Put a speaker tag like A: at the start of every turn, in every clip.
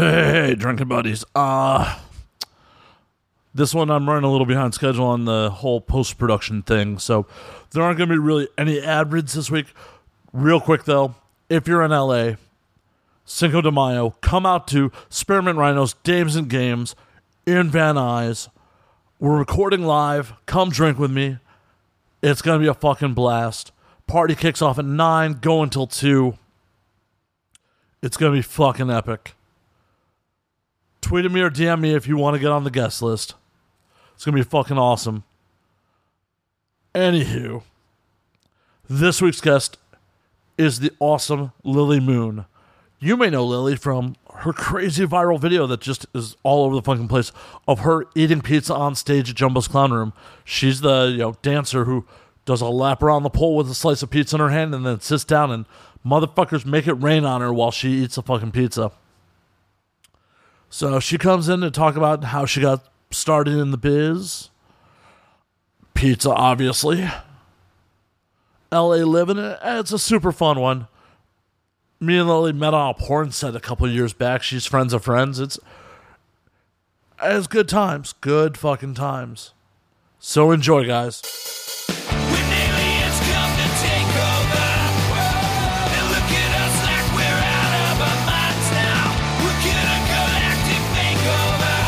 A: Hey, drunken buddies. Uh this one I'm running a little behind schedule on the whole post production thing, so there aren't gonna be really any ad reads this week. Real quick though, if you're in LA, Cinco de Mayo, come out to Spearmint Rhinos, Dames and Games in Van Nuys. We're recording live. Come drink with me. It's gonna be a fucking blast. Party kicks off at nine, go until two. It's gonna be fucking epic. Tweet at me or DM me if you want to get on the guest list. It's gonna be fucking awesome. Anywho, this week's guest is the awesome Lily Moon. You may know Lily from her crazy viral video that just is all over the fucking place of her eating pizza on stage at Jumbo's Clown Room. She's the you know dancer who does a lap around the pole with a slice of pizza in her hand and then sits down and motherfuckers make it rain on her while she eats a fucking pizza. So she comes in to talk about how she got started in the biz. Pizza, obviously. LA living it. It's a super fun one. Me and Lily met on a porn set a couple years back. She's friends of friends. It's it's good times. Good fucking times. So enjoy, guys.
B: When aliens come to take over, they look at us like we're out of our minds now. We're gonna go active makeover.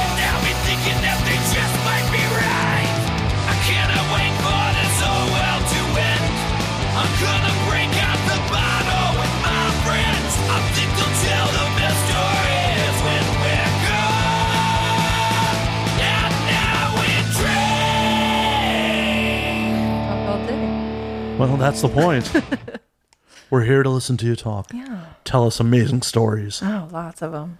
B: And now we thinking that they just might be right. I cannot wait for this whole world to end. I'm gonna break out the bottle with my friends. I think they'll tell the best stories when we're gone. And now we drink.
A: Well, that's the point. We're here to listen to you talk.
C: Yeah.
A: Tell us amazing stories.
C: Oh, lots of them.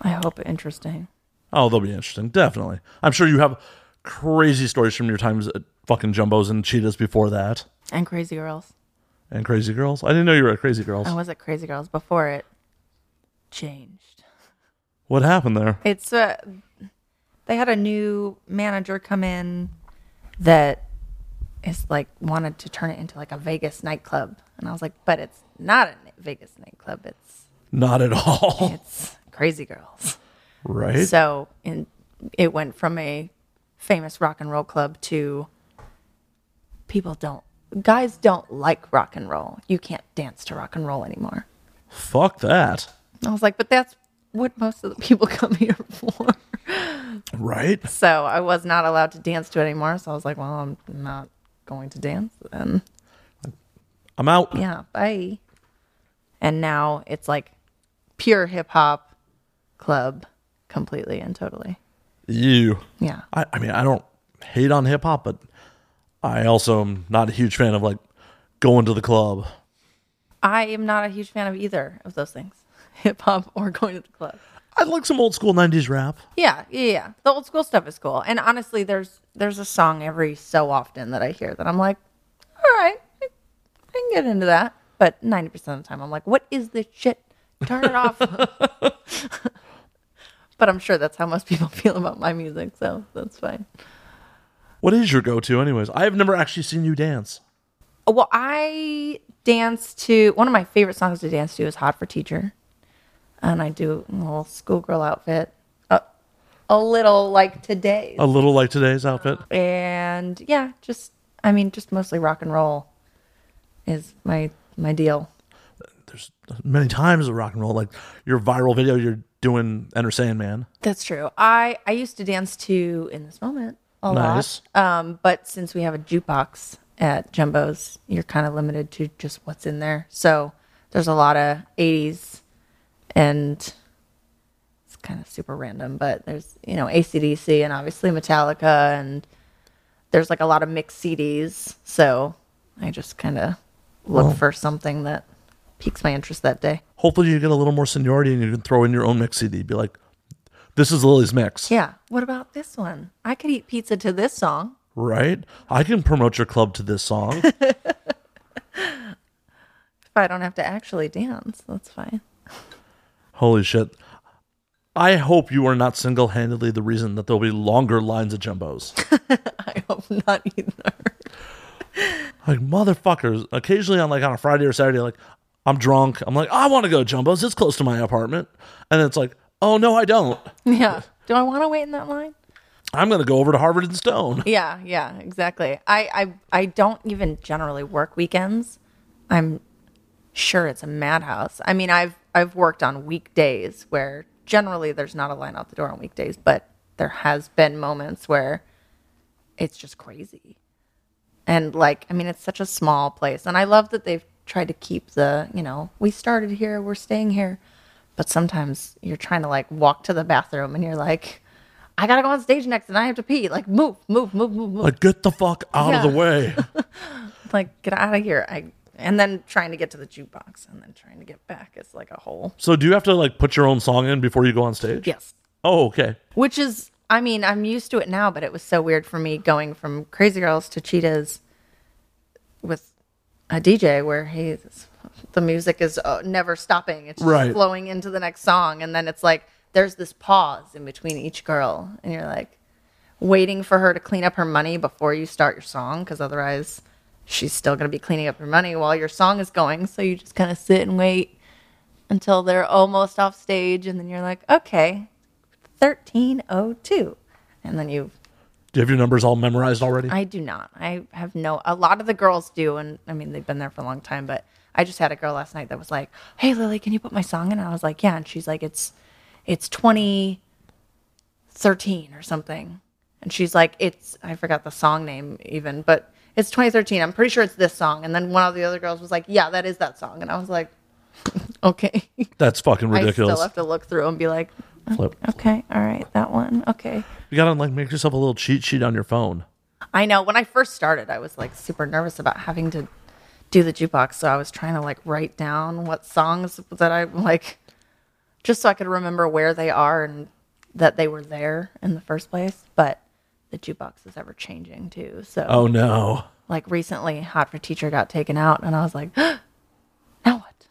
C: I hope interesting.
A: Oh, they'll be interesting. Definitely. I'm sure you have crazy stories from your times at fucking Jumbos and Cheetahs before that.
C: And Crazy Girls.
A: And Crazy Girls. I didn't know you were at Crazy Girls.
C: I was at Crazy Girls before it changed.
A: What happened there?
C: It's uh, they had a new manager come in that is like wanted to turn it into like a Vegas nightclub, and I was like, but it's not a Vegas nightclub. It's
A: Not at all.
C: it's Crazy Girls.
A: Right?
C: So in, it went from a famous rock and roll club to people don't, guys don't like rock and roll. You can't dance to rock and roll anymore.
A: Fuck that.
C: And I was like, but that's what most of the people come here for.
A: Right?
C: So I was not allowed to dance to it anymore. So I was like, well, I'm not going to dance then.
A: I'm out.
C: Yeah, bye. And now it's like pure hip hop club completely and totally.
A: You.
C: Yeah.
A: I, I mean, I don't hate on hip hop, but I also am not a huge fan of like going to the club.
C: I am not a huge fan of either of those things, hip hop or going to the club.
A: I like some old school 90s rap.
C: Yeah, yeah, yeah. The old school stuff is cool. And honestly, there's there's a song every so often that I hear that I'm like, all right, I, I can get into that. But 90% of the time, I'm like, what is this shit? Turn it off. but I'm sure that's how most people feel about my music, so that's fine.
A: What is your go to, anyways? I have never actually seen you dance.
C: Well, I dance to one of my favorite songs to dance to is "Hot for Teacher," and I do a little schoolgirl outfit, a, a little like today's,
A: A little like today's outfit.
C: and yeah, just I mean, just mostly rock and roll is my my deal.
A: Many times of rock and roll, like your viral video you're doing Enter Sandman.
C: That's true. I I used to dance to in this moment a
A: Nice.
C: lot, um, but since we have a jukebox at Jumbo's, you're kind of limited to just what's in there. So there's a lot of '80s, and it's kind of super random. But there's you know ACDC and obviously Metallica, and there's like a lot of mixed CDs. So I just kind of look for something that piques my interest that day.
A: Hopefully, you get a little more seniority and you can throw in your own mix CD. Be like, this is Lily's mix,
C: Yeah. What about this one? I could eat pizza to this song.
A: right? I can promote your club to this song.
C: If I don't have to actually dance, that's fine.
A: Holy shit. I hope you are not single handedly the reason that there'll be longer lines at Jumbo's.
C: I hope not either.
A: like, motherfuckers, occasionally on like on a Friday or Saturday, like, I'm drunk. I'm like, I want to go to Jumbo's. It's close to my apartment. And it's like, oh, no, I don't.
C: Yeah. Do I want to wait in that line?
A: I'm going to go over to Harvard and Stone.
C: Yeah, yeah, exactly. I, I I don't even generally work weekends. I'm sure it's a madhouse. I mean, I've I've worked on weekdays where generally there's not a line out the door on weekdays, but there has been moments where it's just crazy. And like, I mean, it's such a small place, and I love that they've tried to keep the, you know, we started here, we're staying here. But sometimes you're trying to like walk to the bathroom and you're like, I gotta go on stage next and I have to pee. Like, move, move, move, move, move
A: Like, get the fuck out of
C: Yeah.
A: the way.
C: like get out of here i and then trying to get to the jukebox and then trying to get back is like a whole
A: so, do you have to like put your own song in before you go on stage?
C: yes
A: Oh, okay.
C: which is i mean i'm used to it now but it was so weird for me going from crazy girls to cheetahs with a dj where he's the music is uh, never stopping it's just
A: Right.
C: flowing into the next song and then it's like there's this pause in between each girl and you're like waiting for her to clean up her money before you start your song because otherwise she's still going to be cleaning up her money while your song is going so you just kind of sit and wait until they're almost off stage and then you're like okay 1302 and then you
A: Do you have your numbers all memorized already?
C: i do not i have no a lot of the girls do and i mean they've been there for a long time but i just had a girl last night that was like hey lily can you put my song in and i was like yeah and she's like it's it's 2013 or something and she's like it's i forgot the song name even but it's 2013 i'm pretty sure it's this song and then one of the other girls was like yeah that is that song and i was like okay
A: That's fucking
C: i
A: ridiculous.
C: still have to look through and be like
A: Flip.
C: Okay, all right, that one. Okay.
A: You gotta like make yourself a little cheat sheet on your phone.
C: I know when I first started, I was like super nervous about having to do the jukebox, so I was trying to like write down what songs that I like just so I could remember where they are and that they were there in the first place, but the jukebox is ever changing too. So
A: Oh no.
C: like recently Hot for Teacher got taken out and I was like, "Now what?"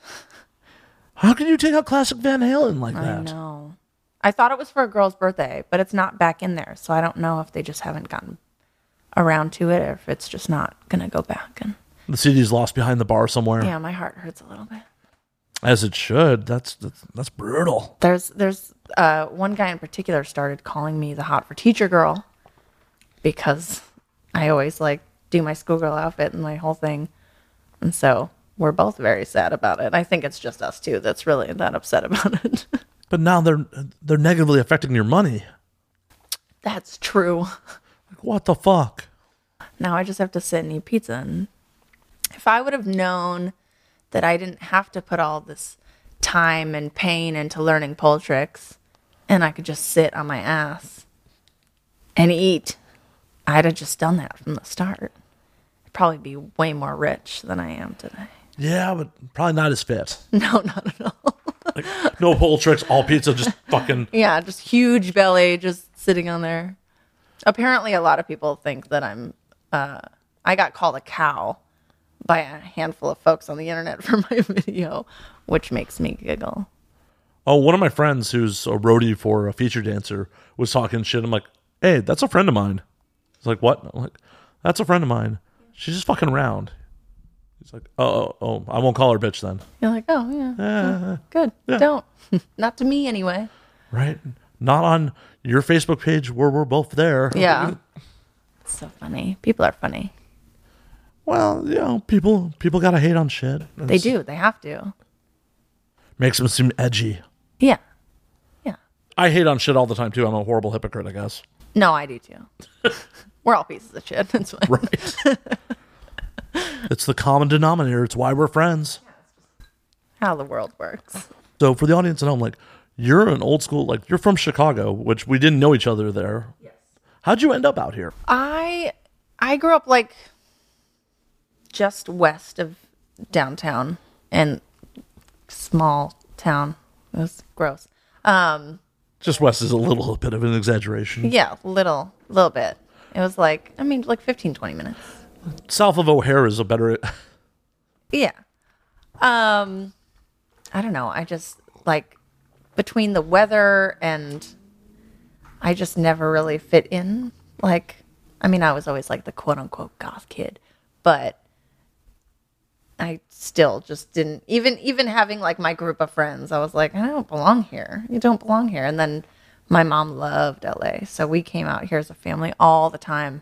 A: How can you take out classic Van Halen like
C: I
A: that?
C: know. I thought it was for a girl's birthday, but it's not back in there, so I don't know if they just haven't gotten around to it or if it's just not gonna go back. And
A: The CD's lost behind the bar somewhere.
C: yeah, my heart hurts a little bit.
A: As it should. That's that's, that's brutal.
C: There's there's uh, one guy in particular started calling me the hot for teacher girl because I always like do my schoolgirl outfit and my whole thing, and so we're both very sad about it. I think it's just us two that's really that upset about it.
A: But now they're they're negatively affecting your money.
C: that's true.
A: Like what the fuck?
C: Now I just have to sit and eat pizza. And if I would have known that I didn't have to put all this time and pain into learning pole tricks and I could just sit on my ass and eat, I'd have just done that from the start. I'd probably be way more rich than I am today.
A: Yeah, but probably not as fit.
C: No, not at all.
A: No pole tricks, all pizza, just fucking
C: Yeah, just huge belly, just sitting on there. Apparently, a lot of people think that I'm. Uh, I got called a cow by a handful of folks on the internet for my video, which makes me giggle.
A: Oh, one of my friends who's a roadie for a feature dancer was talking shit. I'm like, hey, that's a friend of mine. He's like, what? I'm like, that's a friend of mine. She's just fucking around. He's like, oh, oh, oh I won't call her bitch then.
C: You're like, oh yeah, yeah, good. Don't, not to me anyway.
A: Right? Not on your Facebook page where we're both there.
C: Yeah, it's so funny. People are funny.
A: Well, you know, people people gotta hate on shit.
C: They do. They have to.
A: Makes them seem edgy.
C: Yeah, yeah.
A: I hate on shit all the time too. I'm a horrible hypocrite, I guess.
C: No, I do too. We're all pieces of shit. That's why.
A: Right. it's the common denominator. It's why we're friends.
C: how the world works.
A: So for the audience at home, like you're an old school, like you're from Chicago, which we didn't know each other there. Yes. How'd you end up out here?
C: I I grew up like just west of downtown and small town. It was gross. Um,
A: Just West is a little bit of an exaggeration.
C: yeah, little, little bit. It was like I mean, like 15, 20 minutes.
A: South of O'Hare is a better.
C: Yeah. Um, I don't know. I just like between the weather and I just never really fit in. Like, I mean, I was always like the quote unquote goth kid, but I still just didn't even even having like my group of friends, I was like, I don't belong here. You don't belong here. And then my mom loved LA. So we came out here as a family all the time.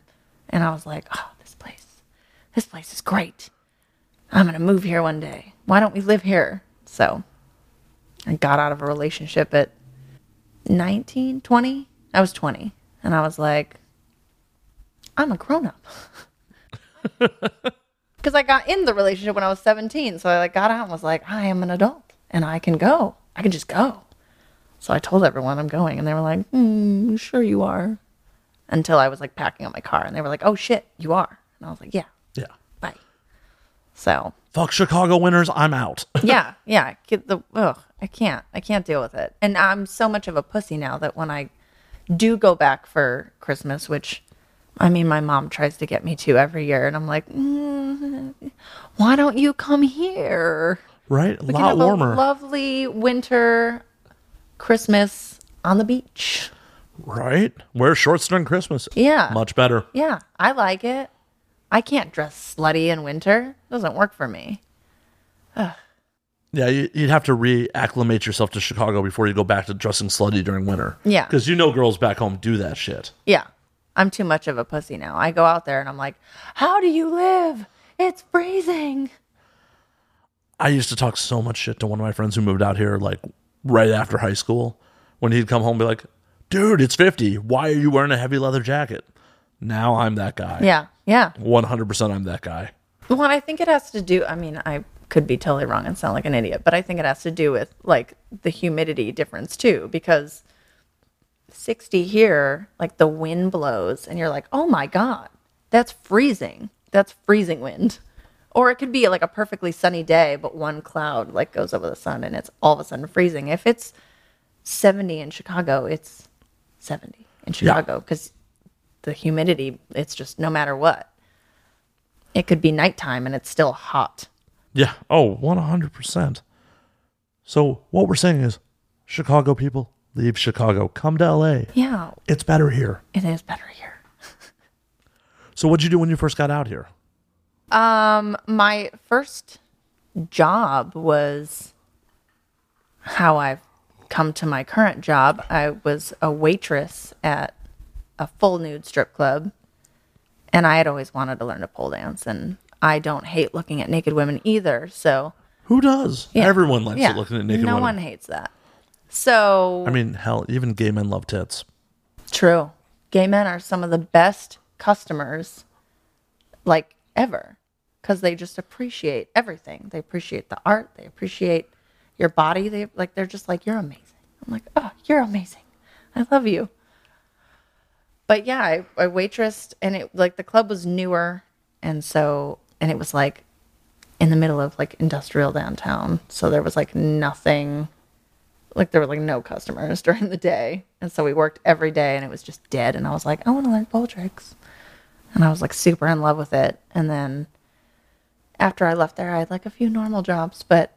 C: And I was like, Oh, this place this place is great. I'm gonna move here one day. Why don't we live here? So I got out of a relationship at 19, 20. I was 20. And I was like, I'm a grown up. Because I got in the relationship when I was 17. So I like got out and was like, I am an adult and I can go. I can just go. So I told everyone I'm going. And they were like, hmm, sure you are. Until I was like packing up my car and they were like, oh shit, you are. And I was like, yeah,
A: Yeah.
C: bye. So
A: Fuck Chicago winners. I'm out.
C: yeah, yeah. Get the ugh, I can't. I can't deal with it. And I'm so much of a pussy now that when I do go back for Christmas, which I mean, my mom tries to get me to every year, and I'm like, mm, why don't you come here?
A: right? A
C: We can
A: lot
C: have
A: warmer.
C: A lovely winter Christmas on the beach.
A: right? Wear shorts during Christmas.
C: Yeah.
A: Much better.
C: Yeah, I like it. I can't dress slutty in winter. Doesn't work for me.
A: Yeah, you- you'd have to reacclimate yourself to Chicago before you go back to dressing slutty during winter.
C: Yeah.
A: Because you know girls back home do that shit.
C: Yeah. I'm too much of a pussy now. I go out there and I'm like, how do you live? It's freezing.
A: I used to talk so much shit to one of my friends who moved out here like right after high school when he'd come home and be like, dude, it's 50. Why are you wearing a heavy leather jacket? Now I'm that guy.
C: Yeah. Yeah.
A: 100% I'm that guy.
C: Well, and I think it has to do, I mean, I could be totally wrong and sound like an idiot, but I think it has to do with like the humidity difference too, because 60 here, like the wind blows and you're like, oh my God, that's freezing. That's freezing wind. Or it could be like a perfectly sunny day, but one cloud like goes over the sun and it's all of a sudden freezing. If it's 70 in Chicago, it's 70 in Chicago because the humidity, it's just no matter what. It could be nighttime and it's still hot.
A: Yeah. Oh, 100%. So what we're saying is Chicago people, leave Chicago. Come to LA.
C: Yeah,
A: It's better here.
C: it is better here.
A: So what'd you do when you first got out here?
C: Um, my first job was how I've come to my current job. I was a waitress at a full nude strip club, and I had always wanted to learn to pole dance. And I don't hate looking at naked women either, so
A: Who does?
C: Yeah.
A: Everyone likes
C: yeah,
A: it looking at naked
C: no
A: women.
C: one hates that. So
A: I mean, hell, even gay men love tits.
C: True. Gay men are some of the best customers, like ever, because they just appreciate everything. They appreciate the art. They appreciate your body. They like they're just like you're amazing. I'm like, oh, you're amazing. I love you. But yeah, I, I waitressed, and it like the club was newer, and so and it was like in the middle of like industrial downtown, so there was like nothing like there were like no customers during the day and so we worked every day and it was just dead and i was like i want to learn pole tricks and i was like super in love with it and then after i left there i had like a few normal jobs but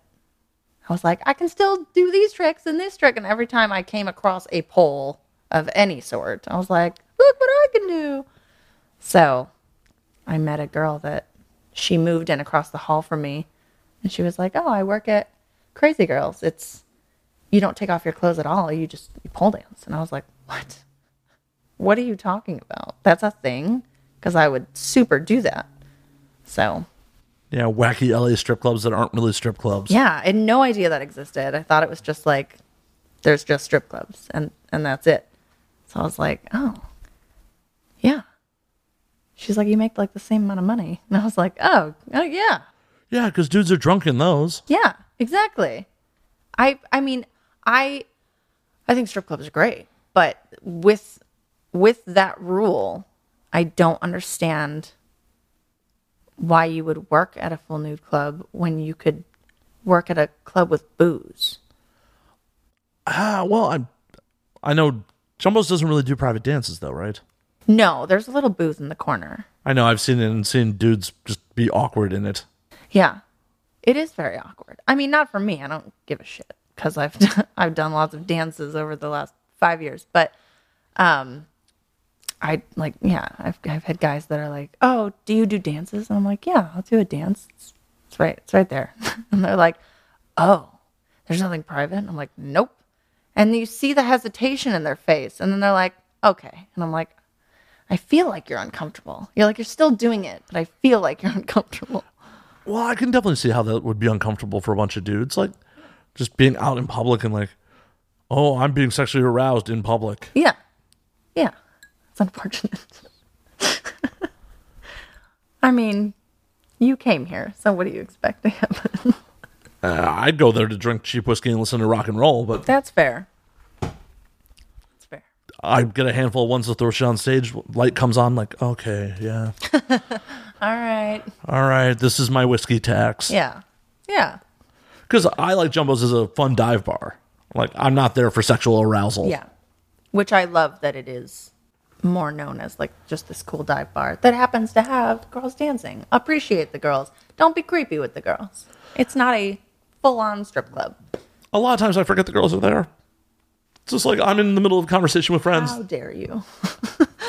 C: i was like i can still do these tricks and this trick and every time i came across a pole of any sort i was like look what i can do so i met a girl that she moved in across the hall from me and she was like oh i work at crazy girls it's you don't take off your clothes at all. You just you pole dance. And I was like, what? What are you talking about? That's a thing. Because I would super do that. So
A: Yeah, wacky LA strip clubs that aren't really strip clubs.
C: yeah, I had no idea that existed. I thought it was just like there's just strip clubs and and that's it. So I was like, oh, yeah. She's like, you make like the same amount of money, and I was like, oh, oh yeah.
A: Yeah, because dudes are drunk in those.
C: Yeah, exactly. I I mean, I I think strip clubs are great, but with with that rule, I don't understand why you would work at a full nude club when you could work at a club with booze.
A: Ah, well, I, I know Jumbo's doesn't really do private dances though, right?
C: No, there's a little booth in the corner.
A: I know I've seen it and seen dudes just be awkward in it.
C: Yeah. It is very awkward. I mean, not for me. I don't give a shit because I've done, I've done lots of dances over the last five years. But, um, I like yeah. I've I've had guys that are like, oh, do you do dances? And I'm like, yeah, I'll do a dance. It's It's right. It's right there. and they're like, oh, there's nothing private. And I'm like, nope. And you see the hesitation in their face. And then they're like, okay. And I'm like, I feel like you're uncomfortable. You're like, you're still doing it, but I feel like you're uncomfortable.
A: Well, I can definitely see how that would be uncomfortable for a bunch of dudes. Like, just being out in public and like, oh, I'm being sexually aroused in public.
C: Yeah. Yeah. It's unfortunate. I mean, you came here, so what do you expect to happen?
A: Uh, I'd go there to drink cheap whiskey and listen to rock and roll, but
C: That's fair. That's fair.
A: I'd get a handful of ones to throw shit on stage. Light comes on, like, okay, yeah.
C: All right.
A: All right, this is my whiskey tax.
C: Yeah. Yeah.
A: Because I like Jumbo's as a fun dive bar. Like, I'm not there for sexual arousal.
C: Yeah. Which I love that it is more known as like just this cool dive bar that happens to have girls dancing. Appreciate the girls. Don't be creepy with the girls. It's not a full on strip club.
A: A lot of times I forget the girls are there. It's just like I'm in the middle of a conversation with friends.
C: How dare you?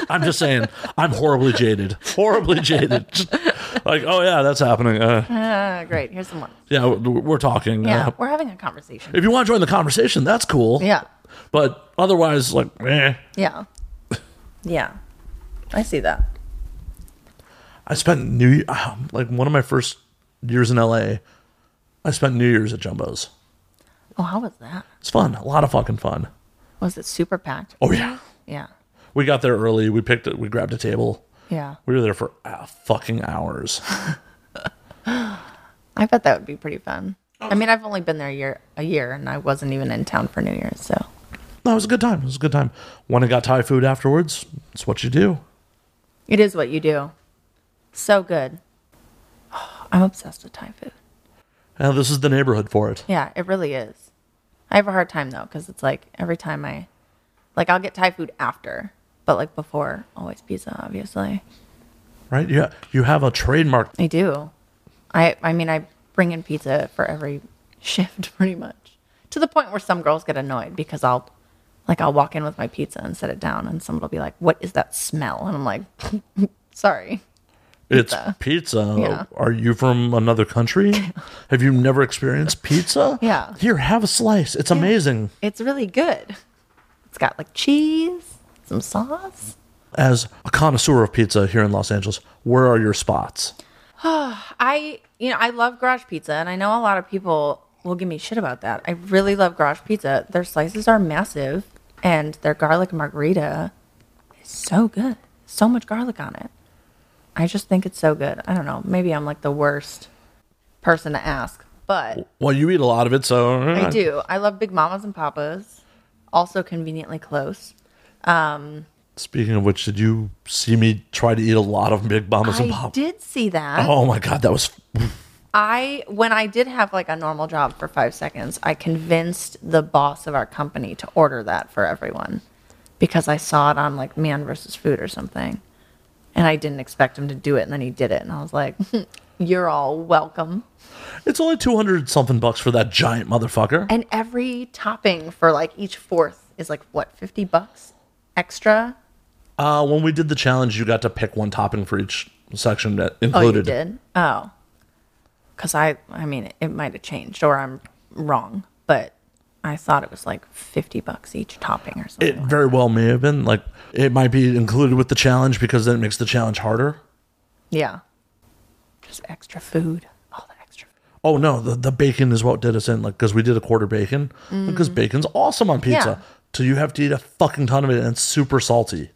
A: I'm just saying, I'm horribly jaded. Horribly jaded. like, oh, yeah, that's happening. Uh,
C: Uh, great. Here's some ones.
A: yeah, we're, we're talking.
C: Yeah.
A: Uh,
C: We're having a conversation.
A: if you want to join the conversation, that's cool.
C: Yeah.
A: But otherwise, like, eh.
C: Yeah. Yeah. I see that.
A: I spent New um, like one of my first years in LA. I spent New Year's at Jumbo's.
C: Oh, how was that?
A: It's fun, a lot of fucking fun.
C: Was it super packed?
A: Oh yeah,
C: Yeah.
A: we got there early. We picked it. We grabbed a table.
C: Yeah.
A: We were there for uh, fucking hours.
C: I bet that would be pretty fun. I mean, I've only been there a year, a year, and I wasn't even in town for New Year's, so
A: No, it was a good time. It was a good time. Went and got Thai food afterwards. It's what you do.
C: It is what you do. So good. I'm obsessed with Thai food.
A: And this is the neighborhood for it.
C: Yeah, it really is. I have a hard time though, because it's like every time I, like, I'll get Thai food after, but like before, always pizza, obviously.
A: Right? Yeah. You have a trademark.
C: I do. I I mean, I bring in pizza for every shift, pretty much, to the point where some girls get annoyed because I'll, like, I'll walk in with my pizza and set it down, and someone will be like, "What is that smell?" And I'm like, "Sorry."
A: It's pizza.
C: Yeah.
A: Are you from another country? have you never experienced pizza?
C: Yeah.
A: Here, have a slice. It's amazing.
C: It's really good. It's got like cheese, some sauce.
A: As a connoisseur of pizza here in Los Angeles, where are your spots?
C: I, you know, I love garage pizza and I know a lot of people will give me shit about that. I really love garage pizza. Their slices are massive and their garlic margarita is so good. So much garlic on it. I just think it's so good. I don't know. Maybe I'm like the worst person to ask, but
A: Well, you eat a lot of it, so uh,
C: I do. I love Big Mamas and Papas. Also conveniently close.
A: Speaking of which, did you see me try to eat a lot of Big Mamas and
C: I
A: Pop?
C: did see that.
A: Oh my god, that was
C: I when I did have like a normal job for five seconds, I convinced the boss of our company to order that for everyone because I saw it on like Man versus Food or something, and I didn't expect him to do it, and then he did it, and I was like, "You're all welcome."
A: It's only 200 something bucks for that giant motherfucker.
C: And every topping for like each fourth is like what fifty bucks extra.
A: Uh, when we did the challenge, you got to pick one topping for each section that
C: Oh,
A: included.
C: you did? Oh, because I I mean it, might have changed or I'm wrong, but. I thought it was like fifty bucks each topping or something.
A: It very well may have been. Like, it might be included with the challenge because then it makes the challenge harder.
C: Yeah. Just extra food. All the extra food.
A: Oh, no, the, the bacon is what did us in. Like, because we did a quarter bacon. Because bacon's awesome on pizza.
C: Mm. Yeah.
A: So you have to eat a fucking ton of it and it's super salty.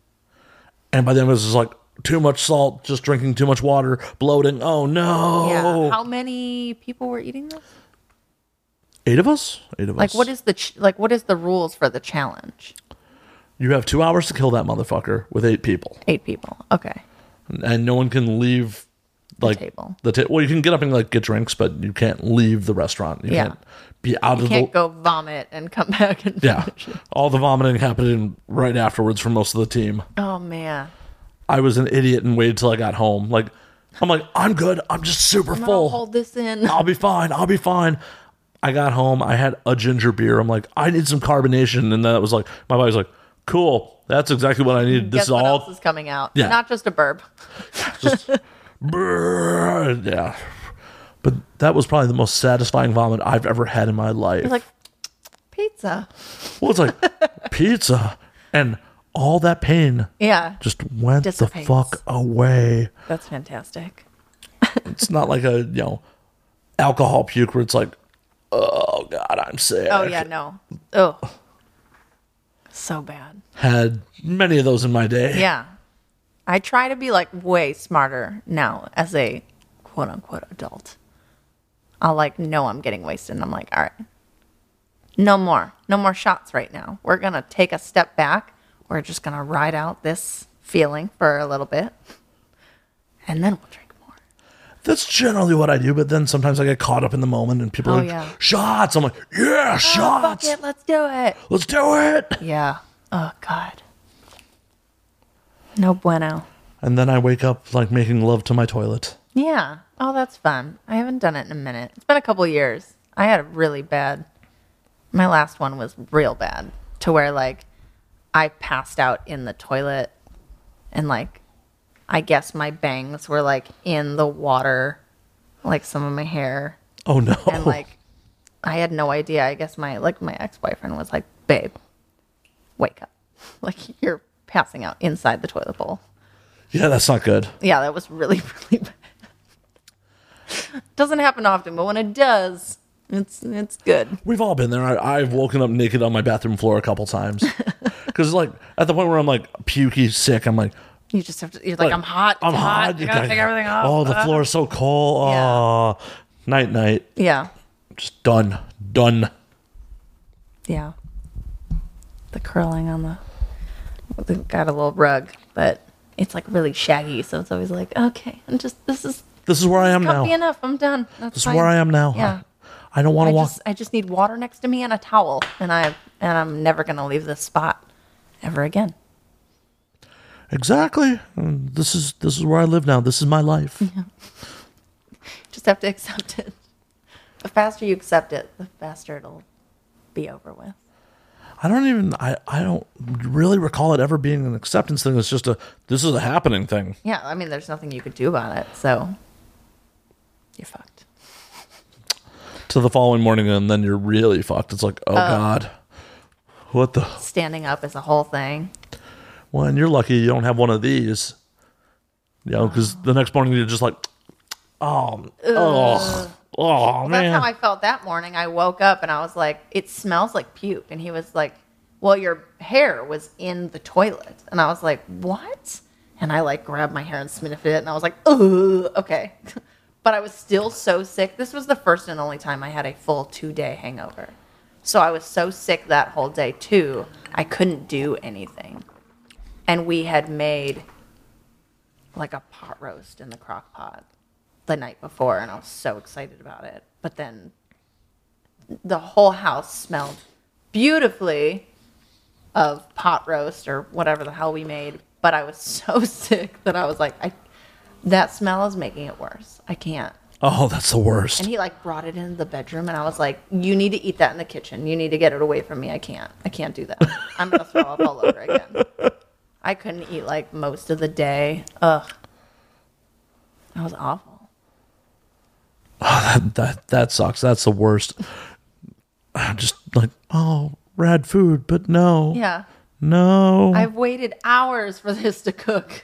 A: And by then it was just like too much salt, just drinking too much water, bloating. Oh, no.
C: Yeah. How many people were eating this?
A: Eight of us? Eight of
C: Like
A: us.
C: what is the ch- like what is the rules for the challenge?
A: You have two hours to kill that motherfucker with eight people,
C: 8 people. Okay.
A: and no one can leave. Like
C: table.
A: The ta- well, you can get up and like get drinks, but you can't leave the restaurant. You
C: Yeah.
A: can't be out of the
C: Can't go vomit and come back and
A: yeah.
C: finish it.
A: All the vomiting happened right afterwards for most of the team.
C: Oh man.
A: I was an idiot and waited till I got home. Like I'm like I'm good. I'm just super
C: I'm
A: full.
C: gonna hold this in.
A: I'll be fine. I'll be fine. I got home. I had a ginger beer. I'm like, I need some carbonation, and then it was like, my body's like, cool. That's exactly what I needed. This
C: Guess
A: is
C: what
A: all
C: else is coming out?
A: Yeah.
C: Not just a burp.
A: Brrr, yeah. But that was probably the most satisfying vomit I've ever had in my life.
C: You're like, pizza.
A: well, it's like pizza and all that pain
C: Yeah.
A: just went
C: Dissipates.
A: the fuck away.
C: That's fantastic.
A: It's not like a, you know, alcohol puke where it's like, oh God, I'm sick.
C: Oh, yeah, no. Oh. So bad.
A: Had many of those in my day.
C: Yeah. I try to be like way smarter now as a quote unquote adult. I'll like know I'm getting wasted and I'm like, all right, no more. No more shots right now. We're going to take a step back. We're just going to ride out this feeling for a little bit and then we'll drink more.
A: That's generally what I do, but then sometimes I get caught up in the moment and people are
C: Oh,
A: like,
C: yeah.
A: shots. I'm like, yeah,
C: Oh, fuck
A: shots.
C: it. Let's do it.
A: Let's do it.
C: Yeah. Oh, God. No bueno.
A: And then I wake up like making love to my toilet.
C: Yeah. Oh, that's fun. I haven't done it in a minute. It's been a couple years. I had a really bad. My last one was real bad to where like I passed out in the toilet and like I guess my bangs were like in the water, like some of my hair
A: Oh no.
C: and like I had no idea. I guess my like my ex-boyfriend was like, "Babe, wake up. Like you're passing out inside the toilet bowl."
A: yeah, that's not good.
C: Yeah, that was really, really bad. Doesn't happen often, but when it does, it's it's good.
A: We've all been there. I, I've woken up naked on my bathroom floor a couple times. Because, like, at the point where I'm like pukey sick, I'm like,
C: You just have to. You're like, I'm hot.
A: I'm
C: it's
A: hot.
C: You gotta take everything off. Uh-huh.
A: Oh, the floor is so cold.
C: Yeah.
A: Oh, night, night.
C: Yeah,
A: Just done. Done.
C: yeah. The curling on the they've got a little rug, but it's like really shaggy, so it's always like, okay, I'm just this is
A: This is where I am now.
C: comfy enough. I'm done. That's
A: This is
C: fine.
A: where I am now.
C: Yeah.
A: I don't want
C: I
A: to walk.
C: just I just need water next to me and a towel, and I and I'm never gonna leave this spot ever again.
A: Exactly. And This is this is where I live now. This is my life.
C: Just have to accept it. The faster you accept it, the faster it'll be over with.
A: I don't even I, I don't really recall it ever being an acceptance thing. It's just a this is a happening thing.
C: Yeah, I mean, there's nothing you could do about it, so you're fucked.
A: To the following morning and then you're really fucked. It's like, oh God. What the
C: Standing up is a whole thing.
A: well, and you're lucky you don't have one of these. You know, because the next morning you're just like Oh, oh, oh
C: That's
A: man.
C: how I felt that morning. I woke up and I was like, "It smells like puke," and he was like, "Well, your hair was in the toilet," and I was like, "What?" And I like grabbed my hair and sniffed it, and I was like, "Ugh, okay." but I was still so sick. This was the first and only time I had a full two day hangover, so I was so sick that whole day too. I couldn't do anything, and we had made like a pot roast in the crock pot the night before and I was so excited about it. But then the whole house smelled beautifully of pot roast or whatever the hell we made, but I was so sick that I was like I that smell is making it worse. I can't.
A: oh, that's the worst.
C: And he like brought it into the bedroom and I was like, "You need to eat that in the kitchen. You need to get it away from me. I can't. I can't do that. I'm going to throw up all over again." I couldn't eat like most of the day. Ugh. That was awful.
A: that that sucks. That's the worst. I'm just like, oh, rad food, but no,
C: Yeah.
A: no.
C: I've waited hours for this to cook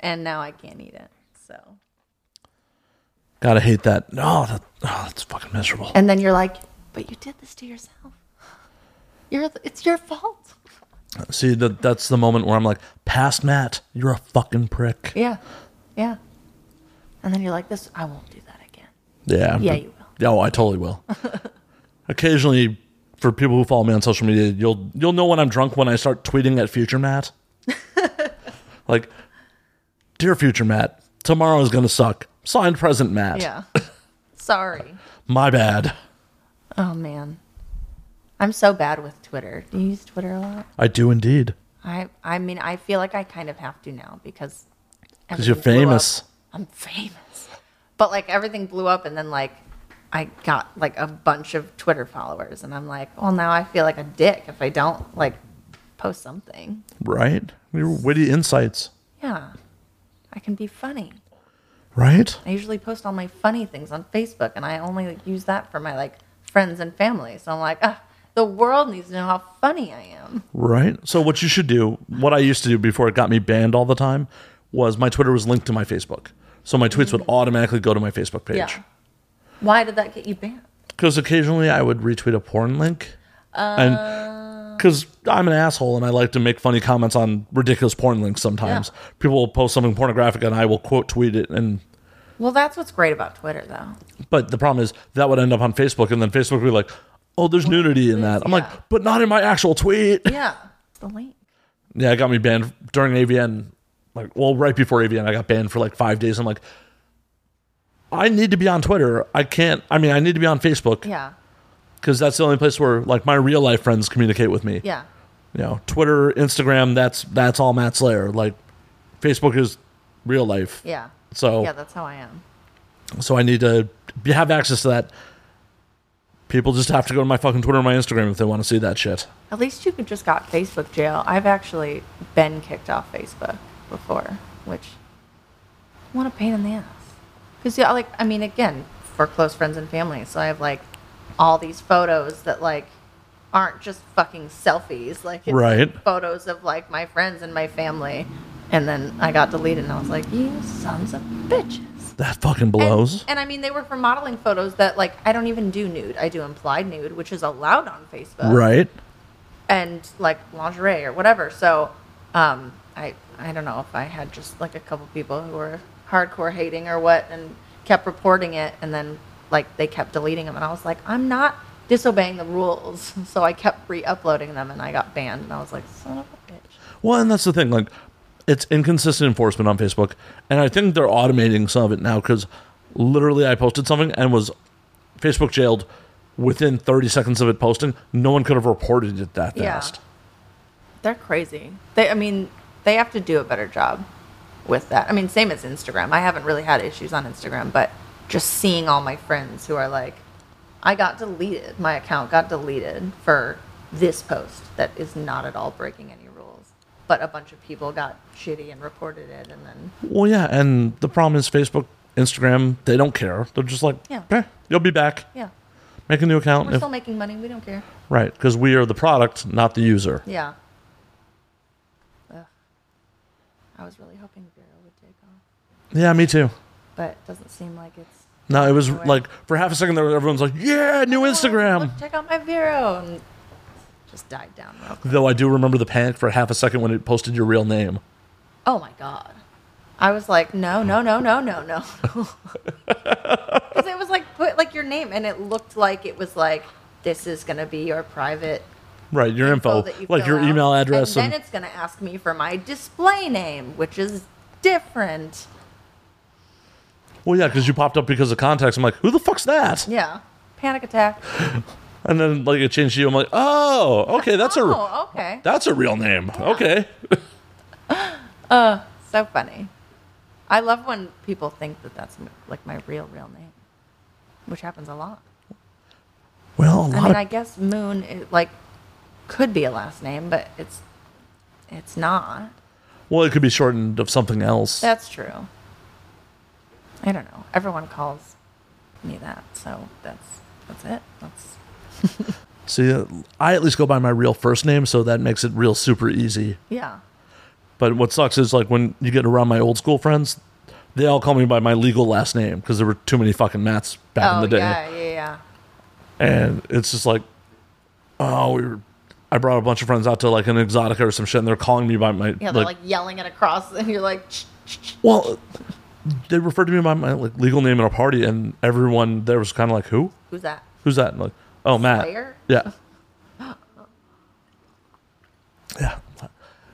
C: and now I can't eat it. So.
A: Gotta hate that. No, that, oh, that's fucking miserable.
C: And then you're like, but you did this to yourself. You're it's your fault.
A: See, that that's the moment where I'm like, past Matt, you're a fucking prick.
C: Yeah. Yeah. And then you're like, this I won't do that again.
A: Yeah.
C: Yeah,
A: but-
C: you will.
A: Yeah, Oh, I totally will. Occasionally, for people who follow me on social media, you'll you'll know when I'm drunk when I start tweeting at future Matt. like, dear future Matt, tomorrow is gonna suck. Signed, present Matt.
C: Yeah. Sorry.
A: My bad.
C: Oh man. I'm so bad with Twitter. Do you use Twitter a lot?
A: I do indeed.
C: I I mean, I feel like I kind of have to now because
A: Because you're
C: everything blew up.
A: famous.
C: I'm famous. But like everything blew up and then like I got like a bunch of Twitter followers and I'm like, well now I feel like a dick if I don't like post something.
A: Right? Your witty insights.
C: Yeah. I can be funny.
A: Right?
C: I usually post all my funny things on Facebook, and I only like, use that for my like friends and family. So I'm like, ah, the world needs to know how funny I am.
A: Right. So what you should do, what I used to do before it got me banned all the time, was my Twitter was linked to my Facebook. So my tweets would automatically go to my Facebook
C: Yeah.
A: page.
C: Why did that get you banned?
A: Because occasionally I would retweet a porn link.
C: Uh.
A: and because I'm an asshole and I like to make funny comments on ridiculous porn links sometimes.
C: Yeah.
A: People will post something pornographic and I will quote tweet it and
C: Well, that's what's great about Twitter, though.
A: But the problem is that would end up on Facebook, and then Facebook would be like, "Oh, there's nudity in that." I'm
C: yeah.
A: like, "But not in my actual tweet."
C: Yeah, the link.
A: Yeah, it got me banned during AVN. Like, well, right before AVN, I got banned for like five days. I'm like, I need to be on Twitter. I can't. I mean, I need to be on Facebook
C: Yeah,
A: because that's the only place where like my real life friends communicate with me.
C: yeah,
A: You know, Twitter, Instagram. That's that's all Matt Slayer. Like, Facebook is real life.
C: yeah.
A: So
C: Yeah, that's how I am.
A: So I need to be- have access to that. People just have to go to my fucking Twitter or my Instagram if they want to see that shit.
C: At least you could just got Facebook jail. I've actually been kicked off Facebook before, which what a pain in the ass. Because yeah, like I mean, again, for close friends and family, so I have like all these photos that like aren't just fucking selfies, like it's
A: Right.
C: photos of like my friends and my family, and then I got deleted, and I was like, you sons of bitches.
A: That fucking
C: And-
A: blows.
C: And, I mean, they were for modeling photos that like I don't even do nude. I do implied nude, which is allowed on Facebook
A: right?
C: and like lingerie or whatever. So, um, I I don't know if I had just like a couple people who were hardcore hating or what, and kept reporting it, and then like they kept deleting them, and I was like, I'm not disobeying the rules, so I kept re-uploading them, and I got banned, and I was like, son of a bitch.
A: Well, and that's the thing. Like, it's inconsistent enforcement on Facebook, and I think they're automating some of it now because literally I posted something and was Facebook jailed within 30 seconds of it posting. No one could have reported it that
C: Yeah.
A: fast.
C: They're crazy. They, I mean, they have to do a better job with that. I mean, same as Instagram. I haven't really had issues on Instagram, but just seeing all my friends who are like, I got deleted. My account got deleted for this post that is not at all breaking any rules, but a bunch of people got shitty and reported it, and then
A: Well, yeah, and the problem is Facebook, Instagram, they don't care. They're just like,
C: Yeah.
A: "Eh, you'll be back.
C: yeah,
A: Make a new account.
C: we're
A: If-
C: still making money. We don't care.
A: Right, because we are the product, not the user.
C: Yeah. Ugh. I was really hoping Vera would take off,
A: Yeah, me too.
C: but it doesn't seem like it's
A: No, it was like for half a second there, everyone's like, "Yeah, new Instagram."
C: Oh, Look, check out my Vero. And just died down real quick.
A: Though I do remember the panic for half a second when it posted your real name.
C: Oh my God. I was like, no, no, no, no, no, no. Because it was like, put like your name, and it looked like it was like, this is going to be your private
A: Right, your info,
C: that you
A: like
C: fill
A: your
C: out.
A: email address,
C: And,
A: and,
C: then it's going to ask me for my display name, which is different.
A: well, yeah, because you popped up because of contacts. I'm like, "Who the fuck's that?"
C: Yeah. Panic attack.
A: And then like it changed to you. I'm like, "Oh, okay, that's a
C: Oh, okay.
A: that's a real name." Okay,
C: So funny. I love when people think that that's like my real, real name, which happens a lot.
A: well, a
C: I
A: lot
C: mean,
A: of
C: I guess Moon it, like could be a last name, but it's it's not.
A: well, it could be shortened of something else.
C: That's true. I don't know. Everyone calls me that, so that's that's it. That's
A: See, I at least go by my real first name, so that makes it real super easy.
C: yeah.
A: But what sucks is like when you get around my old school friends, they all call me by my legal last name because there were too many fucking Matts back
C: oh
A: in the day,
C: yeah, yeah, yeah.
A: and it's just like, oh, we were. I brought a bunch of friends out to like an exotica or some shit, and they're calling me by my
C: Yeah, they're
A: like,
C: like, yelling at a cross, and you're like, "Shh, shh, shh."
A: well, they referred to me by my like legal name at a party, and everyone there was kind of like, who,
C: who's that?
A: who's that? And like, oh, Matt,
C: Slayer?
A: yeah, yeah.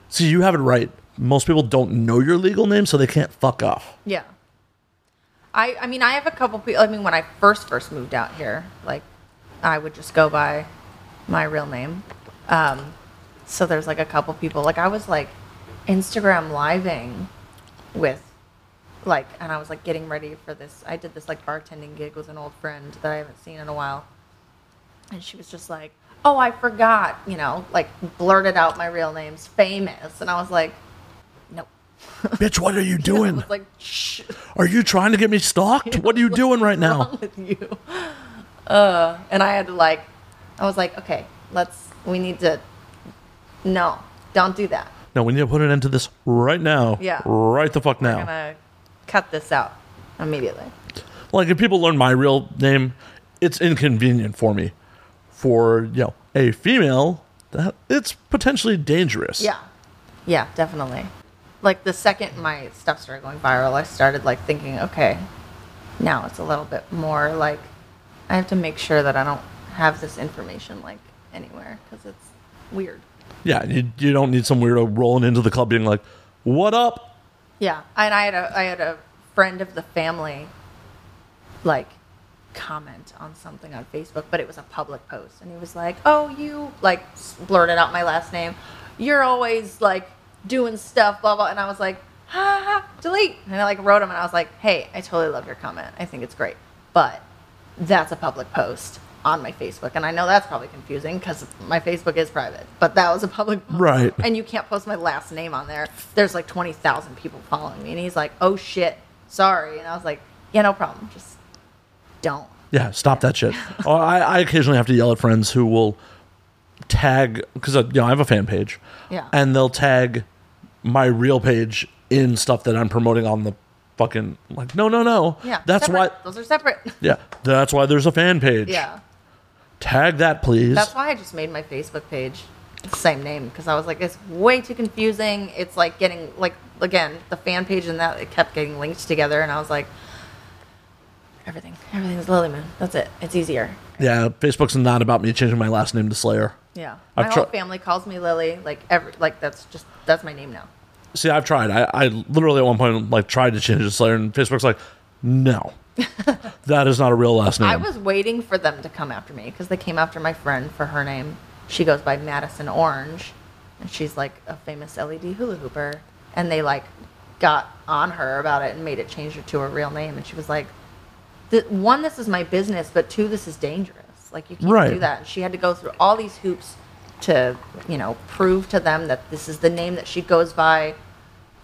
A: See, you have it right. Most people don't know your legal name, so they can't fuck off.
C: Yeah. I I mean, I have a couple people. I mean, when I first first moved out here, like I would just go by my real name. Um, so there's like a couple people. Like I was like Instagram living with like, and I was like getting ready for this. I did this like bartending gig with an old friend that I haven't seen in a while, and she was just like, "Oh, I forgot," you know, like blurted out my real name's famous, and I was like, "Nope."
A: Bitch, what are you doing?
C: It's like, shh,
A: Are you trying to get me stalked? What are you doing right now?
C: with you. Uh, and I had to like, I was like, okay, let's, we need to, no, don't do that.
A: No, we need to put an end to this right now.
C: Yeah.
A: Right the fuck now.
C: I'm gonna cut this out immediately.
A: Like if people learn my real name, it's inconvenient for me. For, you know, a female, that it's potentially dangerous.
C: Yeah. Yeah, definitely. Like the second my stuff started going viral, I started like thinking, okay, now it's a little bit more like I have to make sure that I don't have this information like anywhere because it's weird.
A: Yeah, you, you don't need some weirdo rolling into the club being like, "What up?"
C: Yeah, and I had a I had a friend of the family like comment on something on Facebook, but it was a public post, and he was like, "Oh, you like s- blurted out my last name. You're always like doing stuff, blah blah." And I was like, "Ha ha, delete." And I like wrote him, and I was like, "Hey, I totally love your comment. I think it's great, but that's a public post." On my Facebook, and I know that's probably confusing because my Facebook is private, but that was a public post
A: Right.
C: and you can't post my last name on there. There's like 20,000 people following me. And he's like, oh shit, sorry. And I was like, yeah, no problem. Just don't.
A: Yeah, stop that shit. Oh, I, I occasionally have to yell at friends who will tag because you know I have a fan page.
C: Yeah.
A: and they'll tag my real page in stuff that I'm promoting on the fucking like. No, no, no.
C: Yeah.
A: that's
C: separate.
A: why.
C: Those are separate.
A: Yeah, that's why there's a fan page.
C: yeah.
A: tag that please.
C: That's why I just made my Facebook page the same name because I was like, it's way too confusing. It's like getting, like, again, the fan page and that, it kept getting linked together. And I was like, everything, everything's Lily Moon. That's it. It's easier.
A: yeah, Facebook's not about me changing my last name to Slayer.
C: Yeah.
A: I've
C: My whole
A: tri-
C: family calls me Lily. Like, every, like, that's just, that's my name now.
A: See, I've tried. I, I literally at one point like tried to change it to Slayer, and Facebook's like, no, that is not a real last name.
C: I was waiting for them to come after me because they came after my friend for her name. She goes by Madison Orange, and she's like a famous LED hula hooper. And they like got on her about it and made it change her to her real name. And she was like, "Th- "One, this is my business, but two, this is dangerous. Like you can't
A: Right.
C: do that." And she had to go through all these hoops to, you know, prove to them that this is the name that she goes by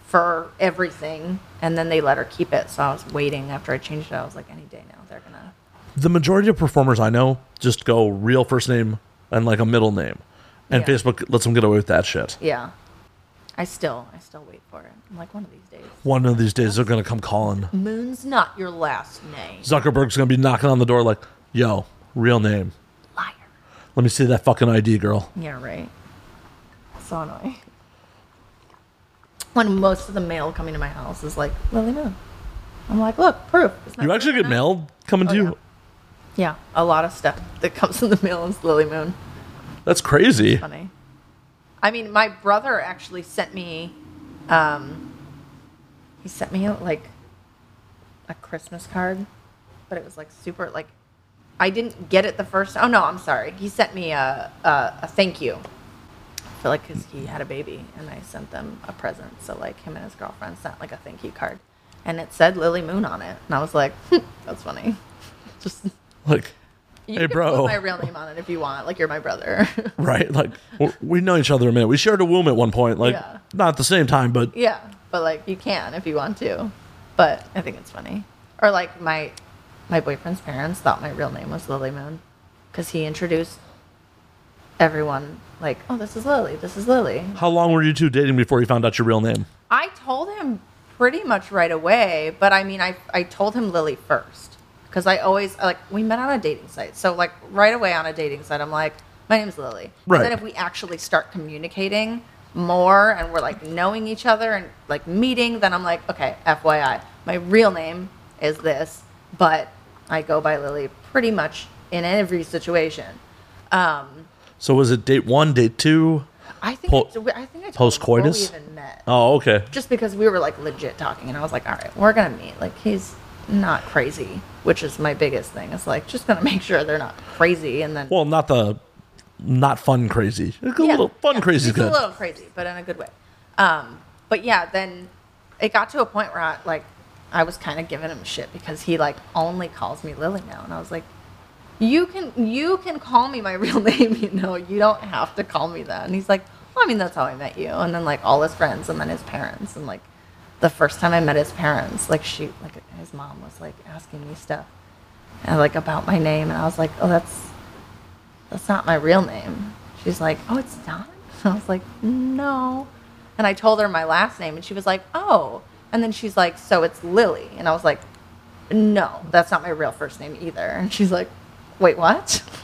C: for everything. And then they let her keep it. So I was waiting after I changed it. I was like, any day now they're gonna
A: the majority of performers I know just go real first name and like a middle name, and
C: Yeah.
A: Facebook lets them get away with that shit.
C: Yeah. I still, I still wait for it. I'm like, one of these days.
A: One of these days they're gonna come calling.
C: Moon's not your last name.
A: Zuckerberg's gonna be knocking on the door like, "Yo, real name.
C: Liar.
A: Let me see that fucking ID, girl."
C: Yeah, right. So annoying. When most of the mail coming to my house is like, Lily Moon. I'm like, look, proof. It's not
A: You actually
C: good
A: get
C: enough.
A: mail coming to
C: Oh,
A: you.
C: Yeah, a lot of stuff that comes in the mail is Lily Moon.
A: That's crazy.
C: funny. I mean, my brother actually sent me, um, he sent me like a Christmas card, but it was like super like, I didn't get it the first. Oh no, I'm sorry. He sent me a a, a thank you for like because he had a baby and I sent them a present. So like him and his girlfriend sent like a thank you card, and it said Lily Moon on it, and I was like, that's funny. Just
A: Like,
C: you
A: Hey,
C: can
A: bro.
C: put my real name on it if you want. Like you're my brother.
A: right? Like, w- we know each other a minute. We shared a womb at one point. Like,
C: Yeah.
A: not at the same time, but
C: Yeah, but like you can if you want to. But I think it's funny. Or like my my boyfriend's parents thought my real name was Lily Moon because he introduced everyone like, "Oh, this is Lily. This is Lily."
A: how long were you two dating before you found out your real name?
C: I told him pretty much right away, but I mean, I I told him Lily first because I always like we met on a dating site, so like right away on a dating site, I'm like, my name's Lily.
A: Right.
C: And then if we actually start communicating more and we're like knowing each other and like meeting, then I'm like, okay, FYI, my real name is this, but I go by Lily pretty much in every situation. Um,
A: So was it date one, date two?
C: I think
A: Po-
C: I, I think I told him before
A: post-coitus?
C: we even met
A: Oh, okay.
C: just because we were like legit talking and i was like all right we're gonna meet like he's not crazy which is my biggest thing it's like just gonna make sure they're not crazy and then
A: Well, not the not fun crazy. Like a little fun
C: yeah,
A: crazy
C: it's
A: good.
C: a little crazy but in a good way um but yeah then it got to a point where i like i was kind of giving him shit because he like only calls me lily now and i was like you can you can call me my real name you know you don't have to call me that and he's like well, i mean that's how i met you and then like all his friends and then his parents and like the first time I met his parents, like she, like his mom was like asking me stuff, and like about my name, and I was like, oh, that's that's not my real name. She's like, oh, it's not. I was like, no. And I told her my last name, and she was like, oh. And then she's like, so it's Lily, and I was like, no, that's not my real first name either. And she's like, wait, what?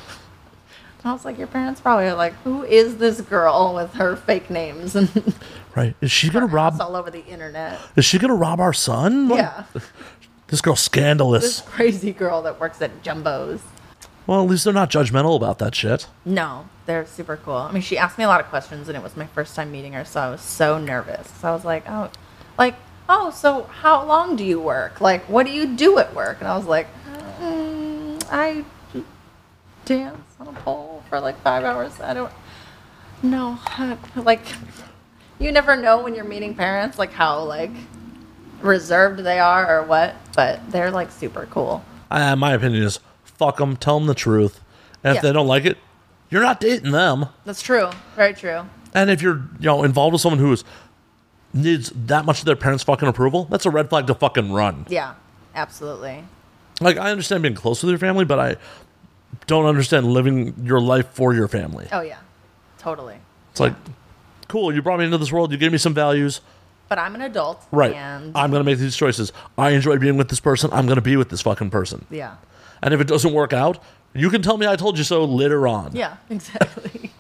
C: And I was like, your parents probably are like, who is this girl with her fake names and
A: Right? Is she gonna
C: rob
A: rob?
C: all over the internet?
A: Is she gonna rob our son? Like,
C: Yeah.
A: This girl's scandalous.
C: This crazy girl that works at Jumbo's.
A: Well, at least they're not judgmental about that shit.
C: No, they're super cool. I mean, she asked me a lot of questions, and it was my first time meeting her, so I was so nervous. So I was like, oh, like, oh, so how long do you work? Like, what do you do at work? And I was like, mm, I dance on a pole for like five hours. I don't know. Like, you never know when you're meeting parents, like how like reserved they are or what. But they're like super cool.
A: Uh, my opinion is fuck them, tell them the truth. And if
C: Yeah.
A: they don't like it, you're not dating them.
C: That's true. Very true.
A: And if you're you know involved with someone who is needs that much of their parents' fucking approval, that's a red flag to fucking run.
C: Yeah, absolutely.
A: Like I understand being close with your family, but I don't understand living your life for your family.
C: Oh yeah, totally.
A: It's like, cool, you brought me into this world, you gave me some values.
C: But I'm an adult,
A: Right.
C: And
A: I'm gonna make these choices. I enjoy being with this person, I'm gonna be with this fucking person.
C: yeah,
A: And if it doesn't work out, you can tell me I told you so later on.
C: yeah, exactly.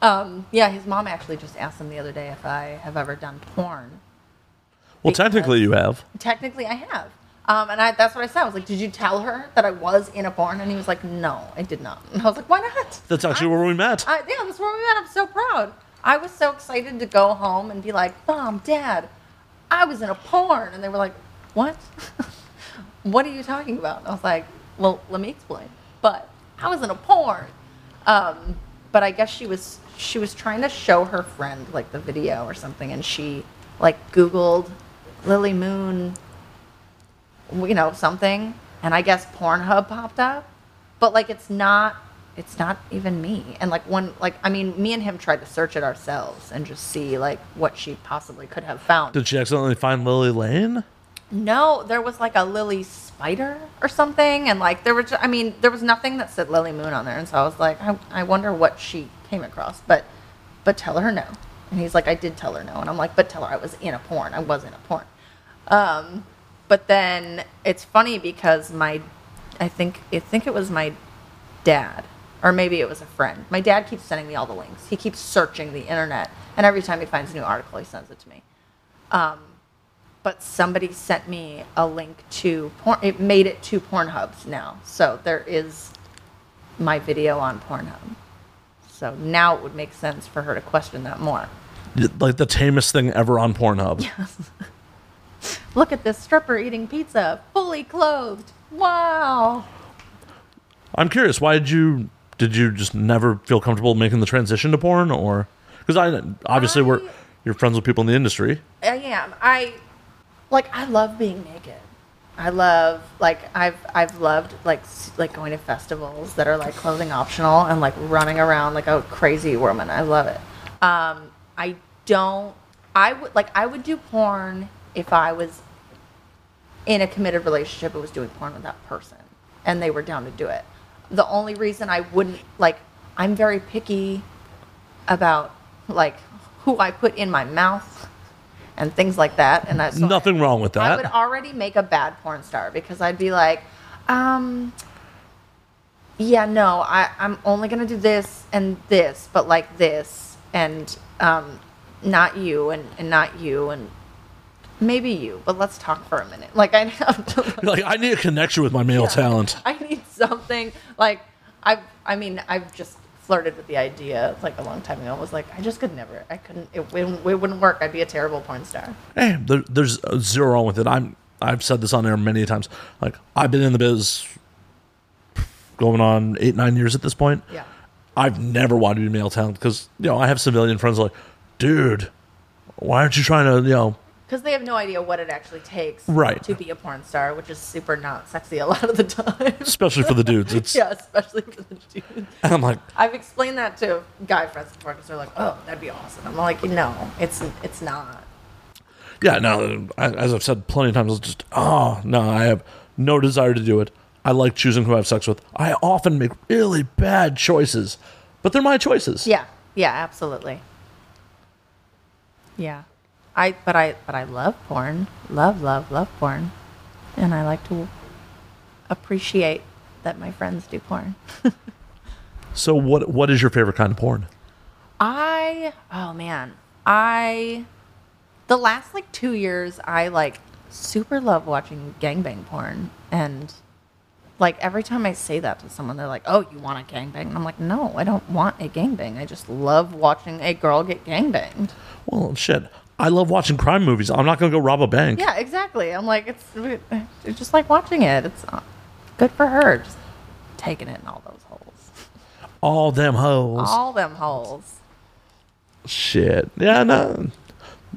C: um, yeah, his mom actually just asked him the other day if I have ever done porn.
A: Well, technically you have.
C: Technically, I have. Um, and I, that's what I said. I was like, "Did you tell her that I was in a porn?" And he was like, "No, I did not." And I was like, "Why not?"
A: That's actually where we met.
C: I, yeah, that's where we met. I'm so proud. I was so excited to go home and be like, Mom, Dad, I was in a porn. And they were like, What? what are you talking about? And I was like, Well, let me explain. But I was in a porn. Um, but I guess she was she was trying to show her friend like the video or something, and she like Googled Lily Moon you know something and i guess pornhub popped up but like it's not it's not even me and like one like i mean me and him tried to search it ourselves and just see like what she possibly could have found
A: Did she accidentally find Lily Lane?
C: no there was like a lily spider or something and like there was i mean there was nothing that said lily moon on there and so i was like i, I wonder what she came across but but tell her no and he's like i did tell her no and i'm like but tell her i was in a porn i was in a porn um, but then it's funny because my, I think I think it was my dad, or maybe it was a friend. My dad keeps sending me all the links. He keeps searching the internet, and every time he finds a new article, he sends it to me. Um, but somebody sent me a link to porn. It made it to Pornhub's now, so there is my video on Pornhub. So now it would make sense for her to question that more.
A: Like the tamest thing ever on Pornhub.
C: Look at this stripper eating pizza, fully clothed. Wow.
A: I'm curious, why did you did you just never feel comfortable making the transition to porn, or because I obviously we're
C: I-
A: you're friends with people in the industry.
C: I am. I like I love being naked. I love like I've I've loved like s- like going to festivals that are like clothing optional and like running around like a crazy woman. I love it. Um I don't I would like I would do porn if I was in a committed relationship and was doing porn with that person and they were down to do it. The only reason I wouldn't like I'm very picky about like who I put in my mouth and things like that and I so I-
A: Nothing wrong with
C: I would
A: that.
C: already make a bad porn star because I'd be like, um, yeah, no, I, I'm only gonna do this and this, but like this and um, not you and, and not you and maybe you, but let's talk for a minute. Like I have to. like,
A: You're like I need a connection with my male talent.
C: I need something like I. I mean, I've just flirted with the idea like a long time ago. I was like, I just could never. I couldn't. It, wouldn't- it wouldn't work. I'd be a terrible porn star.
A: Hey, Eh, there, there's zero wrong with it. I'm I've said this on air many times. Like I've been in the biz going on eight nine years at this point.
C: Yeah.
A: I've never wanted to be male talent because you know I have civilian friends like, dude, why aren't you trying to you know
C: because they have no idea what it actually takes
A: Right.
C: to be a porn star, which is super not sexy a lot of the time.
A: especially for the dudes. It's
C: yeah, especially for the dudes.
A: I'm like
C: I've explained that to guy friends before because they're like, "Oh, that'd be awesome." I'm like, "No, it's it's not."
A: yeah, no, I- as I've said plenty of times, it's just, oh, no, I have no desire to do it. I like choosing who I have sex with. I often make really bad choices, but they're my choices.
C: Yeah. Yeah, absolutely. Yeah. I but I but I love porn. Love, love, love porn. And I like to appreciate that my friends do porn.
A: So, what what is your favorite kind of porn?
C: I oh man. I the last like 2 years I like super love watching gangbang porn and like every time I say that to someone they're like, "Oh, you want a gangbang?" And I'm like, "No, I don't want a gangbang. I just love watching a girl get gangbanged."
A: Well, shit, I love watching crime movies. I'm not going to go rob a bank.
C: Yeah, exactly. I'm like, it's, uh, it's just like watching it. It's uh, good for her. Just taking it in all those holes.
A: All them hoes.
C: All them holes.
A: Shit. Yeah, no.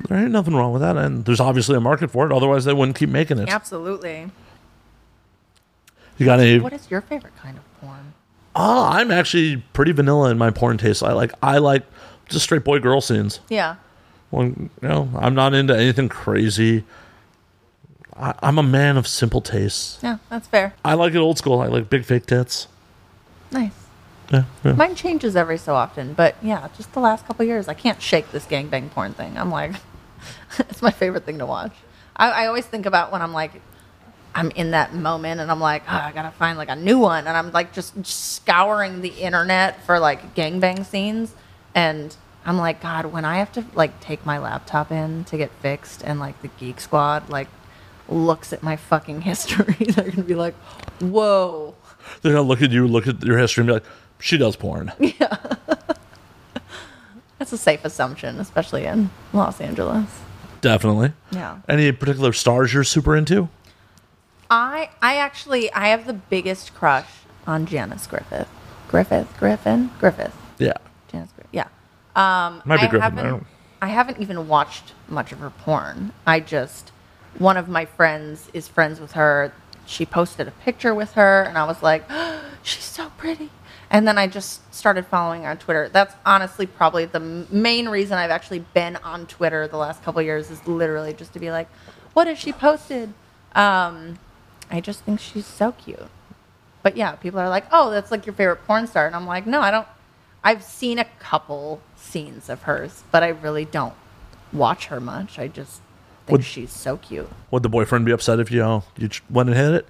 A: There ain't nothing wrong with that. And there's obviously a market for it. Otherwise, they wouldn't keep making it.
C: Absolutely.
A: You got any?
C: What is your favorite kind of porn?
A: Oh, I'm actually pretty vanilla in my porn taste. I like I like just straight boy girl scenes.
C: Yeah.
A: Well, you know, I'm not into anything crazy. I, I'm a man of simple tastes.
C: Yeah, that's fair.
A: I like it old school. I like big fake tits.
C: Nice.
A: Yeah, yeah.
C: Mine changes every so often, but yeah, just the last couple years, I can't shake this gangbang porn thing. I'm like, it's my favorite thing to watch. I, I always think about when I'm like, I'm in that moment and I'm like, oh, I gotta find like a new one, and I'm like just scouring the internet for like gangbang scenes, and I'm like, God, when I have to like take my laptop in to get fixed, and like the Geek Squad like looks at my fucking history, they're gonna be like, whoa.
A: They're gonna look at you, look at your history, and be like, "She does porn."
C: That's a safe assumption, especially in Los Angeles.
A: Definitely.
C: Yeah.
A: Any particular stars you're super into?
C: I I actually I have the biggest crush on Janice Griffith. Griffith, Griffin, Griffith.
A: Yeah.
C: Janice Griffith. Yeah. Um
A: Might be
C: I
A: Griffin, I
C: haven't,
A: don't-
C: I haven't even watched much of her porn. I just one of my friends is friends with her. She posted a picture with her and I was like, "She's so pretty." And then I just started following her on Twitter. That's honestly probably the m- main reason I've actually been on Twitter the last couple of years is literally just to be like, "What has she posted?" Um I just think she's so cute. But yeah, people are like, "Oh, that's like your favorite porn star," and I'm like, "No, I don't. I've seen a couple scenes of hers, but I really don't watch her much. I just think
A: Would-
C: she's so cute."
A: Would the boyfriend be upset if you uh, you ch- went and hit it?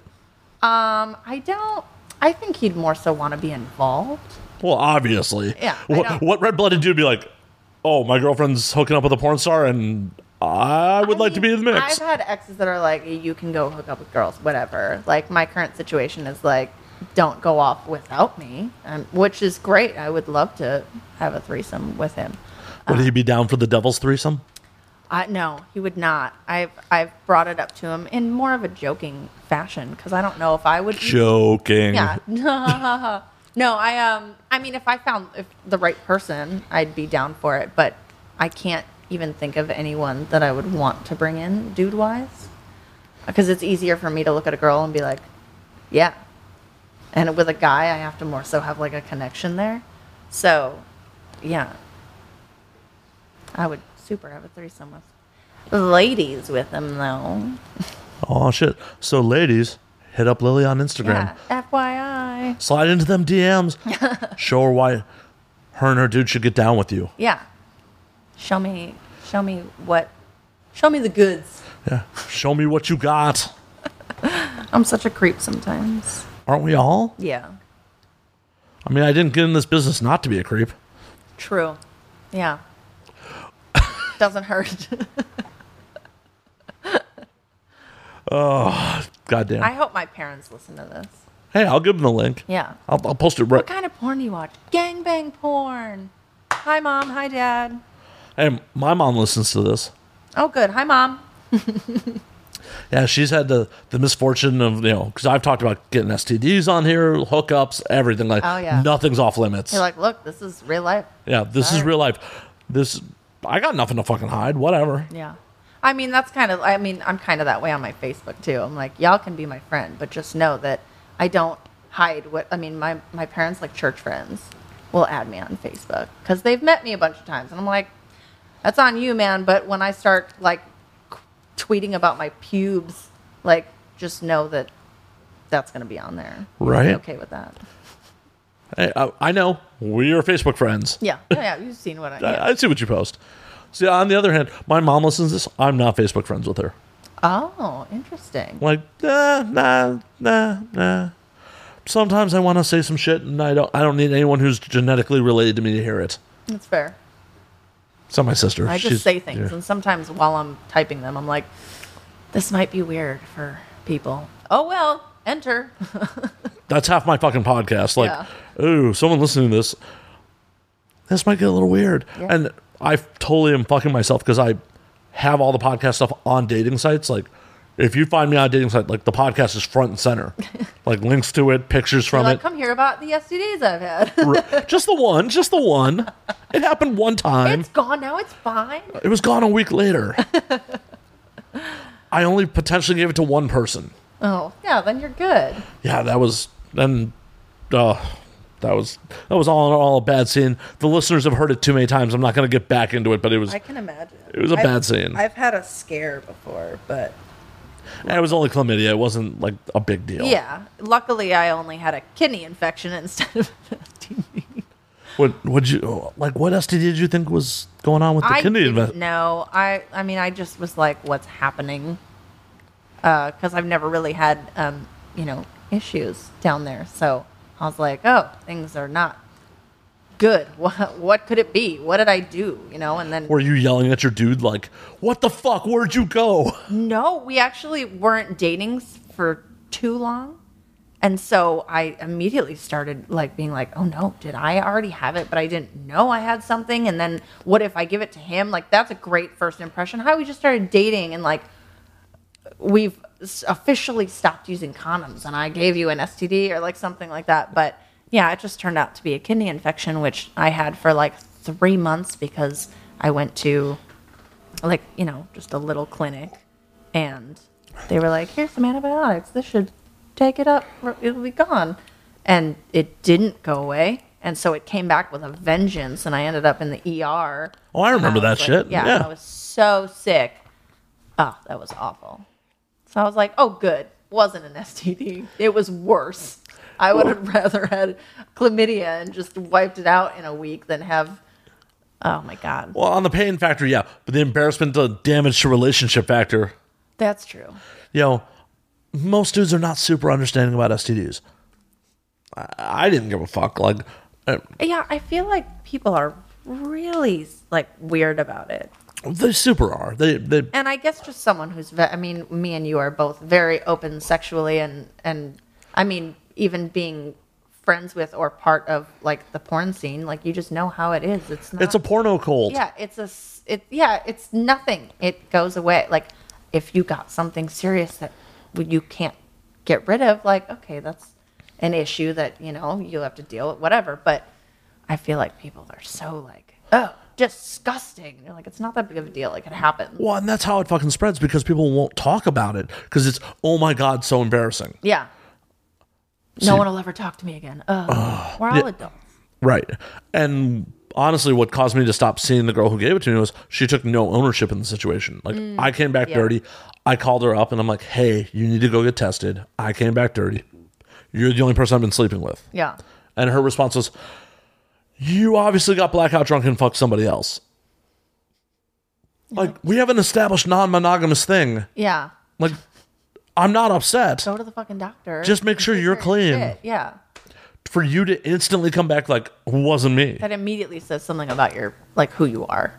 C: Um, I don't. I think he'd more so want to be involved.
A: Well, obviously.
C: Yeah, I
A: What,
C: don't-
A: what red blooded dude be like? Oh, my girlfriend's hooking up with a porn star, and I would
C: I
A: like to be
C: mean,
A: in the mix.
C: I've had exes that are like, "You can go hook up with girls, whatever." Like my current situation is like, "Don't go off without me," um, which is great. I would love to have a threesome with him.
A: would he be down for the devil's threesome?
C: Uh, no, he would not. I've I've brought it up to him in more of a joking fashion because I don't know if I would.
A: Joking.
C: Yeah. no, I um. I mean, if I found if the right person, I'd be down for it. But I can't even think of anyone that I would want to bring in dude wise, because it's easier for me to look at a girl and be like, yeah. And with a guy, I have to more so have like a connection there. So, yeah. I would super have a threesome with ladies with him though.
A: Oh shit. So ladies, hit up Lily on Instagram.
C: Yeah. FYI.
A: Slide into them DMs. Show her why her and her dude should get down with you.
C: Yeah. Show me show me what show me the goods.
A: Yeah. Show me what you got.
C: I'm such a creep sometimes.
A: Aren't we all?
C: Yeah.
A: I mean, I didn't get in this business not to be a creep.
C: True. Yeah. Doesn't hurt.
A: Goddamn.
C: I hope my parents listen to this.
A: hey, I'll give them the link.
C: Yeah.
A: I'll, I'll post it right.
C: What kind of porn do you watch? Gangbang porn. Hi mom, hi dad.
A: Hey, my mom listens to this.
C: Oh good. Hi mom.
A: Yeah, she's had the, the misfortune of, you know, because I've talked about getting STDs on here, hookups, everything. Like,
C: Oh, yeah.
A: nothing's off limits.
C: You're like, look, this is real life.
A: yeah, this is
C: Sorry.
A: real life. This, I got nothing to fucking hide. Whatever.
C: Yeah. I mean, that's kind of, I mean, I'm kind of that way on my Facebook too. I'm like, y'all can be my friend, but just know that I don't hide what, I mean, my, my parents, like church friends, will add me on Facebook because they've met me a bunch of times. And I'm like, that's on you, man. But when I start like qu- tweeting about my pubes. Like, just know that that's going to be on there.
A: Right.
C: Okay with that.
A: Hey, I, I know we are Facebook friends.
C: Yeah. Yeah. yeah you've seen what I. Yeah.
A: I, I see what you post. See, on the other hand, my mom listens to this. I'm not Facebook friends with her.
C: Oh, interesting.
A: Like, nah, nah, nah, nah. Sometimes I want to say some shit, and I don't. I don't need anyone who's genetically related to me to hear it.
C: That's fair.
A: It's not my sister.
C: I just
A: She's-
C: say things,
A: yeah.
C: and sometimes while I'm typing them, I'm like, "This might be weird for people." Oh well, enter.
A: That's half my fucking podcast. Like,
C: Yeah.
A: ooh, someone listening to this, this might get a little weird.
C: Yeah.
A: And I totally am fucking myself because I have all the podcast stuff on dating sites. Like, if you find me on a dating site, like the podcast is front and center, like links to it, pictures
C: You're
A: from
C: like,
A: it,
C: "Come here about the STDs I've had."
A: R- just the one, just the one. It happened one time.
C: it's gone now. It's fine.
A: It was gone a week later. I only potentially gave it to one person.
C: Oh yeah, then you're good.
A: yeah, that was then. Uh, that was that was all in all a bad scene. The listeners have heard it too many times. I'm not going to get back into it, but it was
D: I can imagine.
A: It was a
D: I've-
A: bad scene.
D: I've had a scare before, but
A: it was only chlamydia. It wasn't like a big deal.
C: Yeah. Luckily, I only had a kidney infection instead of an STD.
A: What would you like? What STD did you think was going on with the
C: I
A: kidney?
C: didn't
A: invest-
C: know. I I mean, I just was like, "What's happening?" Because I've never really had um, you know issues down there, so I was like, "Oh, things are not good. What what could it be? What did I do?" You know, and then
A: Were you yelling at your dude like, "What the fuck? Where'd you go?"
C: no, we actually weren't dating s- for too long. And so I immediately started like being like, "Oh no, did I already have it but I didn't know I had something?" And then what if I give it to him? Like that's a great first impression. How we just started dating and like we've s- officially stopped using condoms and I gave you an STD or like something like that. But yeah, it just turned out to be a kidney infection, which I had for like three months because I went to like, you know, just a little clinic and they were like, here's some antibiotics. This should take it up. or It'll be gone. And it didn't go away. And so it came back with a vengeance and I ended up in the ER.
A: Oh, I remember that
C: was like-
A: shit.
C: Yeah,
A: Yeah.
C: I was so sick. Oh, that was awful. So I was like, oh, good. Wasn't an STD. It was worse. I would have rather had chlamydia and just wiped it out in a week than have. Oh my God.
A: Well, on the pain factor, yeah, but the embarrassment, the damage to relationship factor,
C: That's true.
A: you know, most dudes are not super understanding about STDs. I, I didn't give a fuck. Like, uh,
C: Yeah, I feel like people are really like weird about it.
A: they super are. They they
C: And I guess just someone who's, ve- I mean, me and you are both very open sexually and, and I mean, even being friends with or part of like the porn scene, like you just know how it is. It's not.
A: it's a porno cold.
C: uh, Yeah, it's a s- it. Yeah, it's nothing. It goes away. Like if you got something serious that you can't get rid of, like okay, that's an issue that you know you'll have to deal with, whatever. But I feel like people are so like, oh, disgusting. They're like, it's not that big of a deal. Like it happens.
A: Well, and that's how it fucking spreads because people won't talk about it because it's oh my god, so embarrassing.
C: Yeah. No one will ever talk to me again. Ugh. we're all adults.
A: Right. And honestly, what caused me to stop seeing the girl who gave it to me was she took no ownership in the situation. Like
C: Mm,
A: I came back dirty. I called her up and I'm like, hey, you need to go get tested. I came back dirty. You're the only person I've been sleeping with.
C: Yeah.
A: And her response was, You obviously got blackout drunk and fucked somebody else. Like, we have an established non monogamous thing.
C: Yeah.
A: Like, I'm not upset.
C: Go to the fucking doctor.
A: Just make sure you're clean.
C: Shit, Yeah.
A: For you to instantly come back, like, wasn't me.
C: that immediately says something about your like who you are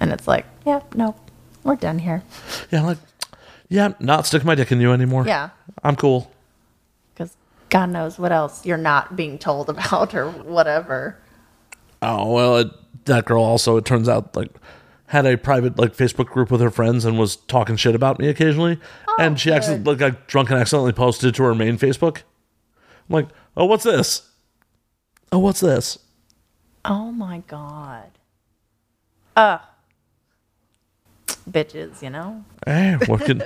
C: and it's like yeah no we're done here
A: Yeah, like, yeah, not sticking my dick in you anymore.
C: Yeah.
A: I'm cool.
C: because god knows what else you're not being told about or whatever
A: Oh, well, it, that girl also, it turns out, like, had a private like Facebook group with her friends and was talking shit about me occasionally.
C: Oh,
A: and she accidentally like got drunk and accidentally posted to her main Facebook. I'm like, oh, what's this? Oh, what's this?
C: oh my god uh bitches you know
A: Hey, Eh, what can?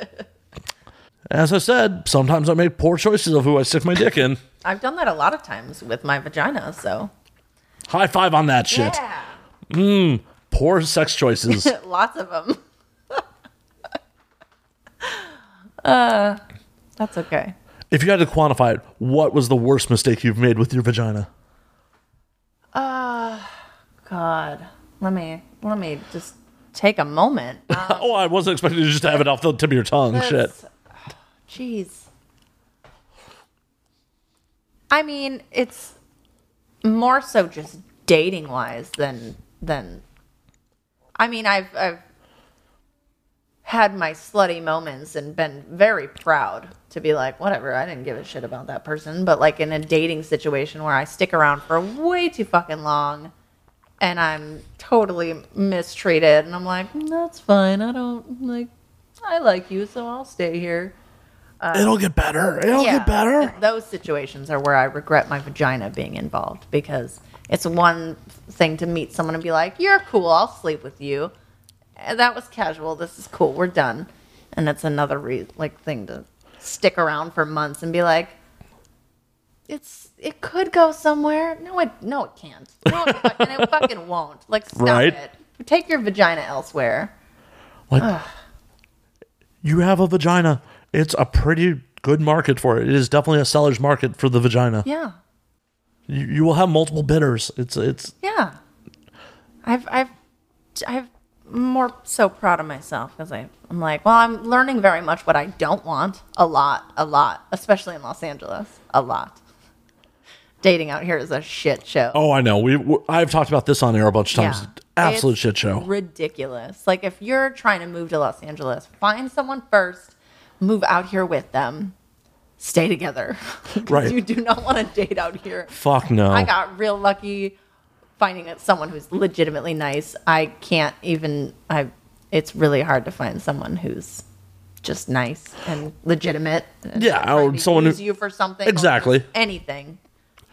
A: As I said, sometimes I make poor choices of who I stick my dick in.
C: i've done that a lot of times with my vagina so
A: High five on that shit.
C: yeah
A: Poor sex choices.
C: lots of them That's okay.
A: If you had to quantify it, what was the worst mistake you've made with your vagina?
C: Ah, God, let me let me just take a moment.
A: oh, I wasn't expecting you just to have it off the tip of your tongue. Shit.
C: Um. That's- Jeez. I mean, it's more so just dating wise than than. I mean, I've I've had my slutty moments and been very proud to be like, whatever, I didn't give a shit about that person. But like in a dating situation where I stick around for way too fucking long and I'm totally mistreated and I'm like, "Mm, that's fine. I don't like I like you, so I'll stay here.
A: It'll get better. It'll get better.
C: th- Those situations are where I regret my vagina being involved because it's one thing to meet someone and be like, "You're cool. I'll sleep with you." Eh, That was casual. This is cool. We're done. And it's another re- like thing to stick around for months and be like, "It's it could go somewhere." No, it no, it can't. No, it, fuck- and it fucking won't. Like stop
A: Right.
C: it. Take your vagina elsewhere.
A: Like, you have a vagina. It's a pretty good market for it. It is definitely a seller's market for the vagina.
C: Yeah.
A: You, you will have multiple bidders. It's it's
C: Yeah. I've I've I've more so proud of myself because I I'm like, well, I'm learning very much what I don't want a lot, a lot, especially in Los Angeles, a lot. Dating out here is a shit show.
A: Oh, I know. We, we I've talked about this on air a bunch of times. Absolute
C: It's
A: shit show.
C: Ridiculous. Like if you're trying to move to Los Angeles, find someone first, move out here with them, stay together. 'Cause
A: Right.
C: You do not want to date out here.
A: Fuck no.
C: I got real lucky finding it- someone who's legitimately nice. I can't even. I. It's really hard to find someone who's just nice and legitimate. and
A: Yeah,
C: not trying
A: or
C: to
A: someone who-
C: use you for something. or
A: Exactly.
C: just Anything.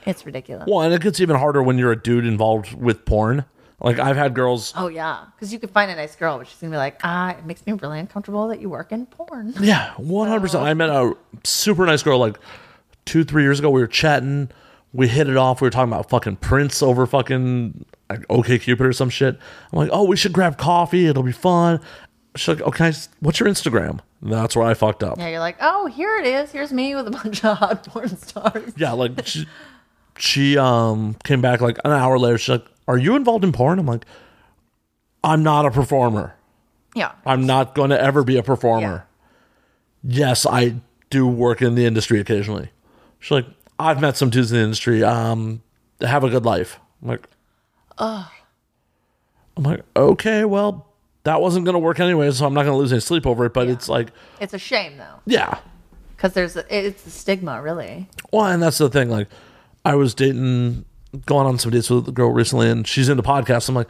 C: It's ridiculous.
A: well, and it gets even harder when you're a dude involved with porn. Like I've had girls.
C: Oh yeah, because you could find a nice girl, but she's gonna be like, ah, it makes me really uncomfortable that you work in porn.
A: Yeah, one hundred percent. I met a super nice girl like two, three years ago. We were chatting. We hit it off. We were talking about fucking Prince over fucking like OK Cupid or some shit. I'm like, oh, we should grab coffee. It'll be fun. She's like, okay, what's your Instagram? That's where I fucked up.
C: Yeah, you're like, oh, here it is. Here's me with a bunch of hot porn stars.
A: Yeah, like she, she um came back like an hour later. She's like, "Are you involved in porn?" I'm like, "I'm not a performer.
C: Yeah,
A: I'm not going to ever be a performer. Yes, I do work in the industry occasionally." She's like, "I've met some dudes in the industry. Um, have a good life." I'm like, "I'm like, okay, well, that wasn't going to work anyway, so I'm not going to lose any sleep over it." But it's like,
C: it's a shame though,
A: yeah,
C: because there's a, it's the stigma, really.
A: Well, and that's the thing. Like, I was dating, going on some dates with a girl recently, and she's into podcasts. I'm like,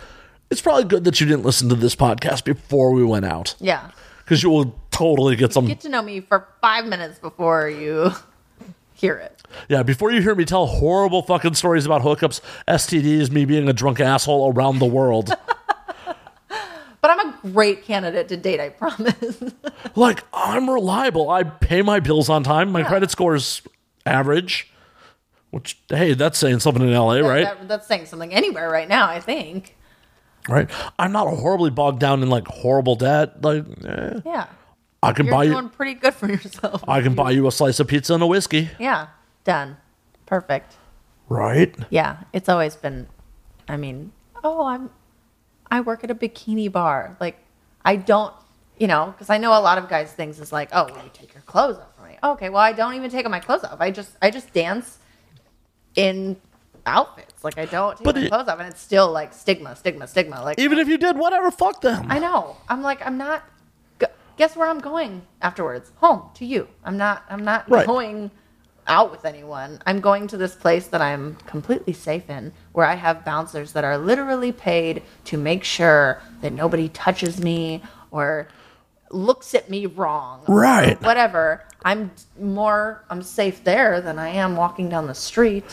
A: it's probably good that you didn't listen to this podcast before we went out,
C: Yeah.
A: because you will totally get some.
C: get to know me for five minutes before you hear it.
A: Yeah, before you hear me tell horrible fucking stories about hookups, STDs, me being a drunk asshole around the world.
C: But I'm a great candidate to date, I promise.
A: like, I'm reliable. I pay my bills on time. My credit score is average. Which, hey, that's saying something in LA, right?
C: That- that's saying something anywhere right now, I think.
A: Right. I'm not horribly bogged down in like horrible debt. Like, eh.
C: Yeah.
A: I can
C: You're
A: buy
C: doing pretty good for yourself.
A: I can buy you a slice of pizza and a whiskey.
C: yeah. Done. Perfect.
A: Right?
C: Yeah. It's always been, I mean, oh, I'm, I work at a bikini bar. Like, I don't, you know, because I know a lot of guys' things is like, oh, well, you take your clothes off for me. Okay. Well, I don't even take my clothes off. I just, I just dance in outfits. Like I don't take
A: But
C: my
A: it-
C: clothes off, and it's still like stigma, stigma, stigma. Like
A: Even if you did, whatever, fuck them.
C: I know, I'm like I'm not. G- guess where I'm going afterwards? Home to you. I'm not. I'm not
A: Right.
C: going out with anyone. I'm going to this place that I'm completely safe in, where I have bouncers that are literally paid to make sure that nobody touches me or looks at me wrong
A: Right.
C: whatever i'm more i'm safe there than i am walking down the street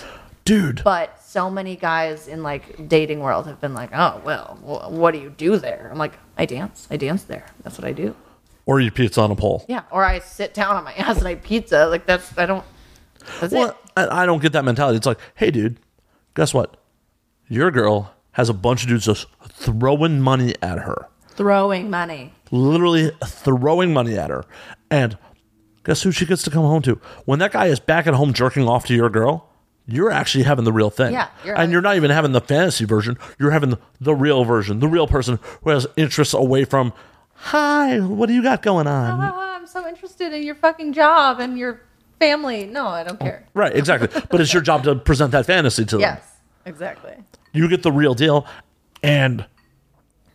A: Dude.
C: but so many guys in like dating world have been like, "Oh well, wh- what do you do there?" I'm like, "I dance. I dance there. That's what I do."
A: Or you pizza on a pole.
C: Yeah, or I sit down on my ass and I eat pizza. Like that's I don't. That's
A: Well,
C: it.
A: I, I don't get that mentality. It's like, hey, dude, guess what? Your girl has a bunch of dudes just throwing money at her.
C: Throwing money.
A: Literally throwing money at her. And Guess who she gets to come home to? When that guy is back at home jerking off to your girl, you're actually having the real thing.
C: Yeah, you're
A: and
C: having-
A: you're not even having the fantasy version. You're having the, the real version, the real person who has interests away from, hi, what do you got going on?
C: Ah, I'm so interested in your fucking job and your family. No, I don't care.
A: Right, exactly. but it's your job to present that fantasy to them.
C: Yes, exactly.
A: You get the real deal. And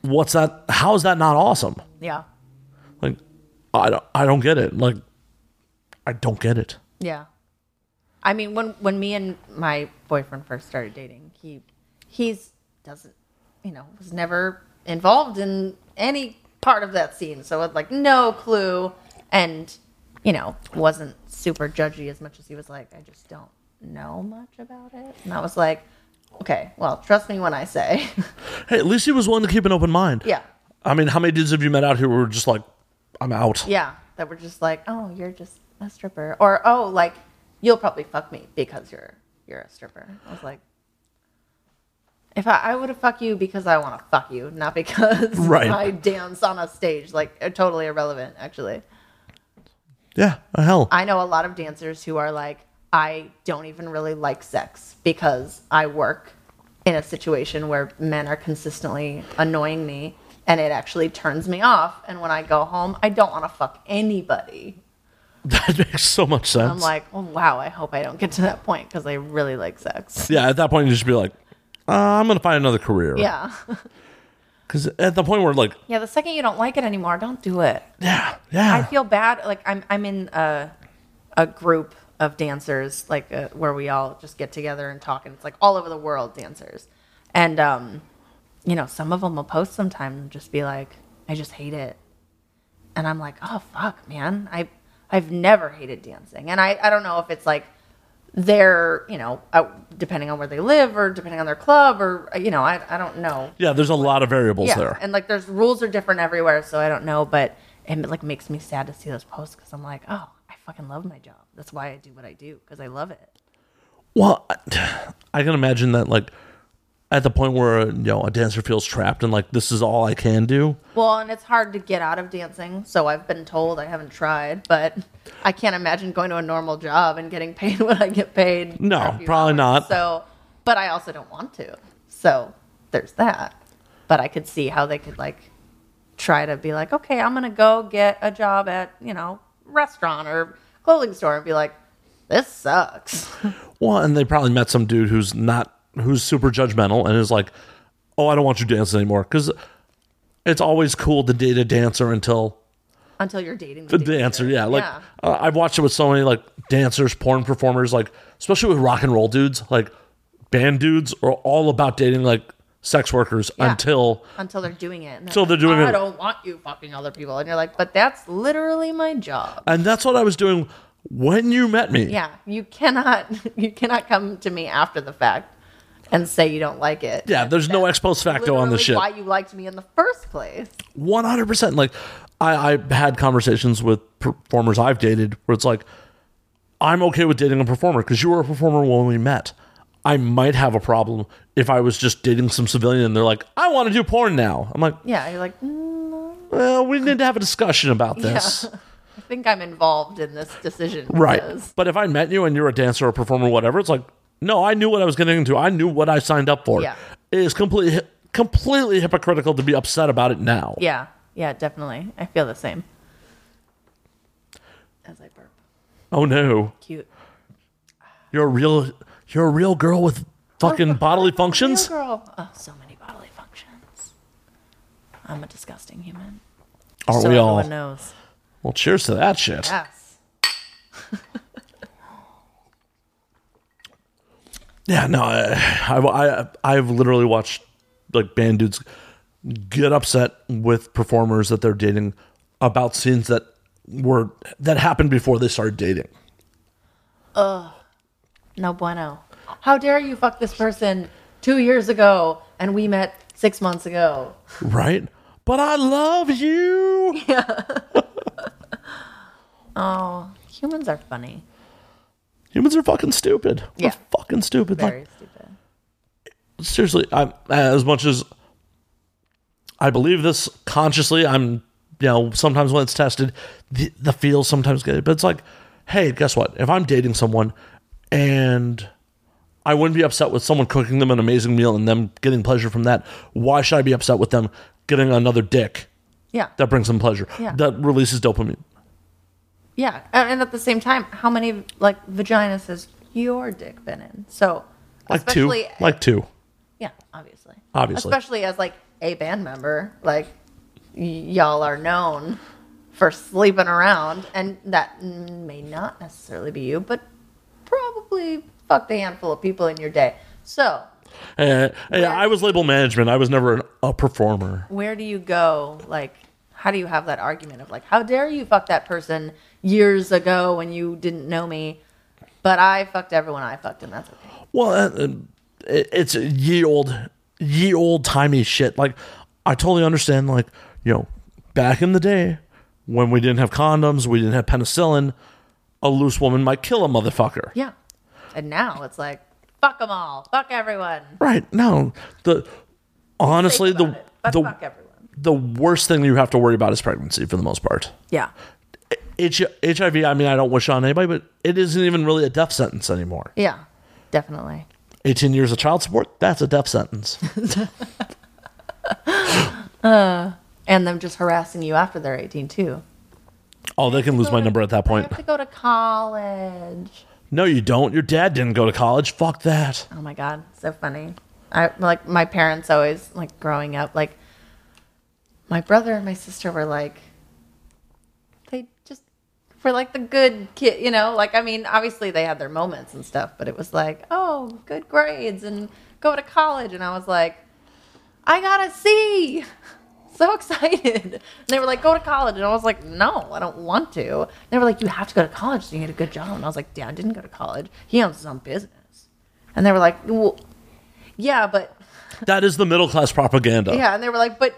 A: what's that? How is that not awesome?
C: Yeah,
A: Like, I don't, I don't get it. Like, I don't get it.
C: yeah. I mean, when when me and my boyfriend first started dating, he he's doesn't you know was never involved in any part of that scene, so had like no clue, and you know wasn't super judgy as much as he was like, I just don't know much about it, and I was like, okay, well, trust me when I say,
A: Hey, at least he was willing to keep an open mind.
C: yeah.
A: I mean, how many dudes have you met out here who were just like, I'm out?
C: Yeah, that were just like, oh, you're just a stripper, or oh, like you'll probably fuck me because you're you're a stripper. I was like, if I, I would have fuck you because I want to fuck you, not because
A: Right.
C: I dance on a stage. Like uh, totally irrelevant, actually.
A: Yeah, uh, hell.
C: I know a lot of dancers who are like, I don't even really like sex because I work in a situation where men are consistently annoying me and it actually turns me off. And when I go home, I don't want to fuck anybody.
A: that makes so much sense.
C: I'm like, oh, wow, I hope I don't get to that point because I really like sex.
A: yeah, at that point, you just be like, uh, I'm going to find another career.
C: Yeah.
A: Because at the point where, like,
C: Yeah. The second you don't like it anymore, don't do it.
A: yeah, yeah.
C: I feel bad. Like I'm, I'm in a, a group of dancers, like uh, where we all just get together and talk, and it's like all over the world dancers, and um, you know, some of them will post sometime and just be like, I just hate it, and I'm like, oh fuck, man, I, I've never hated dancing, and I, I don't know if it's like their, you know, uh, depending on where they live or depending on their club or uh, you know, I, I don't know
A: yeah, there's a lot of variables there.
C: and like there's rules are different everywhere, so I don't know, but it like makes me sad to see those posts because I'm like, oh, I fucking love my job. That's why I do what I do because I love it.
A: Well, I- I can imagine that, like, at the point where you know a dancer feels trapped and like this is all I can do.
C: Well, and it's hard to get out of dancing, so I've been told I haven't tried, but I can't imagine going to a normal job and getting paid what I get paid.
A: No,
C: for a few
A: probably not.
C: So, but I also don't want to. So there's that. But I could see how they could like try to be like, okay, I'm gonna go get a job at you know restaurant or clothing store and be like, this sucks.
A: Well, and they probably met some dude who's not who's super judgmental and is like, "Oh, I don't want you dancing anymore." Because it's always cool to date a dancer until
C: Until you're dating the
A: the dancer. Yeah, like
C: Yeah.
A: Uh, I've watched it with so many like dancers, porn performers, like especially with rock and roll dudes, like band dudes are all about dating like sex workers
C: Yeah.
A: until
C: until they're doing it. And
A: Till they're
C: like,
A: doing
C: I
A: it.
C: don't want you fucking other people, and you're like, but that's literally my job.
A: and that's what I was doing when you met me.
C: Yeah, you cannot you cannot come to me after the fact and say you don't like it.
A: Yeah, there's no ex post facto on this
C: Literally
A: shit.
C: Why you liked me in the first place?
A: One hundred percent. Like, I, I had conversations with performers I've dated where it's like, I'm okay with dating a performer because you were a performer when we met. I might have a problem if I was just dating some civilian and they're like, I want to do porn now. I'm like,
C: Yeah, you're like, mm,
A: well, we need to have a discussion about this.
C: I think I'm involved in this decision.
A: Right.
C: because-
A: But if I met you and you're a dancer or a performer or whatever, it's like, no, I knew what I was getting into. I knew what I signed up for.
C: Yeah.
A: It is completely completely hypocritical to be upset about it now.
C: Yeah. Yeah. Definitely. I feel the same. As I burp,
A: Oh no.
C: cute.
A: You're a real you're a real girl with fucking bodily
C: Real
A: functions?
C: girl. Oh, so many bodily functions. I'm a disgusting human.
A: Aren't
C: so
A: we
C: everyone
A: all?
C: knows.
A: Well, cheers to that shit.
C: Yes.
A: Yeah, no, I, I, I, have literally watched like band dudes get upset with performers that they're dating about scenes that were that happened before they started dating.
C: No bueno. How dare you fuck this person two years ago and we met six months ago?
A: Right? But I love you.
C: Oh, humans are funny.
A: Humans are fucking stupid.
C: Yeah.
A: We're fucking stupid.
C: Very
A: Like,
C: stupid.
A: seriously, I'm as much as I believe this consciously, I'm you know, sometimes when it's tested, the, the feels sometimes get it. But it's like, hey, guess what? If I'm dating someone and I wouldn't be upset with someone cooking them an amazing meal and them getting pleasure from that, why should I be upset with them getting another dick
C: Yeah.
A: that brings them pleasure?
C: Yeah.
A: That releases dopamine.
C: Yeah, and and at the same time, how many like vaginas has your dick been in? So,
A: Like
C: especially,
A: two. Like two.
C: yeah, obviously,
A: Obviously.
C: especially as like a band member, like y- y'all are known for sleeping around, and that may not necessarily be you, but probably fucked a handful of people in your day. So,
A: Eh, eh, I was label management. I was never an, a performer.
C: where do you go? Like, how do you have that argument of like, how dare you fuck that person years ago when you didn't know me, but I fucked everyone I fucked, and that's okay.
A: Well, uh, uh, it- it's ye old, ye old timey shit. Like, I totally understand. Like, you know, back in the day when we didn't have condoms, we didn't have penicillin. A loose woman might kill a motherfucker.
C: Yeah. And now it's like, fuck them all, fuck everyone.
A: Right? No. The honestly,
C: Think about
A: the
C: it, but
A: the
C: fuck everyone.
A: the worst thing you have to worry about is pregnancy for the most part.
C: Yeah.
A: H- HIV. I mean, I don't wish on anybody, but it isn't even really a death sentence anymore.
C: Yeah. Definitely.
A: 18 years of child support, that's a death sentence.
C: And them just harassing you after they're 18 too.
A: Oh, they can lose my number at that
C: I
A: point.
C: have to go to college.
A: No, you don't. Your dad didn't go to college. Fuck that.
C: Oh my god, so funny. I like my parents always like growing up like my brother and my sister were like they just were like the good kid, you know, like I mean, obviously they had their moments and stuff, but it was like, "Oh, good grades and go to college." And I was like, "I got a C." So excited. And they were like, "Go to college." And I was like, "No, I don't want to." And they were like, "You have to go to college so you get a good job." And I was like, "Dad didn't go to college. He owns his own business." And they were like, well, yeah, but
A: That is the middle class propaganda.
C: yeah, and they were like, but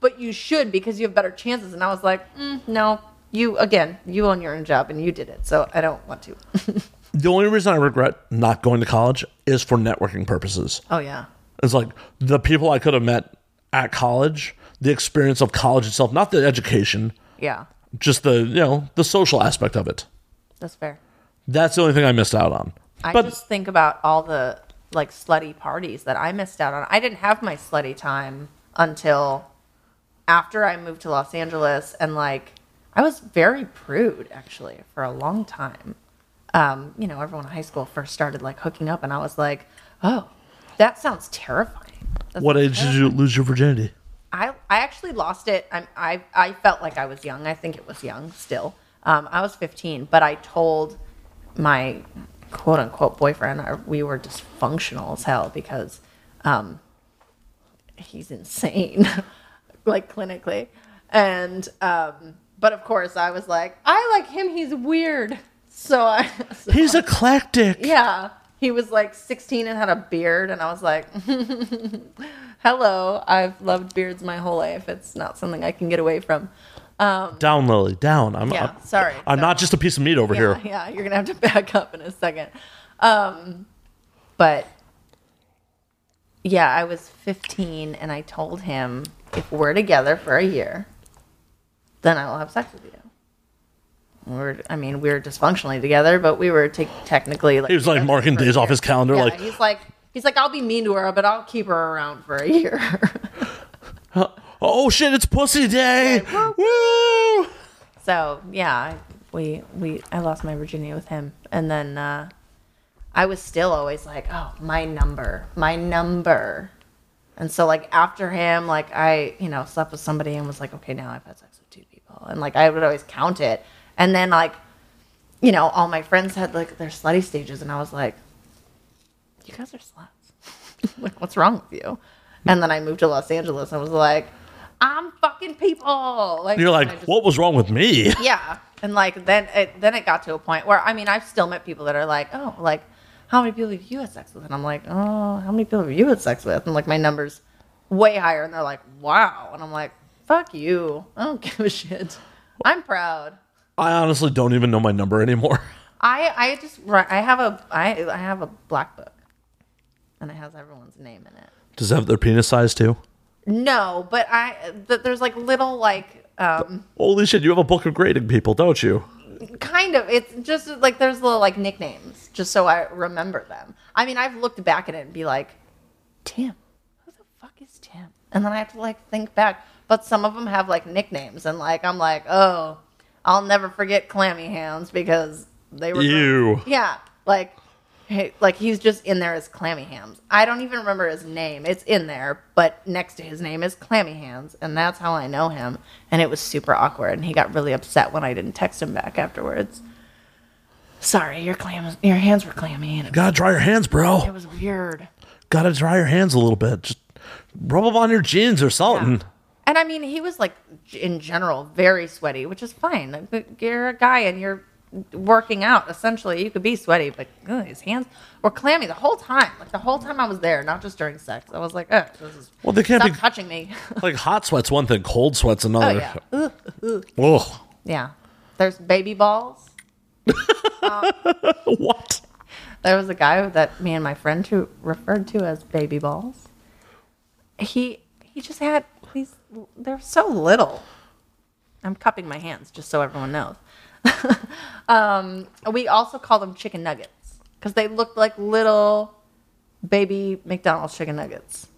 C: but you should because you have better chances. And I was like, mm, no, you again, you own your own job and you did it, so I don't want to.
A: The only reason I regret not going to college is for networking purposes.
C: oh yeah,
A: It's like the people I could have met at college, the experience of college itself, not the education,
C: yeah,
A: just the, you know, the social aspect of it.
C: that's fair.
A: That's the only thing I missed out on.
C: I
A: but
C: just think about all the like slutty parties that I missed out on. I didn't have my slutty time until after I moved to Los Angeles, and like I was very prude actually for a long time. Um, you know, everyone in high school first started like hooking up, and I was like, oh, that sounds terrifying. That's
A: what age did you lose your virginity?
C: I, I actually lost it. I, I, I felt like I was young. I think it was young still. Um, I was 15, but I told my quote unquote boyfriend I, we were dysfunctional as hell because um, he's insane, like clinically. And, um, but of course, I was like, I like him. He's weird. So I, so-
A: He's eclectic.
C: yeah. He was like 16 and had a beard, and I was like, hello, I've loved beards my whole life. It's not something I can get away from.
A: Down, Lily, down. I'm,
C: Yeah,
A: I'm-
C: sorry.
A: I'm not just a piece of meat over
C: yeah,
A: here.
C: Yeah, you're going to have to back up in a second. Um, but yeah, I was 15, and I told him, if we're together for a year, then I will have sex with you. We're, I mean, we were dysfunctionally together, but we were te- technically like
A: He was like
C: together
A: marking
C: for a
A: days off
C: year.
A: his calendar,
C: Yeah,
A: like
C: he's like he's like I'll be mean to her, but I'll keep her around for a year.
A: Oh shit, it's pussy day. Woo!
C: so yeah, I- we we I lost my virginity with him, and then uh, I was still always like, oh my number, my number, and so like after him, like I you know slept with somebody and was like, okay, now I've had sex with two people, and like I would always count it, and then like you know all my friends had like their slutty stages, and I was like, you guys are sluts. like, what's wrong with you? And then I moved to Los Angeles and was like, I'm fucking people. Like,
A: You're
C: and I
A: like,
C: just-
A: what was wrong with me?
C: Yeah. And like, then it, then it got to a point where, I mean, I've still met people that are like, oh, like, how many people have you had sex with? And I'm like, oh, how many people have you had sex with? And like, my number's way higher. And they're like, wow. And I'm like, fuck you. I don't give a shit. I'm proud.
A: I honestly don't even know my number anymore.
C: I, I just, I have a, I, I have a black book and it has everyone's name in it.
A: Does it have their penis size too?
C: No, but I th- there's like um, little like
A: Holy shit, you have a book of grading people, don't you?
C: Kind of. It's just like there's little like nicknames, just so I remember them. I mean, I've looked back at it and be like, Tim, who the fuck is Tim? And then I have to like think back. But some of them have like nicknames, and like I'm like, oh, I'll never forget Clammy Hands because they were.
A: Ew.
C: Yeah, like, hey, like he's just in there as Clammy Hands. I don't even remember his name. It's in there, but next to his name is Clammy Hands, and that's how I know him. And it was super awkward, and he got really upset when I didn't text him back afterwards. Sorry, your clam, your hands were clammy, and it
A: Gotta dry your hands,
C: it
A: bro.
C: was weird.
A: Gotta dry your hands a little bit. Just rub them on your jeans or something.
C: And I mean, he was like, g- in general, very sweaty, which is fine. Like, but You're a guy and you're working out. Essentially, you could be sweaty, but ugh, his hands were clammy the whole time. Like the whole time I was there, not just during sex. I was like, ugh, this is.
A: Well, they can't
C: stop
A: be-
C: touching me.
A: Like hot sweat's one thing, cold sweat's
C: oh
A: another.
C: yeah, Ugh, ugh.
A: Ugh.
C: yeah. There's baby balls.
A: What?
C: There was a guy that me and my friend who referred to as baby balls. He he just had these. They're so little. I'm cupping my hands just so everyone knows. um, we also call them chicken nuggets because they looked like little baby McDonald's chicken nuggets.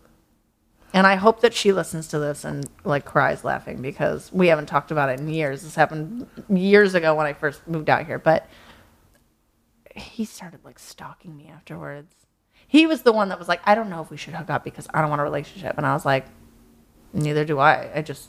C: And I hope that she listens to this and like cries laughing because we haven't talked about it in years. This happened years ago when I first moved out here, but he started like stalking me afterwards. He was the one that was like, I don't know if we should hook up because I don't want a relationship. And I was like, neither do I. I just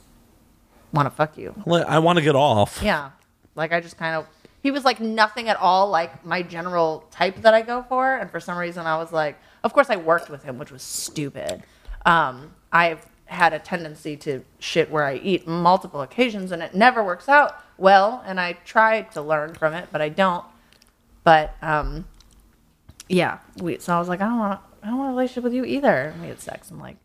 C: want to fuck you.
A: Like, I want to get off.
C: Yeah. Like I just kind of he was like nothing at all like my general type that I go for and for some reason I was like of course I worked with him which was stupid. Um I've had a tendency to shit where I eat multiple occasions and it never works out well and I try to learn from it but I don't. But um yeah, we so I was like I don't want I don't want a relationship with you either. And we had sex and like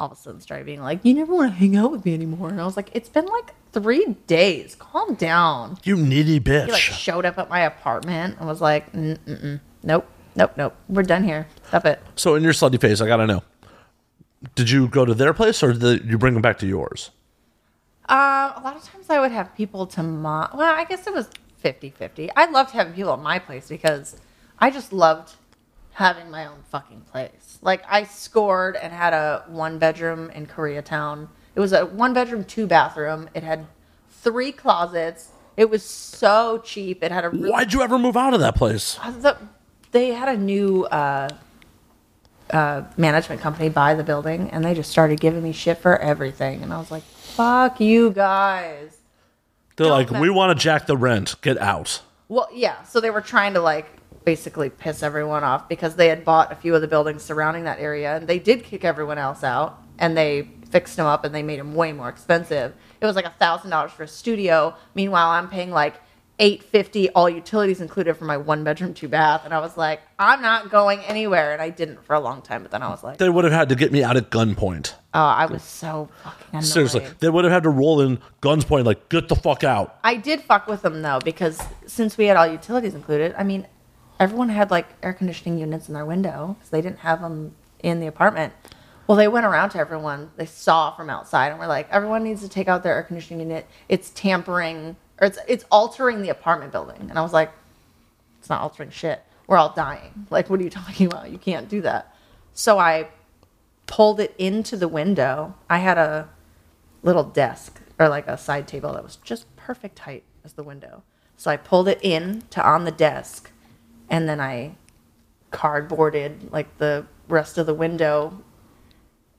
C: all of a sudden started being like, "You never want to hang out with me anymore." And I was like, "It's been like three days. Calm down."
A: You needy
C: He like
A: bitch.
C: showed up at my apartment and was like, "Mm, mm, mm. "Nope, nope, nope. We're done here. Stop it."
A: so in your slutty phase, I gotta know. Did you go to their place or did you bring them back to yours?
C: Uh, a lot of times I would have people to my. Well, I guess it was 50-50. I loved having people at my place because I just loved having my own fucking place. Like I scored and had a one bedroom in Koreatown. It was a one bedroom, two bathroom. It had three closets. It was so cheap. It had a really
A: Why'd you ever move out of that place?
C: uh, the, they had a new uh, uh, management company buy the building, and they just started giving me shit for everything. And I was like, "Fuck you guys."
A: They're like,
C: mess-
A: we want to jack the rent. Get out.
C: Well, yeah. So they were trying to like basically piss everyone off because they had bought a few of the buildings surrounding that area, and they did kick everyone else out, and they fixed them up, and they made them way more expensive. It was like a thousand dollars for a studio. Meanwhile, I'm paying like eight fifty, all utilities included, for my one bedroom, two bath, and I was like, I'm not going anywhere, and I didn't for a long time. But then I was like,
A: They would have had to get me out at gunpoint.
C: oh, I was so fucking annoyed.
A: Seriously, they would have had to roll in guns point, like, get the fuck out.
C: I did fuck with them though because since we had all utilities included, I mean, everyone had like air conditioning units in their window because they didn't have them in the apartment. Well, they went around to everyone they saw from outside and were like, everyone needs to take out their air conditioning unit. It's tampering or it's it's altering the apartment building. And I was like, it's not altering shit. We're all dying. Like, what are you talking about? You can't do that. So I pulled it into the window. I had a little desk or like a side table that was just perfect height as the window. So I pulled it in to on the desk and then I cardboarded like the rest of the window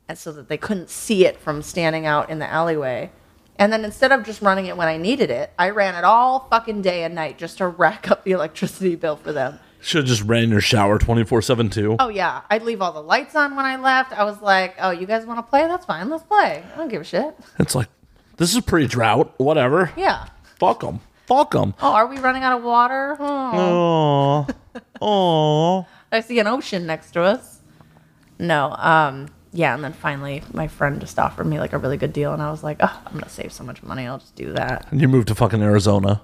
C: and so that they couldn't see it from standing out in the alleyway. And then instead of just running it when I needed it, I ran it all fucking day and night just to rack up the electricity bill for them.
A: Should have just ran in your shower 24 7 too.
C: Oh yeah, I'd leave all the lights on when I left. I was like, "Oh, you guys want to play? That's fine. Let's play. I don't give a shit."
A: It's like, this is pre drought. Whatever.
C: Yeah.
A: Fuck them. Fuck them.
C: Oh, are we running out of water? Oh,
A: Aww. Aww.
C: I see an ocean next to us. No. Um. Yeah. And then finally, my friend just offered me like a really good deal, and I was like, "Oh, I'm gonna save so much money. I'll just do that."
A: And you moved to fucking Arizona.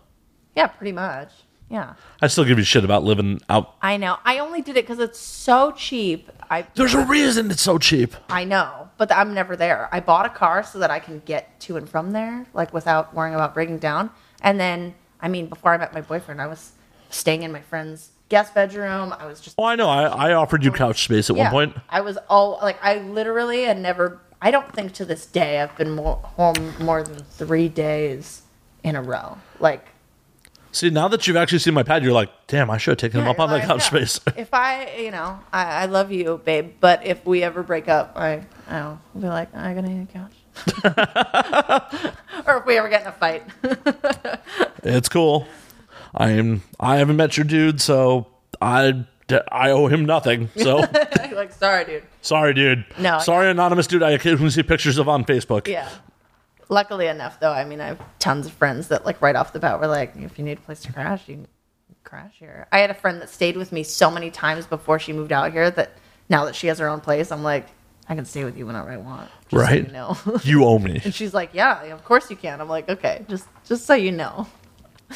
C: Yeah, pretty much. Yeah.
A: I still give you shit about living out.
C: I know. I only did it because it's so cheap. I
A: There's a reason it's so cheap.
C: I know. but I'm never there. I bought a car so that I can get to and from there, like without worrying about breaking down. And then, I mean, before I met my boyfriend, I was staying in my friend's guest bedroom. I was just
A: Oh, I know. I, I offered you couch space at one point.
C: I was all like, I literally had never. I don't think to this day I've been more, home more than three days in a row. Like
A: See, now that you've actually seen my pad, you're like, damn, I should have taken him up
C: Yeah,
A: on that
C: like,
A: couch
C: yeah.
A: space.
C: if I, you know, I, I love you, babe, but if we ever break up, I, I don't, I'll be like, I gotta need a couch. or if we ever get in a fight,
A: it's cool. I am. I haven't met your dude, so I I owe him nothing. So
C: like, sorry, dude.
A: sorry, dude.
C: No,
A: Sorry, anonymous dude. I occasionally see pictures of on Facebook.
C: Yeah. Luckily enough, though, I mean, I have tons of friends that, like, right off the bat were like, if you need a place to crash, you can crash here. I had a friend that stayed with me so many times before she moved out here that now that she has her own place, I'm like, I can stay with you whenever I want. Just so
A: Right.
C: you know.
A: You owe me.
C: and she's like, yeah, of course you can. I'm like, okay, just just so you know.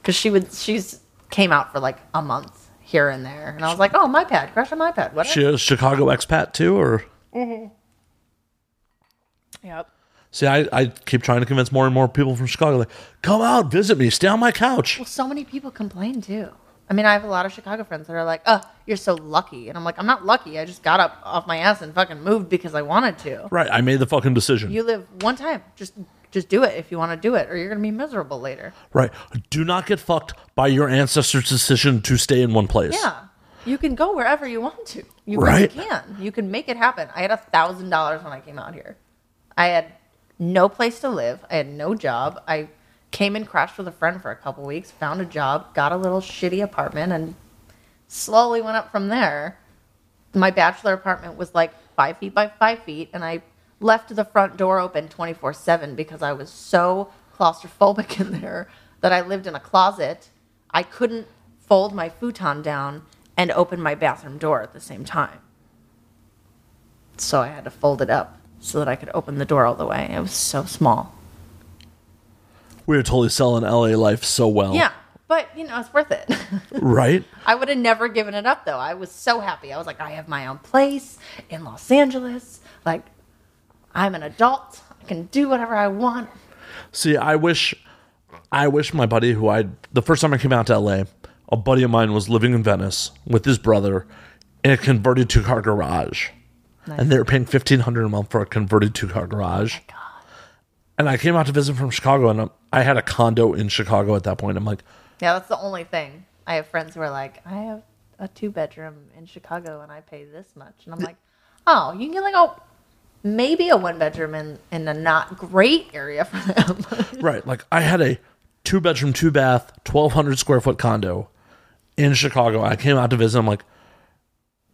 C: Because she would, she's came out for like a month here and there, and I was like, oh, my pad, crash on my pad, whatever.
A: She a Chicago expat too, or
C: Yep.
A: see, I, I keep trying to convince more and more people from Chicago, like, come out, visit me, stay on my couch.
C: Well, so many people complain too. I mean, I have a lot of Chicago friends that are like, "Oh, you're so lucky," and I'm like, "I'm not lucky. I just got up off my ass and fucking moved because I wanted to."
A: Right, I made the fucking decision.
C: You live one time. Just just do it if you want to do it, or you're gonna be miserable later.
A: right, do not get fucked by your ancestors' decision to stay in one place.
C: Yeah, you can go wherever you want to. You
A: Right.
C: really can. You can make it happen. I had a thousand dollars when I came out here. I had no place to live. I had no job. I came and crashed with a friend for a couple weeks. Found a job. Got a little shitty apartment, and slowly went up from there. My bachelor apartment was like five feet by five feet, and I left the front door open 24 7 because I was so claustrophobic in there that I lived in a closet. I couldn't fold my futon down and open my bathroom door at the same time. So I had to fold it up so that I could open the door all the way. It was so small.
A: We are totally selling LA life so well.
C: Yeah, but you know, it's worth it.
A: Right?
C: I would have never given it up though. I was so happy. I was like, I have my own place in Los Angeles. Like, I'm an adult. I can do whatever I want.
A: See, I wish, I wish my buddy who I the first time I came out to LA, a buddy of mine was living in Venice with his brother in a converted two car garage, and they were paying fifteen hundred a month for a converted two car garage. And I came out to visit from Chicago, and I'm- I had a condo in Chicago at that point. I'm like,
C: Yeah, that's the only thing. I have friends who are like, I have a two bedroom in Chicago and I pay this much. And I'm like, oh, you can get like a maybe a one bedroom in, in a not great area for them.
A: right, like I had a two bedroom, two bath, twelve hundred square foot condo in Chicago. I came out to visit. I'm like,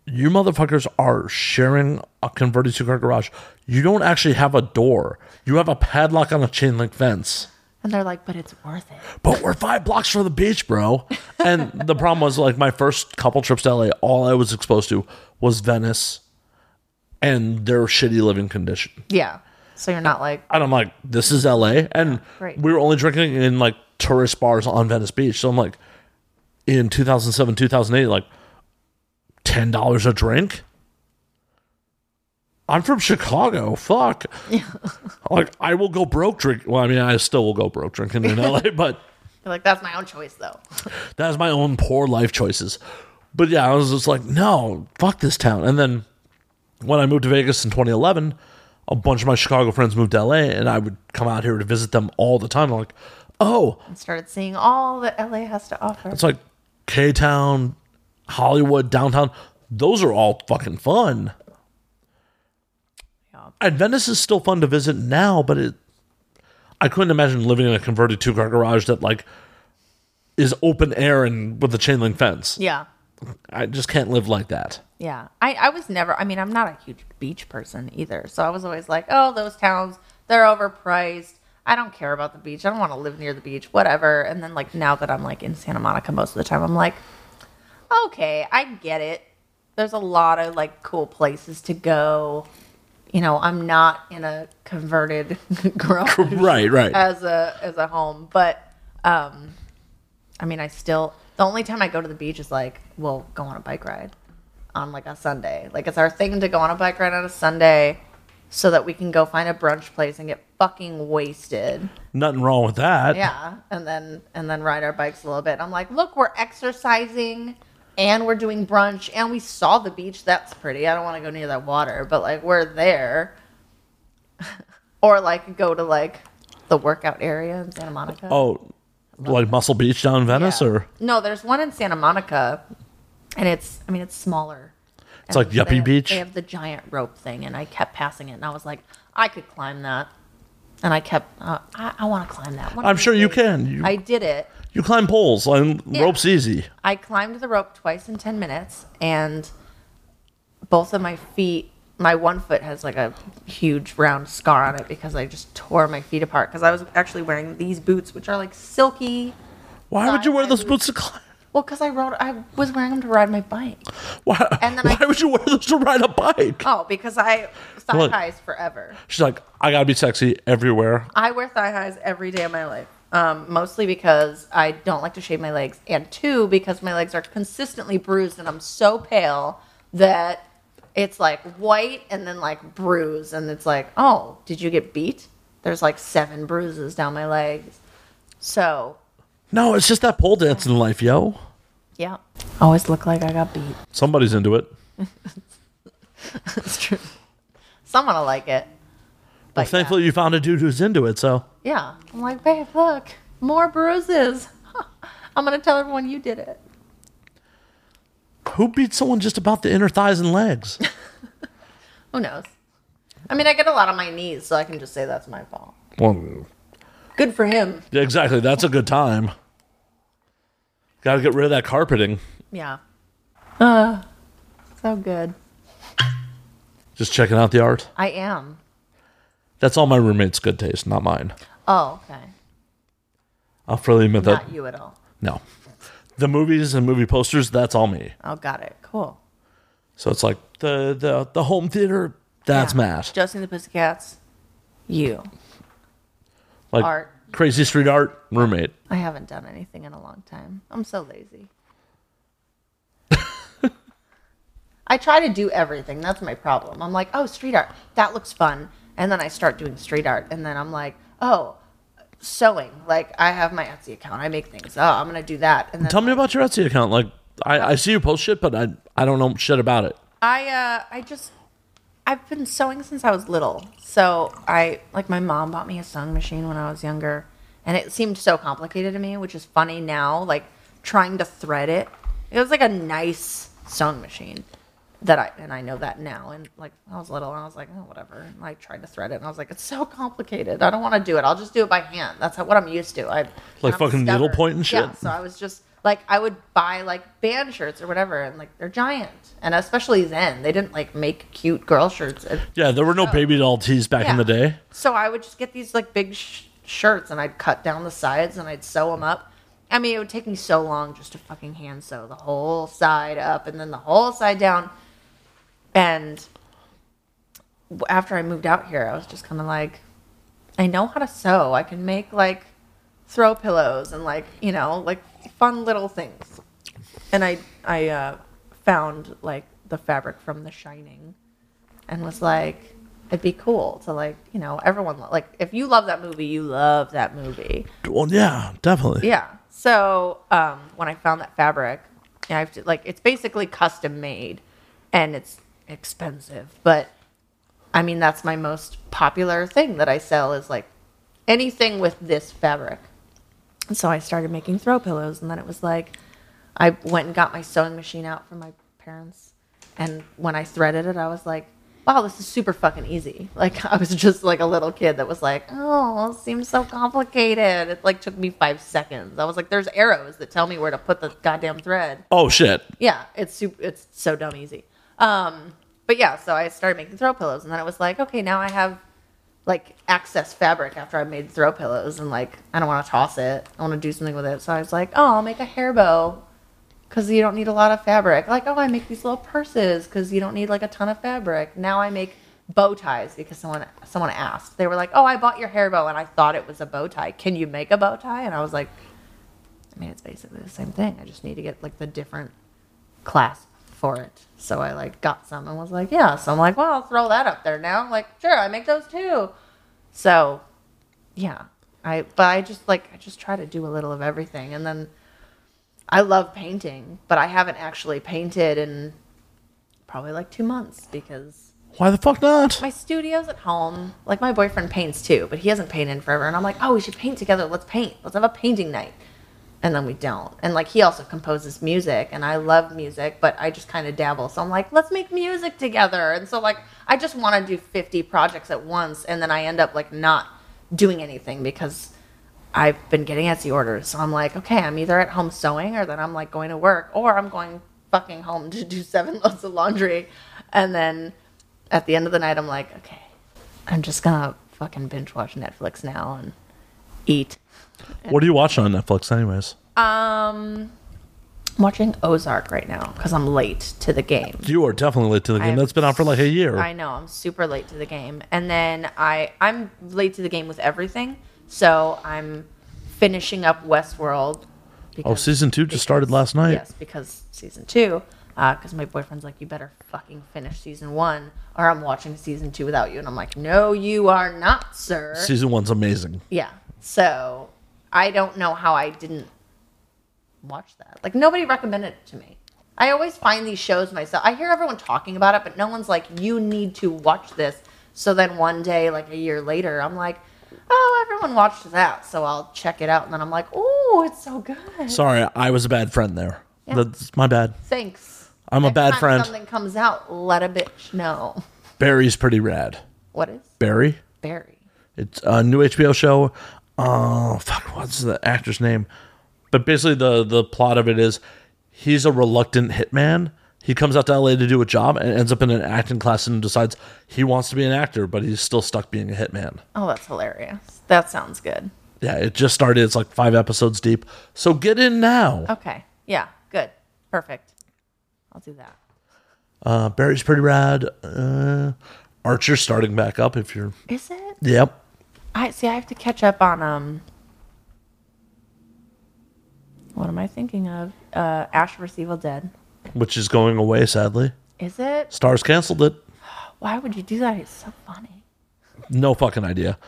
A: you motherfuckers are sharing a converted two car garage. You don't actually have a door. You have a padlock on a chain link fence.
C: and they're like, but it's worth it.
A: But we're five blocks from the beach, bro. And the problem was like my first couple trips to LA, all I was exposed to was Venice and their shitty living condition.
C: Yeah. So you're not like,
A: And I'm like, this is LA. And
C: Right.
A: we were only drinking in like tourist bars on Venice Beach. So I'm like, in 2007, 2008, like $10 a drink? I'm from Chicago. Fuck. like, I will go broke drink. Well, I mean, I still will go broke drinking in LA, but
C: you're like, that's my own choice though.
A: that's my own poor life choices. But yeah, I was just like, no, fuck this town. And then when I moved to Vegas in 2011, a bunch of my Chicago friends moved to LA, and I would come out here to visit them all the time. I'm like, oh,
C: And started seeing all that LA has to offer.
A: it's like K Town, Hollywood, downtown. Those are all fucking fun.
C: Yeah.
A: And Venice is still fun to visit now, but it. I couldn't imagine living in a converted two car garage that like is open air and with a chain link fence.
C: Yeah.
A: I just can't live like that.
C: Yeah. I, I was never, I mean, I'm not a huge beach person either. So I was always like, oh, those towns, they're overpriced. I don't care about the beach. I don't want to live near the beach, whatever. And then, like, now that I'm like in Santa Monica most of the time, I'm like, okay, I get it. There's a lot of like cool places to go. You know, I'm not in a converted garage
A: Right, right.
C: as a as a home, but um, I mean, I still the only time I go to the beach is like we'll go on a bike ride on like a Sunday. Like it's our thing to go on a bike ride on a Sunday. so that we can go find a brunch place and get fucking wasted.
A: Nothing wrong with that.
C: Yeah, and then and then ride our bikes a little bit. I'm like, look, we're exercising and we're doing brunch and we saw the beach. That's pretty. I don't want to go near that water, but like we're there. or like go to like the workout area in Santa Monica.
A: Oh, like Muscle Beach down in Venice,
C: Yeah.
A: or
C: No, there's one in Santa Monica, and it's I mean it's smaller.
A: It's like
C: And
A: Yuppie
C: they have-
A: Beach?
C: They have the giant rope thing, and I kept passing it, and I was like, I could climb that, and I kept uh, I, I want to climb that. One of
A: I'm
C: these
A: sure you
C: days.
A: can. You,
C: I did it.
A: you climb poles and ropes easy.
C: I climbed the rope twice in 10 minutes, and both of my feet, my one foot has like a huge round scar on it because I just tore my feet apart because I was actually wearing these boots, which are like silky.
A: Why would you wear
C: I
A: those
C: would-
A: boots to climb?
C: Well, because I rode, I was wearing them to ride my bike.
A: Why,
C: And then I-
A: why would you wear those to ride a bike?
C: Oh, because I thigh
A: Look.
C: highs forever.
A: She's like, I gotta be sexy everywhere.
C: I wear thigh highs every day of my life. Um, mostly because I don't like to shave my legs, and two because my legs are consistently bruised, and I'm so pale that it's like white and then like bruise, and it's like, oh, did you get beat? There's like seven bruises down my legs. So
A: No, it's just that pole dancing life, yo.
C: yeah, always look like I got beat.
A: Somebody's into it.
C: That's true. Someone will like it. But
A: Well,
C: yeah.
A: thankfully, you found a dude who's into it, so.
C: Yeah. I'm like, babe, look, more bruises. I'm going to tell everyone you did it.
A: Who beats someone just about the inner thighs and legs?
C: Who knows? I mean, I get a lot on my knees, so I can just say that's my fault.
A: well,
C: Good for him.
A: yeah, exactly. That's a good time. Gotta get rid of that carpeting.
C: Yeah. Uh, so good.
A: Just checking out the art.
C: I am.
A: That's all my roommate's good taste, not mine.
C: Oh, okay.
A: I'll freely admit that.
C: Not you at all.
A: No. The movies and movie posters, that's all me.
C: Oh, got it. Cool.
A: So it's like the the, the home theater, that's
C: Yeah.
A: Matt.
C: Josie and the Pussycats, you.
A: Like
C: art.
A: crazy street art, roommate.
C: I haven't done anything in a long time. I'm so lazy. I try to do everything. That's my problem. I'm like, oh, street art. That looks fun. And then I start doing street art. And then I'm like, oh, sewing. Like, I have my Etsy account. I make things. Oh, I'm going to do that. And then
A: Tell me about your Etsy account. Like I, I see you post shit, but I I don't know shit about it.
C: I uh, I just I've been sewing since I was little. So I like my mom bought me a sewing machine when I was younger, and it seemed so complicated to me, which is funny now. Like trying to thread it, it was like a nice sewing machine that I and I know that now. And like I was little, and I was like, oh whatever. And I tried to thread it, and I was like, it's so complicated. I don't want to do it. I'll just do it by hand. That's how, what I'm used to. I
A: Like
C: I'm
A: fucking
C: stubborn.
A: needlepoint and
C: Yeah,
A: shit?
C: so I was just like, I would buy like band shirts or whatever, and like they're giant. And especially then, they didn't like make cute girl shirts. And-
A: Yeah, there were no baby doll tees back in the
C: Yeah.
A: day.
C: So I would just get these like big sh- shirts, and I'd cut down the sides and I'd sew them up. I mean, it would take me so long just to fucking hand sew the whole side up and then the whole side down. And w- after I moved out here, I was just kind of like, I know how to sew. I can make like throw pillows and like you know like fun little things. And I I uh, found like the fabric from The Shining, and was like, it'd be cool to like you know everyone lo- like if you love that movie, you love that movie.
A: Well, yeah, definitely.
C: Yeah. So um, when I found that fabric, I have to like it's basically custom made, and it's expensive. But I mean, that's my most popular thing that I sell is like anything with this fabric. And so I started making throw pillows, and then it was like I went and got my sewing machine out from my parents, and when I threaded it, I was like. Wow, this is super fucking easy. Like I was just like a little kid that was like, "Oh, it seems so complicated." It like took me 5 seconds. I was like, "There's arrows that tell me where to put the goddamn thread."
A: Oh shit.
C: Yeah, it's super, it's so dumb easy. Um, but yeah, so I started making throw pillows, and then it was like, okay, now I have like excess fabric after I made throw pillows, and like I don't want to toss it. I want to do something with it. So I was like, oh, I'll make a hair bow because you don't need a lot of fabric. Like, oh, I make these little purses because you don't need like a ton of fabric. Now I make bow ties because someone someone asked. They were like, oh, I bought your hair bow and I thought it was a bow tie. Can you make a bow tie? And I was like. I mean, it's basically the same thing. I just need to get like the different class for it. So I like got some and was like, yeah. So I'm like, well, I'll throw that up there now. I'm like, sure, I make those too. So yeah, I but I just like I just try to do a little of everything, and then I love painting, but I haven't actually painted in probably like two months because
A: Why the fuck not?
C: my studio's at home. Like my boyfriend paints too, but he hasn't painted in forever. And I'm like, oh, we should paint together. Let's paint. Let's have a painting night. And then we don't. And like he also composes music, and I love music, but I just kind of dabble. So I'm like, let's make music together. And so like I just want to do 50 projects at once, and then I end up like not doing anything because I've been getting Etsy orders. So I'm like, okay, I'm either at home sewing or then I'm like going to work or I'm going fucking home to do seven loads of laundry. And then at the end of the night, I'm like, okay, I'm just gonna fucking binge watch Netflix now and eat.
A: What are you watching on Netflix, anyways?
C: Um, I'm watching Ozark right now because I'm late to the game.
A: You are definitely late to the game.
C: I'm
A: That's been on for like a year.
C: I know I'm super late to the game, and then I I'm late to the game with everything. So I'm finishing up Westworld. Because,
A: oh, season two just started last night.
C: Yes, because season two. Because my boyfriend's like, you better fucking finish season one, or I'm watching season two without you. And I'm like, no, you are not, sir.
A: Season one's amazing.
C: yeah. So I don't know how I didn't watch that. Like nobody recommended it to me. I always find these shows myself. I hear everyone talking about it, but no one's like, you need to watch this. So then one day, like a year later, I'm like, oh, everyone watched that. So I'll check it out. And then I'm like, oh, it's so good.
A: Sorry, I was a bad friend there. That's my bad.
C: Thanks.
A: I'm a
C: Next
A: bad
C: time
A: friend.
C: Something comes out, let a bitch know.
A: Barry's pretty rad.
C: What is
A: Barry?
C: Barry?
A: It's a new HBO show. Oh fuck, what's the actor's name? But basically, the the plot of it is he's a reluctant hitman. He comes out to LA to do a job and ends up in an acting class and decides he wants to be an actor, but he's still stuck being a hitman.
C: Oh, that's hilarious. That sounds good.
A: Yeah, it just started. It's like five episodes deep. So get in now.
C: Okay. Yeah. Good. Perfect. I'll do that.
A: Uh, Barry's pretty rad. Uh, Archer's starting back up. If you're,
C: Is it?
A: yep,
C: I see. I have to catch up on um. What am I thinking of? Uh, Ash vs Evil Dead.
A: which is going away sadly.
C: Is it?
A: Stars canceled it.
C: Why would you do that? It's so funny.
A: No fucking idea.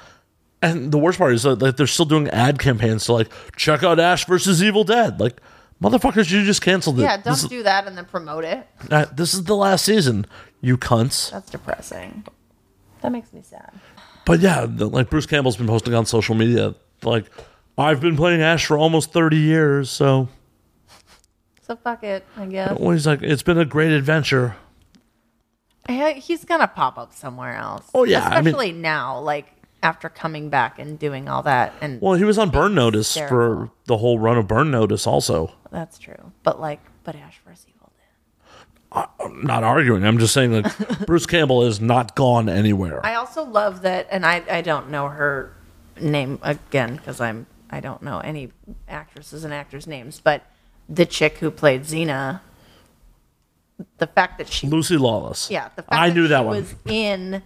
A: And the worst part is that like, they're still doing ad campaigns to like check out Ash versus Evil Dead. Like motherfuckers, you just canceled it.
C: Yeah, don't
A: this,
C: do that and then promote it.
A: uh, this is the last season, you cunts.
C: That's depressing. That makes me sad.
A: But yeah, the- like Bruce Campbell's been posting on social media, like I've been playing Ash for almost thirty years, so
C: So fuck it, I guess.
A: well, he's like, it's been a great adventure.
C: He- He's gonna pop up somewhere else.
A: Oh, yeah, I mean-
C: especially now, like after coming back and doing all that, and
A: Well, he was on Burn Notice for
C: hysterical.
A: the whole run of Burn Notice, also.
C: that's true. But like, but Ash vs Evil Dead.
A: I'm not arguing. I'm just saying, like, Bruce Campbell is not gone anywhere.
C: I also love that, and I, I don't know her name again because I'm I don't know any actresses and actors' names, but the chick who played Xena, the fact that she
A: Lucy Lawless.
C: yeah, the fact
A: I knew
C: she
A: that one.
C: was in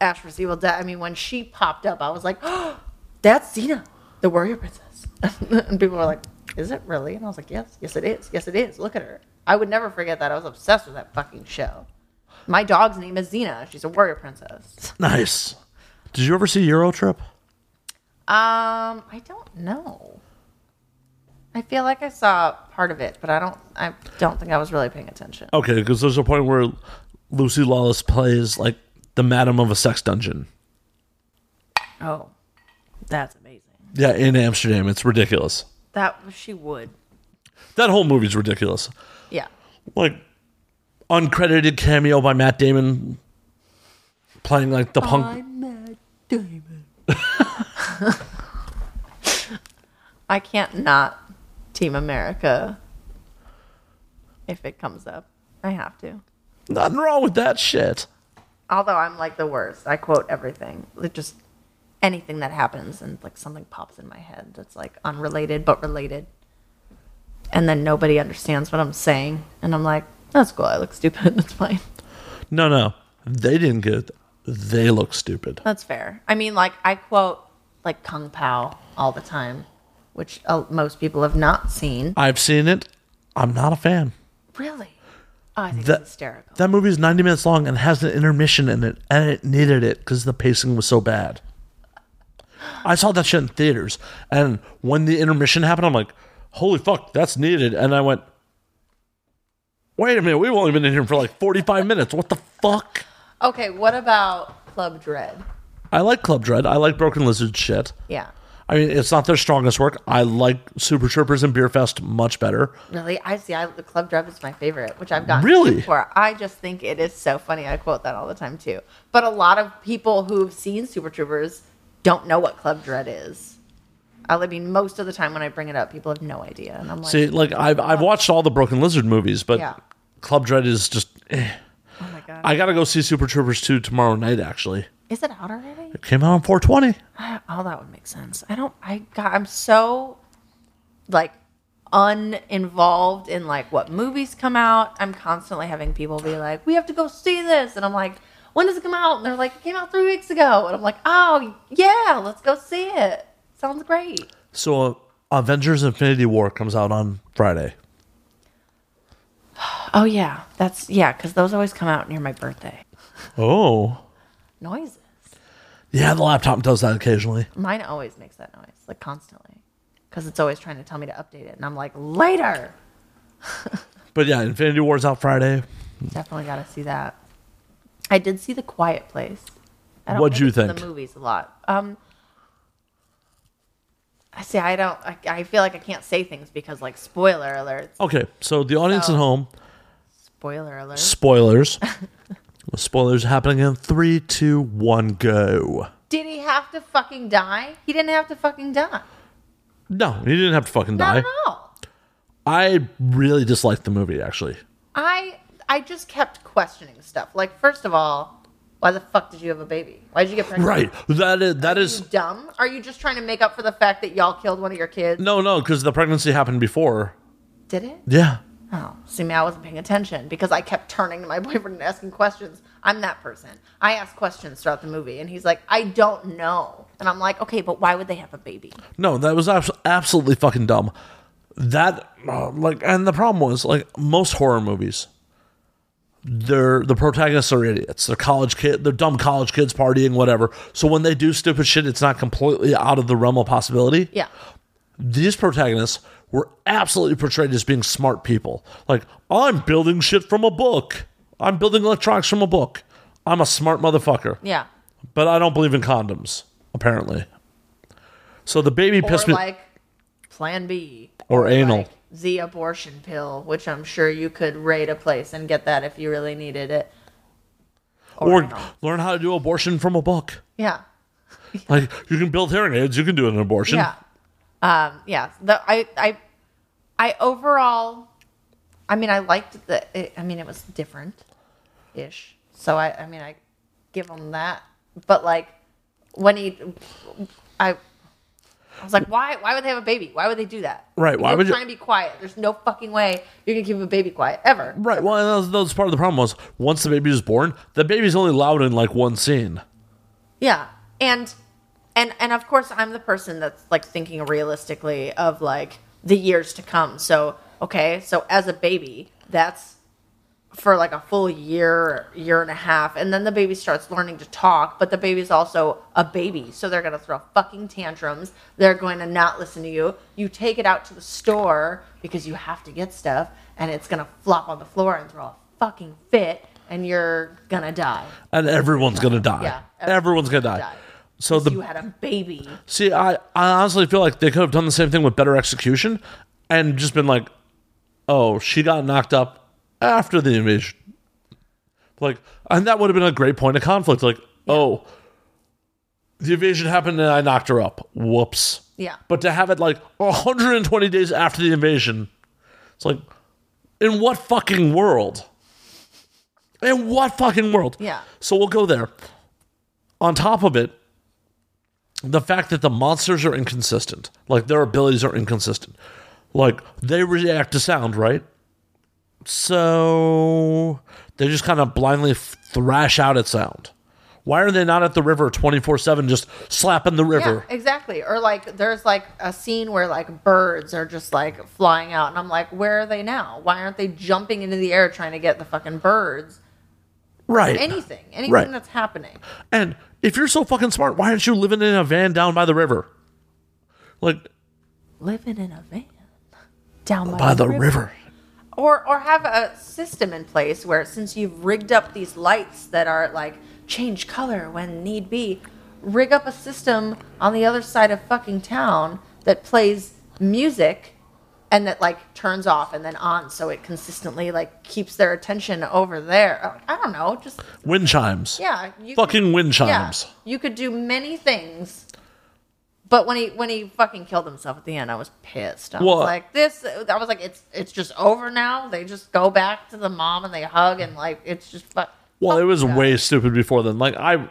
C: Ash vs Evil Dead. I mean, when she popped up, I was like, oh, "That's Xena, the Warrior Princess," and people were like, "Is it really?" And I was like, "Yes, yes, it is. Yes, it is. Look at her." I would never forget that. I was obsessed with that fucking show. My dog's name is Xena. She's a warrior princess.
A: Nice. Did you ever see Euro Trip?
C: Um, I don't know. I feel like I saw part of it, but I don't. I don't think I was really paying attention.
A: Okay, because there's a point where Lucy Lawless plays like the madam of a sex dungeon.
C: Oh, that's amazing.
A: Yeah, in Amsterdam, it's ridiculous.
C: That she would.
A: That whole movie's ridiculous.
C: Yeah.
A: Like uncredited cameo by Matt Damon playing like the punk.
C: Matt Damon. I can't not Team America if it comes up. I have to.
A: Nothing wrong with that shit.
C: Although I'm like the worst. I quote everything. Like just anything that happens and like something pops in my head that's like unrelated but related. And then nobody understands what I'm saying. And I'm like, that's cool. I look stupid. That's fine.
A: No, no, they didn't get. It. They look stupid.
C: That's fair. I mean, like I quote like Kung Pao all the time, which uh, most people have not seen.
A: I've seen it. I'm not a fan.
C: Really? Oh, I think
A: That-
C: it's hysterical.
A: That movie is 90 minutes long and has an intermission in it, and it needed it because the pacing was so bad. I saw that shit in theaters, and when the intermission happened, I'm like, holy fuck, that's needed. And I went, wait a minute, we've only been in here for like 45 minutes. What the fuck?
C: okay, what about Club Dread?
A: I like Club Dread. I like Broken Lizard shit.
C: Yeah.
A: I mean, it's not their strongest work. I like Super Troopers and Beer Fest much better.
C: Really, I see. I, the Club Dread is my favorite, which I've gotten
A: Really?
C: really for. I just think it is so funny. I quote that all the time too. But a lot of people who've seen Super Troopers don't know what Club Dread is. I mean, most of the time when I bring it up, people have no idea, and I'm like,
A: See, like I've I've watched all the Broken Lizard movies, but
C: Yeah.
A: Club Dread is just. eh.
C: oh my god,
A: I gotta go see Super Troopers two tomorrow night. Actually,
C: is it out already?
A: it came out on 420.
C: Oh, that would make sense. I don't. I got. I'm so like uninvolved in like what movies come out. I'm constantly having people be like, "We have to go see this," and I'm like, "When does it come out?" And they're like, "It came out three weeks ago," and I'm like, "Oh yeah, let's go see it. Sounds great."
A: So uh, Avengers: Infinity War comes out on Friday.
C: Oh yeah, that's yeah, because those always come out near my birthday.
A: Oh,
C: Noises.
A: yeah, the laptop does that occasionally.
C: Mine always makes that noise like constantly, because it's always trying to tell me to update it, and I'm like, later.
A: But yeah, Infinity War's out Friday.
C: Definitely got to see that. I did see The Quiet Place. I
A: What'd you
C: it's in
A: think?
C: The movies a lot. Um, I see. I don't. I, I feel like I can't say things because, like, spoiler alert.
A: Okay, so the audience
C: So-
A: at home,
C: Spoiler alert.
A: spoilers. spoilers happening in three, two, one, go.
C: Did he have to fucking die? He didn't have to fucking die.
A: No, you didn't have to fucking
C: Not
A: die.
C: at all.
A: I really disliked the movie actually.
C: I I just kept questioning stuff. Like, first of all, why the fuck did you have a baby? Why did you get pregnant?
A: Right. That is that
C: Are
A: is
C: you dumb? Are you just trying to make up for the fact that y'all killed one of your kids?
A: no no because the pregnancy happened before.
C: Did it?
A: Yeah.
C: Oh, see, me, I wasn't paying attention because I kept turning to my boyfriend and asking questions. I'm that person. I ask questions throughout the movie, and he's like, I don't know. And I'm like, okay, but why would they have a baby?
A: No, that was abs- absolutely fucking dumb. That uh, like and the problem was like most horror movies, they're the protagonists are idiots. They're college kid. They're dumb college kids partying whatever. So when they do stupid shit, it's not completely out of the realm of possibility.
C: Yeah.
A: these protagonists were absolutely portrayed as being smart people. Like, I'm building shit from a book. I'm building electronics from a book. I'm a smart motherfucker.
C: Yeah.
A: But I don't believe in condoms, apparently. So the baby
C: Or
A: pissed me
C: like Plan B.
A: or anal.
C: Like the abortion pill, which I'm sure you could raid a place and get that if you really needed it.
A: or
C: anal.
A: learn how to do abortion from a book.
C: Yeah.
A: Like you can build hearing aids, you can do an abortion.
C: Yeah. Um, yeah. The, I, I, I overall, I mean, I liked the, it, I mean, it was different ish. So I, I mean, I give him that, but like when he, I, I was like, why, why would they have a baby? Why would they do that?
A: Right, why
C: You're
A: would you-
C: trying to be quiet. There's no fucking way you're going to keep a baby quiet ever.
A: Right. Well, and that was, that was part of the problem was once the baby was born, the baby's only loud in like one scene.
C: Yeah. And and and of course I'm the person that's like thinking realistically of like the years to come. So, okay, so as a baby, that's for like a full year, year and a half, and then the baby starts learning to talk, but the baby's also a baby, so they're gonna throw fucking tantrums. They're going to not listen to you. You take it out to the store because you have to get stuff, and it's gonna flop on the floor and throw a fucking fit, and you're gonna die.
A: and everyone's gonna die.
C: Yeah,
A: everyone's,
C: everyone's
A: gonna,
C: gonna
A: die.
C: die.
A: So
C: you
A: the
C: had a baby.
A: see, I, I honestly feel like they could have done the same thing with better execution, and just been like, oh, she got knocked up after the invasion, like, and that would have been a great point of conflict. Like, oh, the invasion happened and I knocked her up. Whoops.
C: Yeah.
A: But to have it like 120 days after the invasion, it's like, in what fucking world? In what fucking world?
C: Yeah.
A: So we'll go there. On top of it, the fact that the monsters are inconsistent, like their abilities are inconsistent. Like they react to sound, right? So they just kind of blindly f- thrash out at sound. Why are they not at the river 24 7 just slapping the
C: Yeah,
A: river?
C: exactly. Or like there's like a scene where like birds are just like flying out and I'm like, where are they now? Why aren't they jumping into the air trying to get the fucking birds?
A: right.
C: Anything. Anything
A: Right.
C: that's happening.
A: And if you're so fucking smart, why aren't you living in a van down by the river? Like,
C: Living in a van. Down by,
A: Oh, by the river.
C: Or or have a system in place where since you've rigged up these lights that are like change color when need be, rig up a system on the other side of fucking town that plays music and that like turns off and then on so it consistently like keeps their attention over there. I don't know, just
A: Wind chimes.
C: yeah, you
A: Fucking wind
C: yeah,
A: chimes.
C: you could do many things. But when he when he fucking killed himself at the end, I was pissed. I
A: Well-
C: was like, this. I was like, it's it's just over now. They just go back to the mom and they hug and like it's just fuck.
A: Well, it was
C: fuck that.
A: way stupid before then. Like I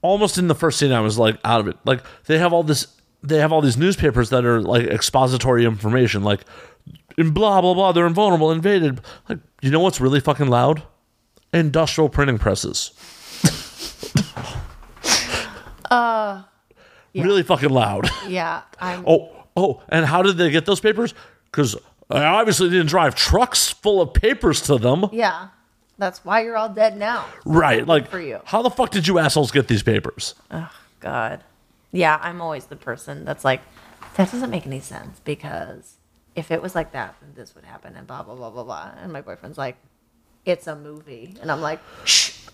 A: almost in the first scene I was like out of it. Like they have all this they have all these newspapers that are like expository information like and blah blah blah they're invulnerable invaded. Like you know what's really fucking loud? Industrial printing presses. uh really fucking loud.
C: Yeah, I'm.
A: Oh, oh, and how did they get those papers? Cuz I obviously didn't drive trucks full of papers to them.
C: Yeah, that's why you're all dead now.
A: Right. Like,
C: for you.
A: how the fuck did you assholes get these papers?
C: God. Yeah, I'm always the person that's like, that doesn't make any sense because if it was like that, then this would happen and blah blah blah blah blah. And my boyfriend's like, it's a movie, and I'm like,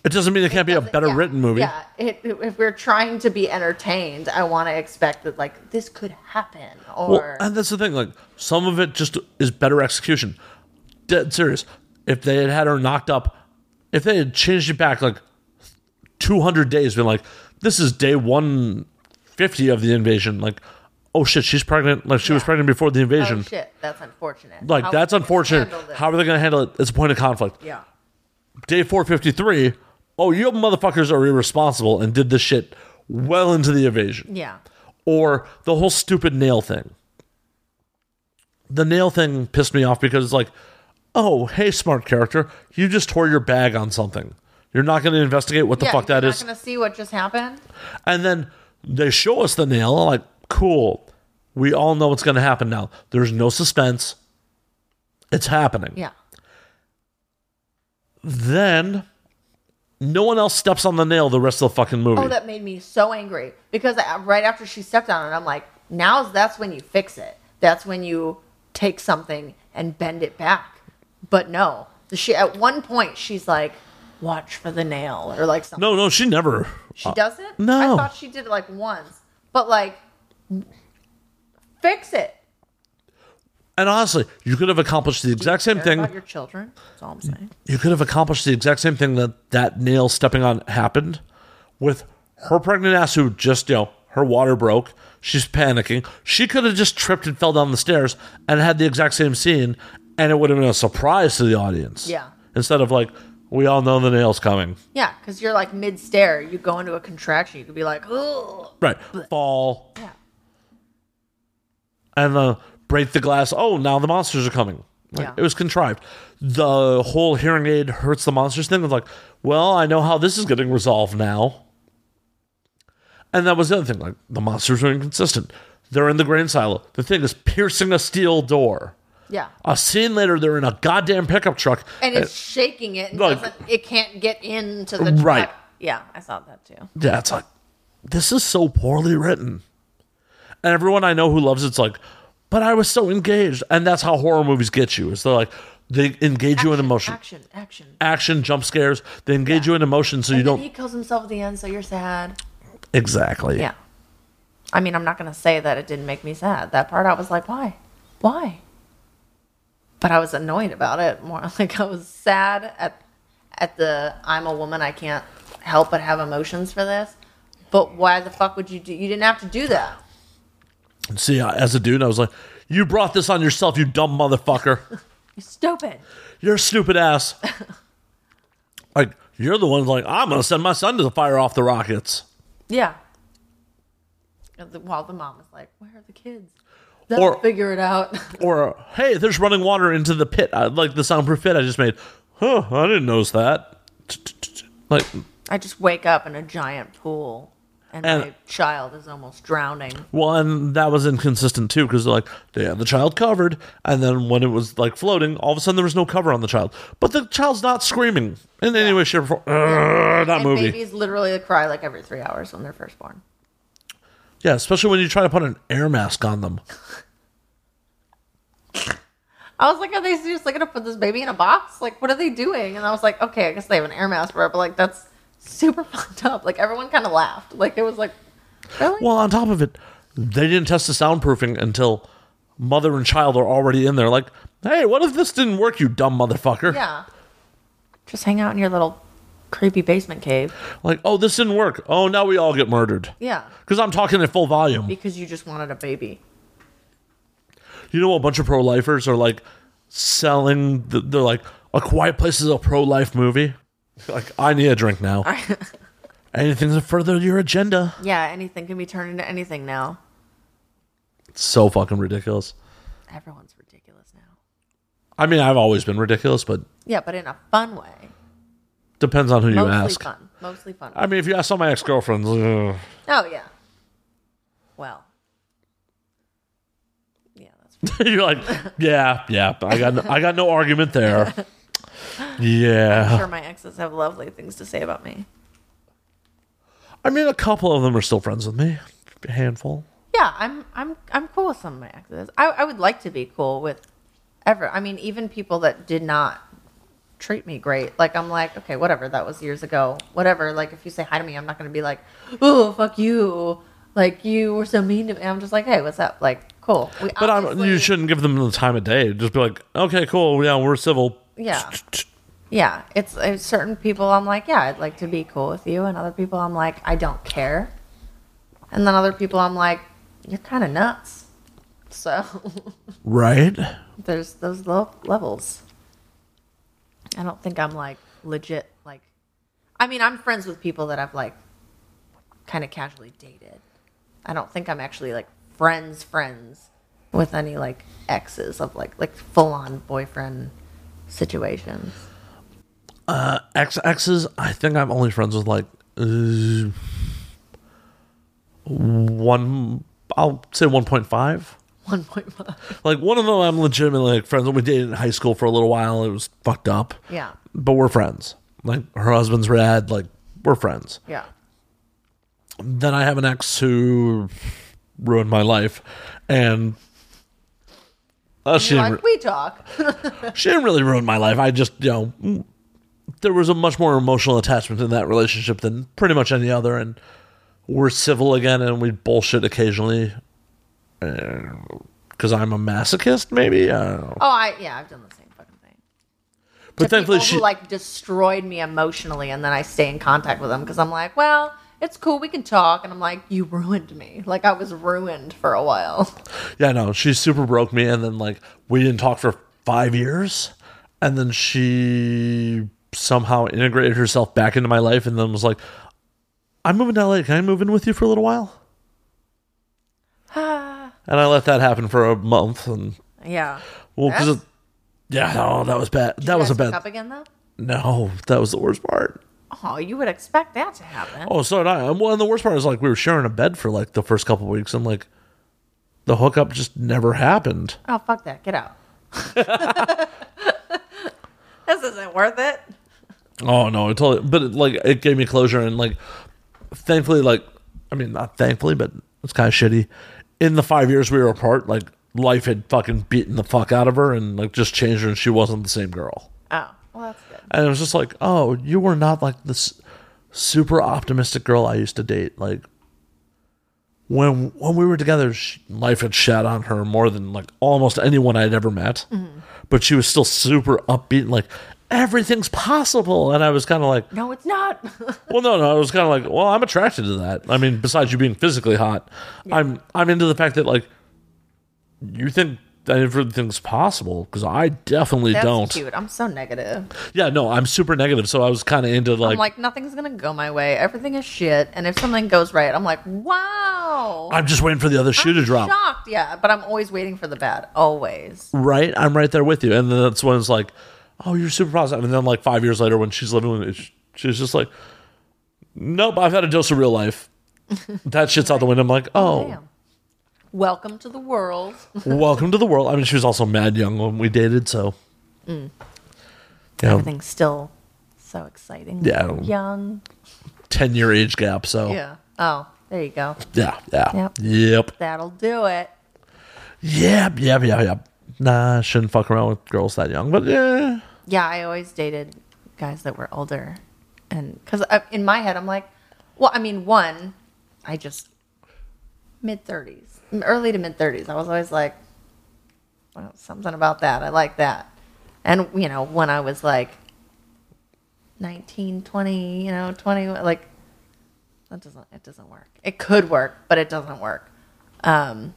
A: It doesn't mean it can't be a better
C: Yeah,
A: written movie.
C: Yeah, it, if we're trying to be entertained, I want to expect that like this could happen
A: Well,
C: or
A: and that's the thing. Like, some of it just is better execution. Dead serious. If they had had her knocked up, if they had changed it back like 200 days, been like, this is day 150 of the invasion, like, oh shit, she's pregnant. Like, she was pregnant before the
C: oh,
A: invasion.
C: shit, that's unfortunate.
A: like,
C: How
A: that's
C: would they
A: unfortunate.
C: handle this?
A: How are they going to handle it? It's a point of conflict.
C: yeah,
A: day 453 oh you motherfuckers are irresponsible and did this shit well into the invasion
C: yeah,
A: or the whole stupid nail thing the nail thing pissed me off because it's like oh hey smart character you just tore your bag on something you're not going to investigate what the
C: yeah,
A: fuck
C: you're
A: that
C: not
A: is
C: Gonna see what just happened.
A: and then they show us the nail like cool we all know what's going to happen now there's no suspense it's happening
C: Yeah,
A: then no one else steps on the nail the rest of the fucking movie
C: oh, that made me so angry because I, right after she stepped on it, I'm like, now's that's when you fix it. That's when you take something and bend it back. But no, she at one point she's like, watch for the nail or like something.
A: No, no, she never.
C: She doesn't?
A: Uh, no.
C: I thought she did it like once. But like fix it.
A: And honestly, you could have accomplished the exact same
C: Care
A: thing.
C: About your children. That's all I'm saying.
A: You could have accomplished the exact same thing that that nail stepping on happened with her pregnant ass who just, you know, her water broke. She's panicking. She could have just tripped and fell down the stairs and had the exact same scene and it would have been a surprise to the audience.
C: Yeah.
A: Instead of like, we all know the nail's coming.
C: Yeah, because you're like mid stare. You go into a contraction. You could be like, oh
A: Right. Fall.
C: yeah.
A: and uh, break the glass. Oh, now the monsters are coming. Like,
C: Yeah.
A: It was contrived. The whole hearing aid hurts the monsters thing was like, well, I know how this is getting resolved now. And that was the other thing. Like the monsters are inconsistent. They're in the grain silo. The thing is piercing a steel door.
C: Yeah.
A: A scene later, they're in a goddamn pickup truck.
C: And it's shaking it and
A: Uh, Like-
C: doesn't it can't get into the
A: Right.
C: truck. Yeah, I saw that too.
A: Yeah, it's like this is so poorly written. And everyone I know who loves it's like, but I was so engaged. And that's how horror movies get you. Is they're like they engage you in emotion. Action,
C: Action, action.
A: jump scares, they engage you in emotion so you
C: and then
A: don't
C: he kills himself at the end, so you're sad.
A: Exactly.
C: Yeah. I mean, I'm not going to say that it didn't make me sad. That part I was like, why? Why? But I was annoyed about it more. Like I was sad at at the I'm a woman, I can't help but have emotions for this. But why the fuck would you do you didn't have to do that.
A: And see, I- as a dude, I was like, You brought this on yourself, you dumb motherfucker.
C: You're stupid.
A: You're a stupid ass. like, you're the one like, I'm gonna send my son to the fire off the rockets.
C: Yeah. And the- While the mom is like, "Where are the kids?" They'll
A: Or-
C: figure it out.
A: or hey, there's running water into the pit, I, like the soundproof pit I just made. Huh, I didn't notice that. Like,
C: I just wake up in a giant pool and,
A: And-
C: my child is almost drowning.
A: Well, and that was inconsistent too, because like they had the child covered, and then when it was like floating, all of a sudden there was no cover on the child. But the child's not screaming in any way, shape, or form. Ugh, that
C: and
A: movie,
C: babies literally cry like every three hours when they're first born.
A: yeah, especially when you try to put an air mask on them.
C: I was like, are they seriously gonna put this baby in a box? Like, what are they doing? And I was like, okay, I guess they have an air mask for it, but like that's super fucked up. Like everyone kind of laughed. Like it was like, really?
A: Well, on top of it, they didn't test the soundproofing until mother and child are already in there. Like, hey, what if this didn't work, you dumb motherfucker?
C: yeah. Just hang out in your little creepy basement cave.
A: Like, oh, this didn't work. Oh, now we all get murdered.
C: Yeah,
A: Because I'm talking at full volume.
C: because you just wanted a baby.
A: You know, a bunch of pro lifers are like selling, the, they're like, A Quiet Place is a pro life movie. Like, I need a drink now. Anything to further your agenda.
C: Yeah, anything can be turned into anything now.
A: It's so fucking ridiculous.
C: Everyone's ridiculous now.
A: I mean, I've always been ridiculous, but
C: Yeah, but in a fun way.
A: depends on who you
C: Mostly
A: ask.
C: fun. Mostly fun.
A: I mean, if you ask all my ex girlfriends,
C: oh yeah. Well. Yeah, that's
A: you're like, yeah, yeah, I got, no, I got no argument there. Yeah.
C: sure my exes have lovely things to say about me.
A: I mean, a couple of them are still friends with me, a handful.
C: Yeah, I'm I'm I'm cool with some of my exes. I, I would like to be cool with ever. I mean, even people that did not treat me great. Like I'm like, okay, whatever. That was years ago. Whatever. Like if you say hi to me, I'm not gonna be like, oh fuck you. Like you were so mean to me. I'm just like, hey, what's up? Like cool. We
A: But I'm,
C: obviously-
A: you shouldn't give them the time of day. Just be like, okay, cool, yeah, we're civil.
C: Yeah. Yeah, it's, it's certain people I'm like, yeah, I'd like to be cool with you, and other people I'm like, I don't care, and then other people I'm like, you're kind of nuts. So
A: Right?
C: there's those low levels. I don't think I'm like legit like. I mean, I'm friends with people that I've like kind of casually dated. I don't think I'm actually like friends friends with any like exes of like like full on boyfriend situations.
A: Ex exes, I think I'm only friends with like uh, one, I'll say 1.5.
C: One point five.
A: Like one of them I'm legitimately like friends with. We dated in high school for a little while. It was fucked up.
C: Yeah.
A: But we're friends. Like her husband's rad. Like we're friends.
C: Yeah.
A: then I have an ex who ruined my life, and uh, she
C: You're
A: didn't,
C: like, we talk. Oh,
A: re- she didn't really ruin my life. I just you know mm, there was a much more emotional attachment in that relationship than pretty much any other, and we're civil again, and we bullshit occasionally because I'm a masochist, maybe. I don't know.
C: Oh, I yeah, I've done the same fucking thing.
A: But
C: to
A: thankfully,
C: people
A: she
C: who like destroyed me emotionally, and then I stay in contact with them because I'm like, well, it's cool, we can talk, and I'm like, you ruined me. Like I was ruined for a while.
A: Yeah, no, she super broke me, and then like we didn't talk for five years, and then she somehow integrated herself back into my life, and then was like, "I'm moving to LA. Can I move in with you for a little while?" and I let that happen for a month, and
C: Yeah.
A: well, because
C: That's-
A: yeah, no, that was bad. That was a bad.
C: Up again though.
A: No, that was the worst part.
C: Oh, you would expect that to happen.
A: Oh, so did I. And, Well, and the worst part is like we were sharing a bed for like the first couple weeks, and like the hookup just never happened.
C: Oh, fuck that. Get out. this isn't worth it.
A: Oh no, it totally. But it, like, it gave me closure, and like, thankfully, like, I mean, not thankfully, but it's kind of shitty. In the five years we were apart, like, life had fucking beaten the fuck out of her, and like, just changed her, and she wasn't the same girl.
C: Oh, well, that's good.
A: And it was just like, oh, you were not like this super optimistic girl I used to date. Like, when when we were together, sh life had shat on her more than like almost anyone I'd ever met. But she was still super upbeat, and like. Everything's possible, and I was kind of like,
C: No, it's not.
A: well, no, no. I was kind of like, well, I'm attracted to that. I mean, besides you being physically hot, I'm I'm into the fact that like you think that everything's possible because I definitely
C: That's
A: don't.
C: cute. I'm so negative.
A: Yeah, no, I'm super negative. So I was kind of into like,
C: I'm like, nothing's gonna go my way. Everything is shit. And if something goes right, I'm like, wow.
A: I'm just waiting for the other shoe to drop.
C: Shocked, yeah. But I'm always waiting for the bad. Always.
A: Right, I'm right there with you. And then that's when it's like, oh, you're super positive. And then like five years later, when she's living with me, sh- she's just like, Nope, I've had a dose of real life. That shit's out the window. I'm like, oh,
C: Damn. Welcome to the world.
A: welcome to the world. I mean, she was also mad young when we dated, so. You know,
C: Everything's still so exciting.
A: Yeah.
C: Young.
A: 10 year age gap, so.
C: Yeah. Oh, there you go.
A: Yeah, yeah.
C: Yep.
A: Yep.
C: That'll do it.
A: Yep, yep, yep, yep. Nah, shouldn't fuck around with girls that young, but yeah.
C: Yeah, I always dated guys that were older, and because in my head I'm like, well, I mean, one, I just mid thirties, early to mid thirties. I was always like, well, something about that. I like that, and you know, when I was like 19, 20, you know, twenty, like that doesn't it doesn't work. It could work, but it doesn't work. Um,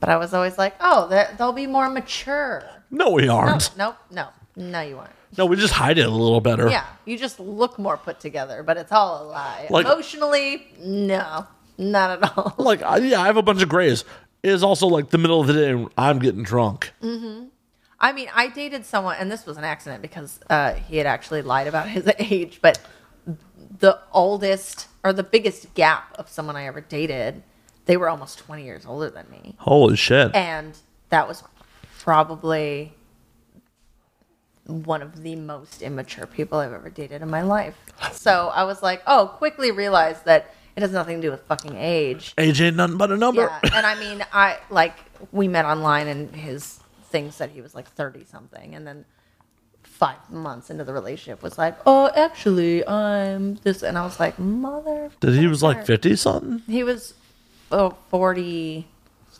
C: but I was always like, oh, they're- they'll be more mature.
A: No, we
C: No,
A: aren't.
C: nope, no, no, you aren't.
A: No, we just hide it a little better.
C: Yeah, you just look more put together, but it's all a lie.
A: Like-
C: Emotionally, no, not at all.
A: Like, I, yeah, I have a bunch of grays. It's also like the middle of the day and I'm getting drunk.
C: Mm. I mean, I dated someone, and this was an accident because uh, he had actually lied about his age, but the oldest or the biggest gap of someone I ever dated, they were almost 20 years older than me.
A: Holy shit.
C: And that was probably one of the most immature people I've ever dated in my life. So I was like, oh, quickly realized that it has nothing to do with fucking age.
A: Age ain't nothing but a number.
C: Yeah. And I mean, I like, we met online and his thing said he was like 30 something. And then five months into the relationship was like, oh, actually, I'm this. And I was like, mother.
A: Did he was like 50 something?
C: He was oh,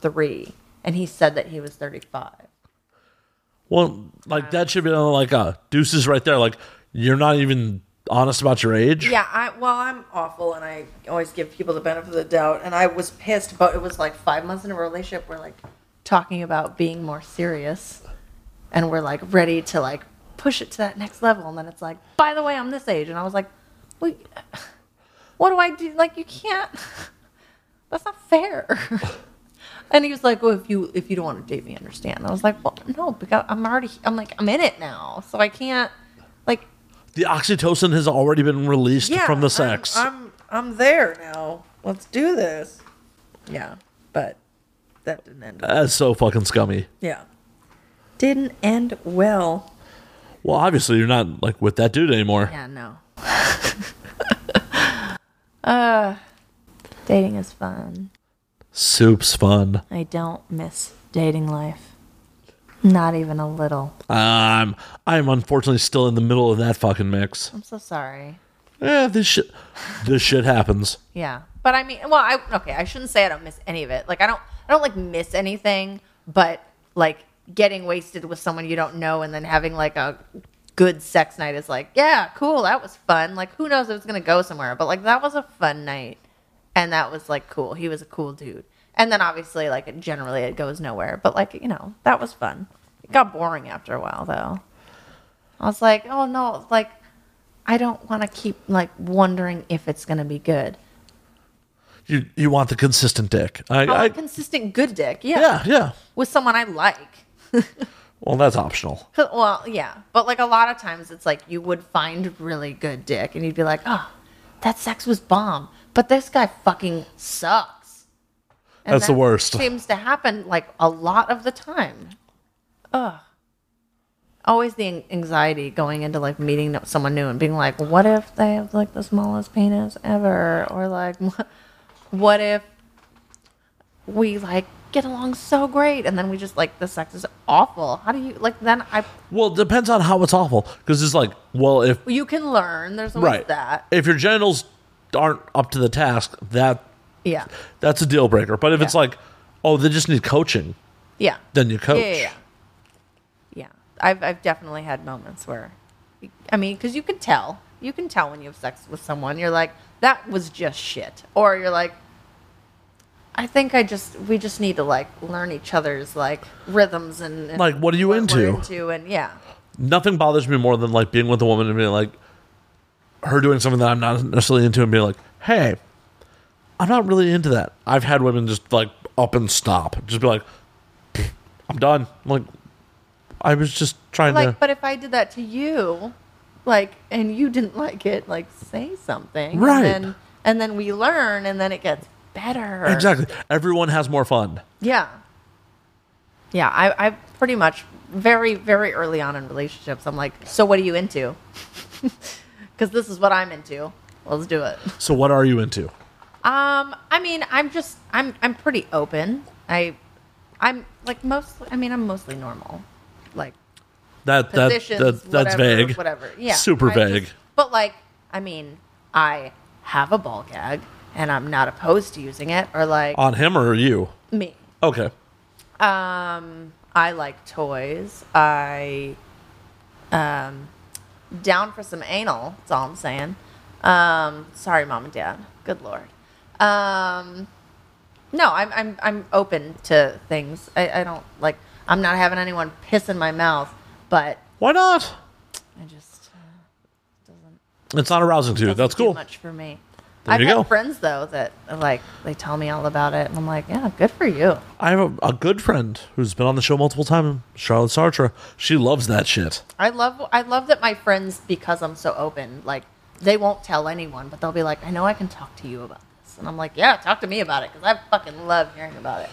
C: 43. And he said that he was 35.
A: Well, like that should be on, like a deuces right there. Like you're not even honest about your age.
C: Yeah, I well, I'm awful, and I always give people the benefit of the doubt. And I was pissed, but it was like five months into a relationship, we're like talking about being more serious, and we're like ready to like push it to that next level. And then it's like, by the way, I'm this age, and I was like, we, what do I do? Like, you can't. That's not fair. And he was like, "Well, if you if you don't want to date me, understand." And I was like, "Well, no, because I'm already I'm like I'm in it now, so I can't like
A: The oxytocin has already been released
D: Yeah,
A: from the
D: I'm-
A: sex.
D: I'm, I'm there now. Let's do this. Yeah, but that didn't end.
A: That's so fucking scummy.
D: yeah, didn't end well.
A: Well, obviously you're not like with that dude anymore.
C: Yeah, no. uh, dating is fun.
A: Soup's fun.
C: I don't miss dating life. Not even a little.
A: I'm I'm unfortunately still in the middle of that fucking mix.
C: I'm so sorry.
A: Yeah, this shit this shit happens.
C: Yeah. But I mean, well, I okay, I shouldn't say I don't miss any of it. Like I don't I don't like miss anything, but like getting wasted with someone you don't know and then having like a good sex night is like, yeah, cool, that was fun. Like who knows if it's going to go somewhere, but like that was a fun night. And that was like cool. He was a cool dude. And then obviously like generally it goes nowhere, but like, you know, that was fun. It got boring after a while though. I was like, "Oh no, like I don't want to keep like wondering if it's going to be good."
A: You you want the consistent dick. I,
C: I
A: I,
C: want Oh, consistent good dick. Yeah.
A: yeah, yeah.
C: With someone I like.
A: Well, that's optional.
C: 'Cause- Well, yeah. But like a lot of times it's like you would find really good dick and you'd be like, oh, that sex was bomb. But this guy fucking sucks. And
A: That's the worst.
C: Seems to happen like a lot of the time. Ugh. Always the an- anxiety going into like meeting no- someone new and being like, what if they have like the smallest penis ever? Or like, what if we like get along so great and then we just like the sex is awful how do you like then i
A: Well, it depends on how it's awful because it's like, well, if
C: you can learn there's always
A: right
C: that
A: if your genitals aren't up to the task, that
C: yeah
A: that's a deal breaker. But if it's
C: Yeah.
A: like, oh, they just need coaching,
C: yeah
A: then you coach.
C: yeah yeah, yeah. Yeah. I've, I've definitely had moments where i mean because you can tell you can tell when you have sex with someone you're like that was just shit or you're like i think i just we just need to like learn each other's like rhythms and, and
A: Like, what are you
C: we're
A: into?
C: into and yeah
A: Nothing bothers me more than like being with a woman and being like, her doing something that I'm not necessarily into and being like, hey, I'm not really into that. I've had women just like up and stop, just be like, "Pfft, I'm done. I'm like, I was just trying
C: like
A: to.
C: but if i did that to you like and you didn't like it like say something
A: Right.
C: and then, and then we learn and then it gets better
A: Exactly. Everyone has more fun.
C: yeah yeah I, I pretty much very very early on in relationships i'm like so what are you into because this is what i'm into let's do it
A: So what are you into?
C: um i mean i'm just i'm i'm pretty open i i'm like mostly i mean i'm mostly normal like
A: That that,
C: positions,
A: that that's
C: whatever,
A: vague.
C: Whatever. Yeah.
A: Super
C: I just-
A: vague.
C: but like, I mean, I have a ball gag, and I'm not opposed to using it. Or like
A: On him or you?
C: me,
A: Okay.
C: um, I like toys. I um, down for some anal. That's all I'm saying. Um, sorry, mom and dad. Good lord. Um, no, I'm I'm I'm open to things. I, I don't like. I'm not having anyone piss in my mouth, but
A: Why not?
C: I just. uh, doesn't
A: It's not arousing to you. That's
C: too
A: cool.
C: much for me.
A: There
C: I've
A: you
C: got
A: go.
C: friends though that like they tell me all about it, and I'm like, yeah, good for you.
A: I have a, a good friend who's been on the show multiple times, Charlotte Sartre. She loves that shit.
C: I love I love that my friends because I'm so open. Like they won't tell anyone, but they'll be like, I know I can talk to you about this, and I'm like, yeah, talk to me about it because I fucking love hearing about it.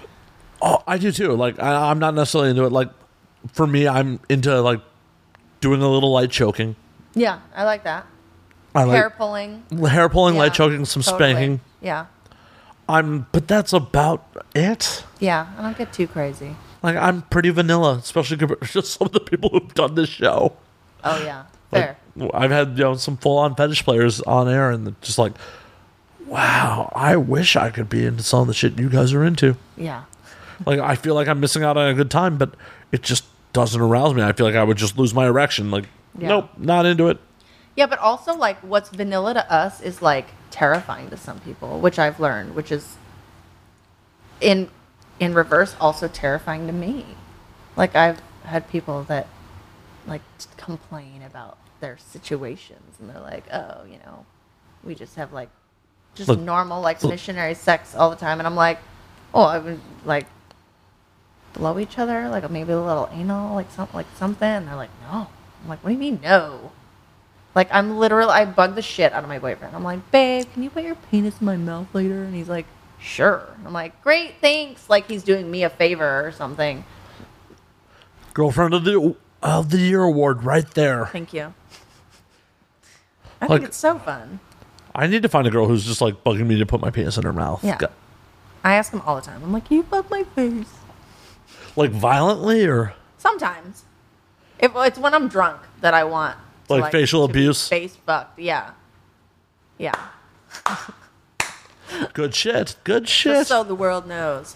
A: Oh, I do too. Like I, I'm not necessarily into it. Like for me, I'm into like doing a little light choking.
C: Yeah, I like that.
A: I like
C: Hair pulling,
A: hair pulling,
C: yeah,
A: light choking, some
C: totally.
A: spanking.
C: Yeah,
A: I'm, but that's about it.
C: yeah. I don't get too crazy.
A: Like I'm pretty vanilla, especially compared to some of the people who've done this show.
C: Oh yeah,
A: Like,
C: fair.
A: I've had you know some full on fetish players on air, and they're just like, wow, I wish I could be into some of the shit you guys are into.
C: yeah,
A: Like I feel like I'm missing out on a good time, but it just doesn't arouse me. I feel like I would just lose my erection. Like,
C: Yeah.
A: nope, not into it.
C: yeah. But also, like, what's vanilla to us is like terrifying to some people, which I've learned, which is in in reverse also terrifying to me. Like I've had people that like t- complain about their situations and they're like, "Oh, you know, we just have like just
A: Look-
C: normal like
A: look-
C: missionary sex all the time." And I'm like, "Oh, I would like blow each other, like maybe a little anal, like something like something." And they're like, "No." I'm like, "What do you mean no?" Like I'm literally I bug the shit out of my boyfriend. I'm like, babe, can you put your penis in my mouth later? And he's like, sure. I'm like, great, thanks. Like he's doing me a favor or something.
A: Girlfriend of the of the year award, right there.
C: Thank you. I
A: Like-
C: think it's so fun.
A: I need to find a girl who's just like bugging me to put my penis in her mouth.
C: Yeah.
A: Got-
C: I ask him all the time. I'm like, can you fuck my face?
A: Like violently or
C: Sometimes. If it's when I'm drunk that I want to,
A: Like facial
C: to be
A: abuse?
C: Face fucked, yeah. Yeah.
A: good shit, good shit.
C: Just so the world knows.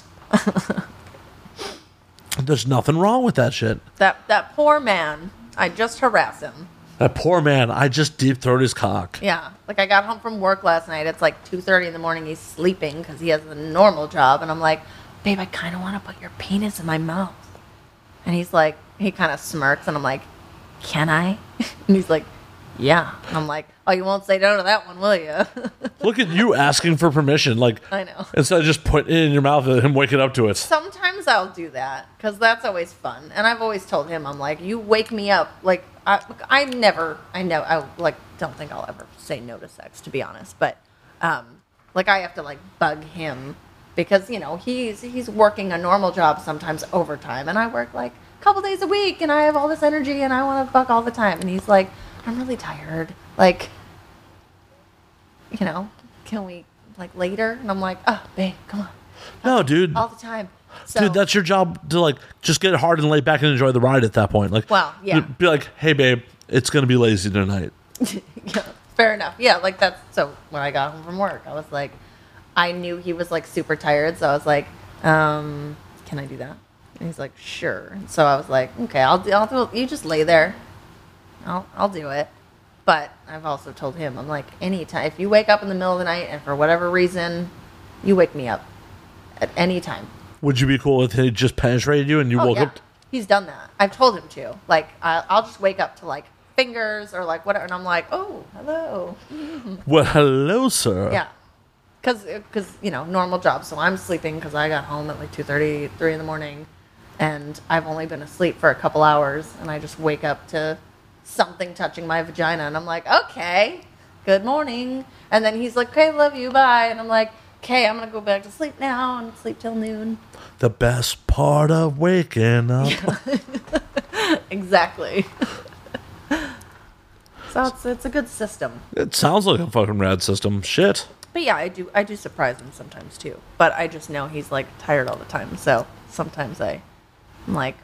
A: There's nothing wrong with that shit.
C: That that poor man, I just harass him.
A: That poor man, I just deep throat his cock.
C: Yeah, like I got home from work last night. It's like two thirty in the morning. He's sleeping because he has a normal job, and I'm like, babe, I kind of want to put your penis in my mouth. And he's like, he kind of smirks, and I'm like, can I? and he's like, yeah. And I'm like, oh, you won't say no to that one, will you?
A: Look at you asking for permission. Like
C: I know.
A: Instead of just putting it in your mouth and him waking up to it.
C: Sometimes I'll do that because that's always fun, and I've always told him, I'm like, you wake me up. Like I, I never, I know, I like don't think I'll ever say no to sex, to be honest. But um, like I have to like bug him because you know he's he's working a normal job sometimes overtime, and I work like a couple days a week, and I have all this energy, and I want to fuck all the time, and he's like, I'm really tired, like you know, can we like later? And I'm like, oh, babe, come on
A: No, dude.
C: all the time. So,
A: Dude, that's your job to like just get hard and lay back and enjoy the ride at that point. Like,
C: Well, yeah.
A: Be like, hey, babe, it's gonna be lazy tonight.
C: yeah, fair enough. Yeah, like that's so. When I got home from work, I was like, I knew he was like super tired, so I was like, um, can I do that? And he's like, sure. And so I was like, okay, I'll do. I'll do. You just lay there. I'll I'll do it. But I've also told him, I'm like, anytime if you wake up in the middle of the night and for whatever reason, you wake me up at any time.
A: Would you be cool if he just penetrated you
C: Oh,
A: and you woke up?
C: He's done that. I've told him to. Like, I, I'll just wake up to like fingers or like whatever, and I'm like, oh, hello.
A: Well, hello, sir.
C: Yeah, because you know normal job. So I'm sleeping because I got home at like 2:30, 3 in the morning, and I've only been asleep for a couple hours, and I just wake up to something touching my vagina. And I'm like, okay, good morning. And then he's like, okay, love you, bye. And I'm like, okay, I'm going to go back to sleep now and sleep till noon.
A: The best part of waking up.
C: Exactly. so it's, it's a good system.
A: It sounds like a fucking rad system. Shit.
C: But yeah, I do I do surprise him sometimes too. But I just know he's like tired all the time. So sometimes I, I'm like,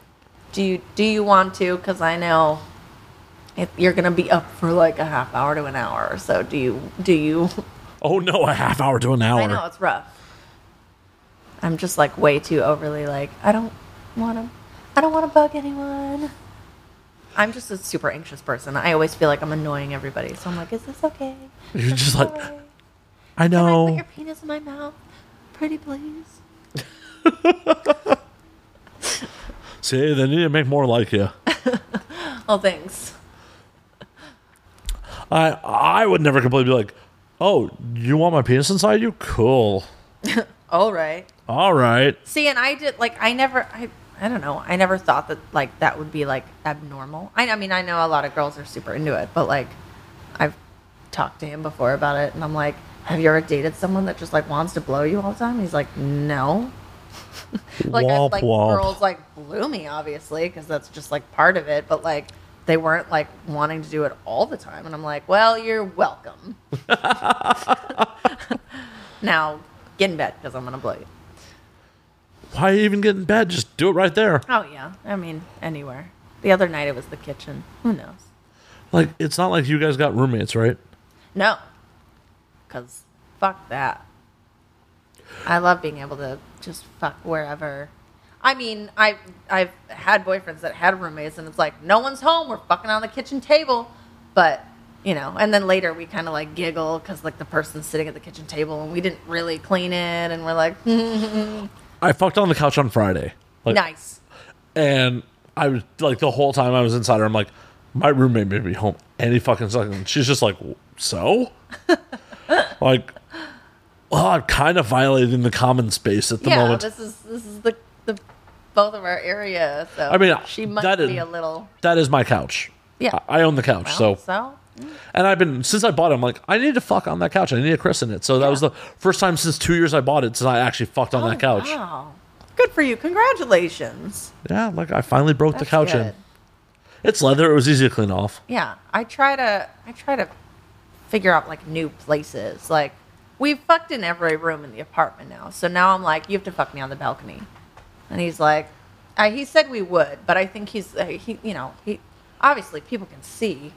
C: do you do you want to? Because I know if you're gonna be up for like a half hour to an hour or so. Do you do you?
A: Oh no, a half hour to an hour.
C: I know it's rough. I'm just like way too overly like I don't want to I don't want to bug anyone. I'm just a super anxious person. I always feel like I'm annoying everybody. So I'm like, is this okay?
A: You're
C: Is
A: just
C: this
A: like,
C: alright?
A: I
C: Can Oh,
A: know.
C: I put your penis in my mouth? Pretty please.
A: See, they need to make more like you.
C: Oh, thanks.
A: I I would never completely be like, oh, you want my penis inside you? Cool.
C: All right.
A: All right.
C: See, and I did like I never I I don't know. I never thought that like that would be like abnormal. I I mean, I know a lot of girls are super into it, but like I've talked to him before about it and I'm like, "Have you ever dated someone that just like wants to blow you all the time?" He's like, "No." like I,
A: Womp
C: like
A: womp.
C: girls like blew me obviously because that's just like part of it, but like they weren't like wanting to do it all the time and I'm like, "Well, you're welcome." now, get in bed because I'm going to blow you.
A: Why even get in bed? Just do it right there.
C: Oh yeah, I mean anywhere. The other night it was the kitchen. Who knows?
A: Like it's not like you guys got roommates, right?
C: No, cause fuck that. I love being able to just fuck wherever. I mean, I I've had boyfriends that had roommates, and it's like no one's home. We're fucking on the kitchen table, but you know. And then later we kind of like giggle because like the person's sitting at the kitchen table, and we didn't really clean it, and we're like, "Hmm,
A: I fucked on the couch on Friday. Like,
C: nice.
A: And I was like the whole time I was inside her, I'm like, my roommate may be home any fucking second. She's just like, so? like, well, I'm kind of violating the common space at the
C: yeah,
A: moment.
C: this is this is the the both of our area. So
A: I mean,
C: she must
A: that
C: be
A: is-
C: a little.
A: That is my couch.
C: Yeah.
A: I I own the couch, so
C: Well, so
A: and I've been since I bought it. I'm like, I need to fuck on that couch. I need to christen it. So that was the first time since two years I bought it since I actually fucked on that couch.
C: Oh, Wow.
D: Good for you. Congratulations.
A: Yeah, like I finally broke the
C: That's
A: couch in.
C: good.
A: It's leather. It was easy to clean off.
C: Yeah, I try to I try to figure out like new places. Like we've fucked in every room in the apartment now, so now I'm like, you have to fuck me on the balcony, and he's like, I, he said we would, but I think he's uh, he you know he obviously people can see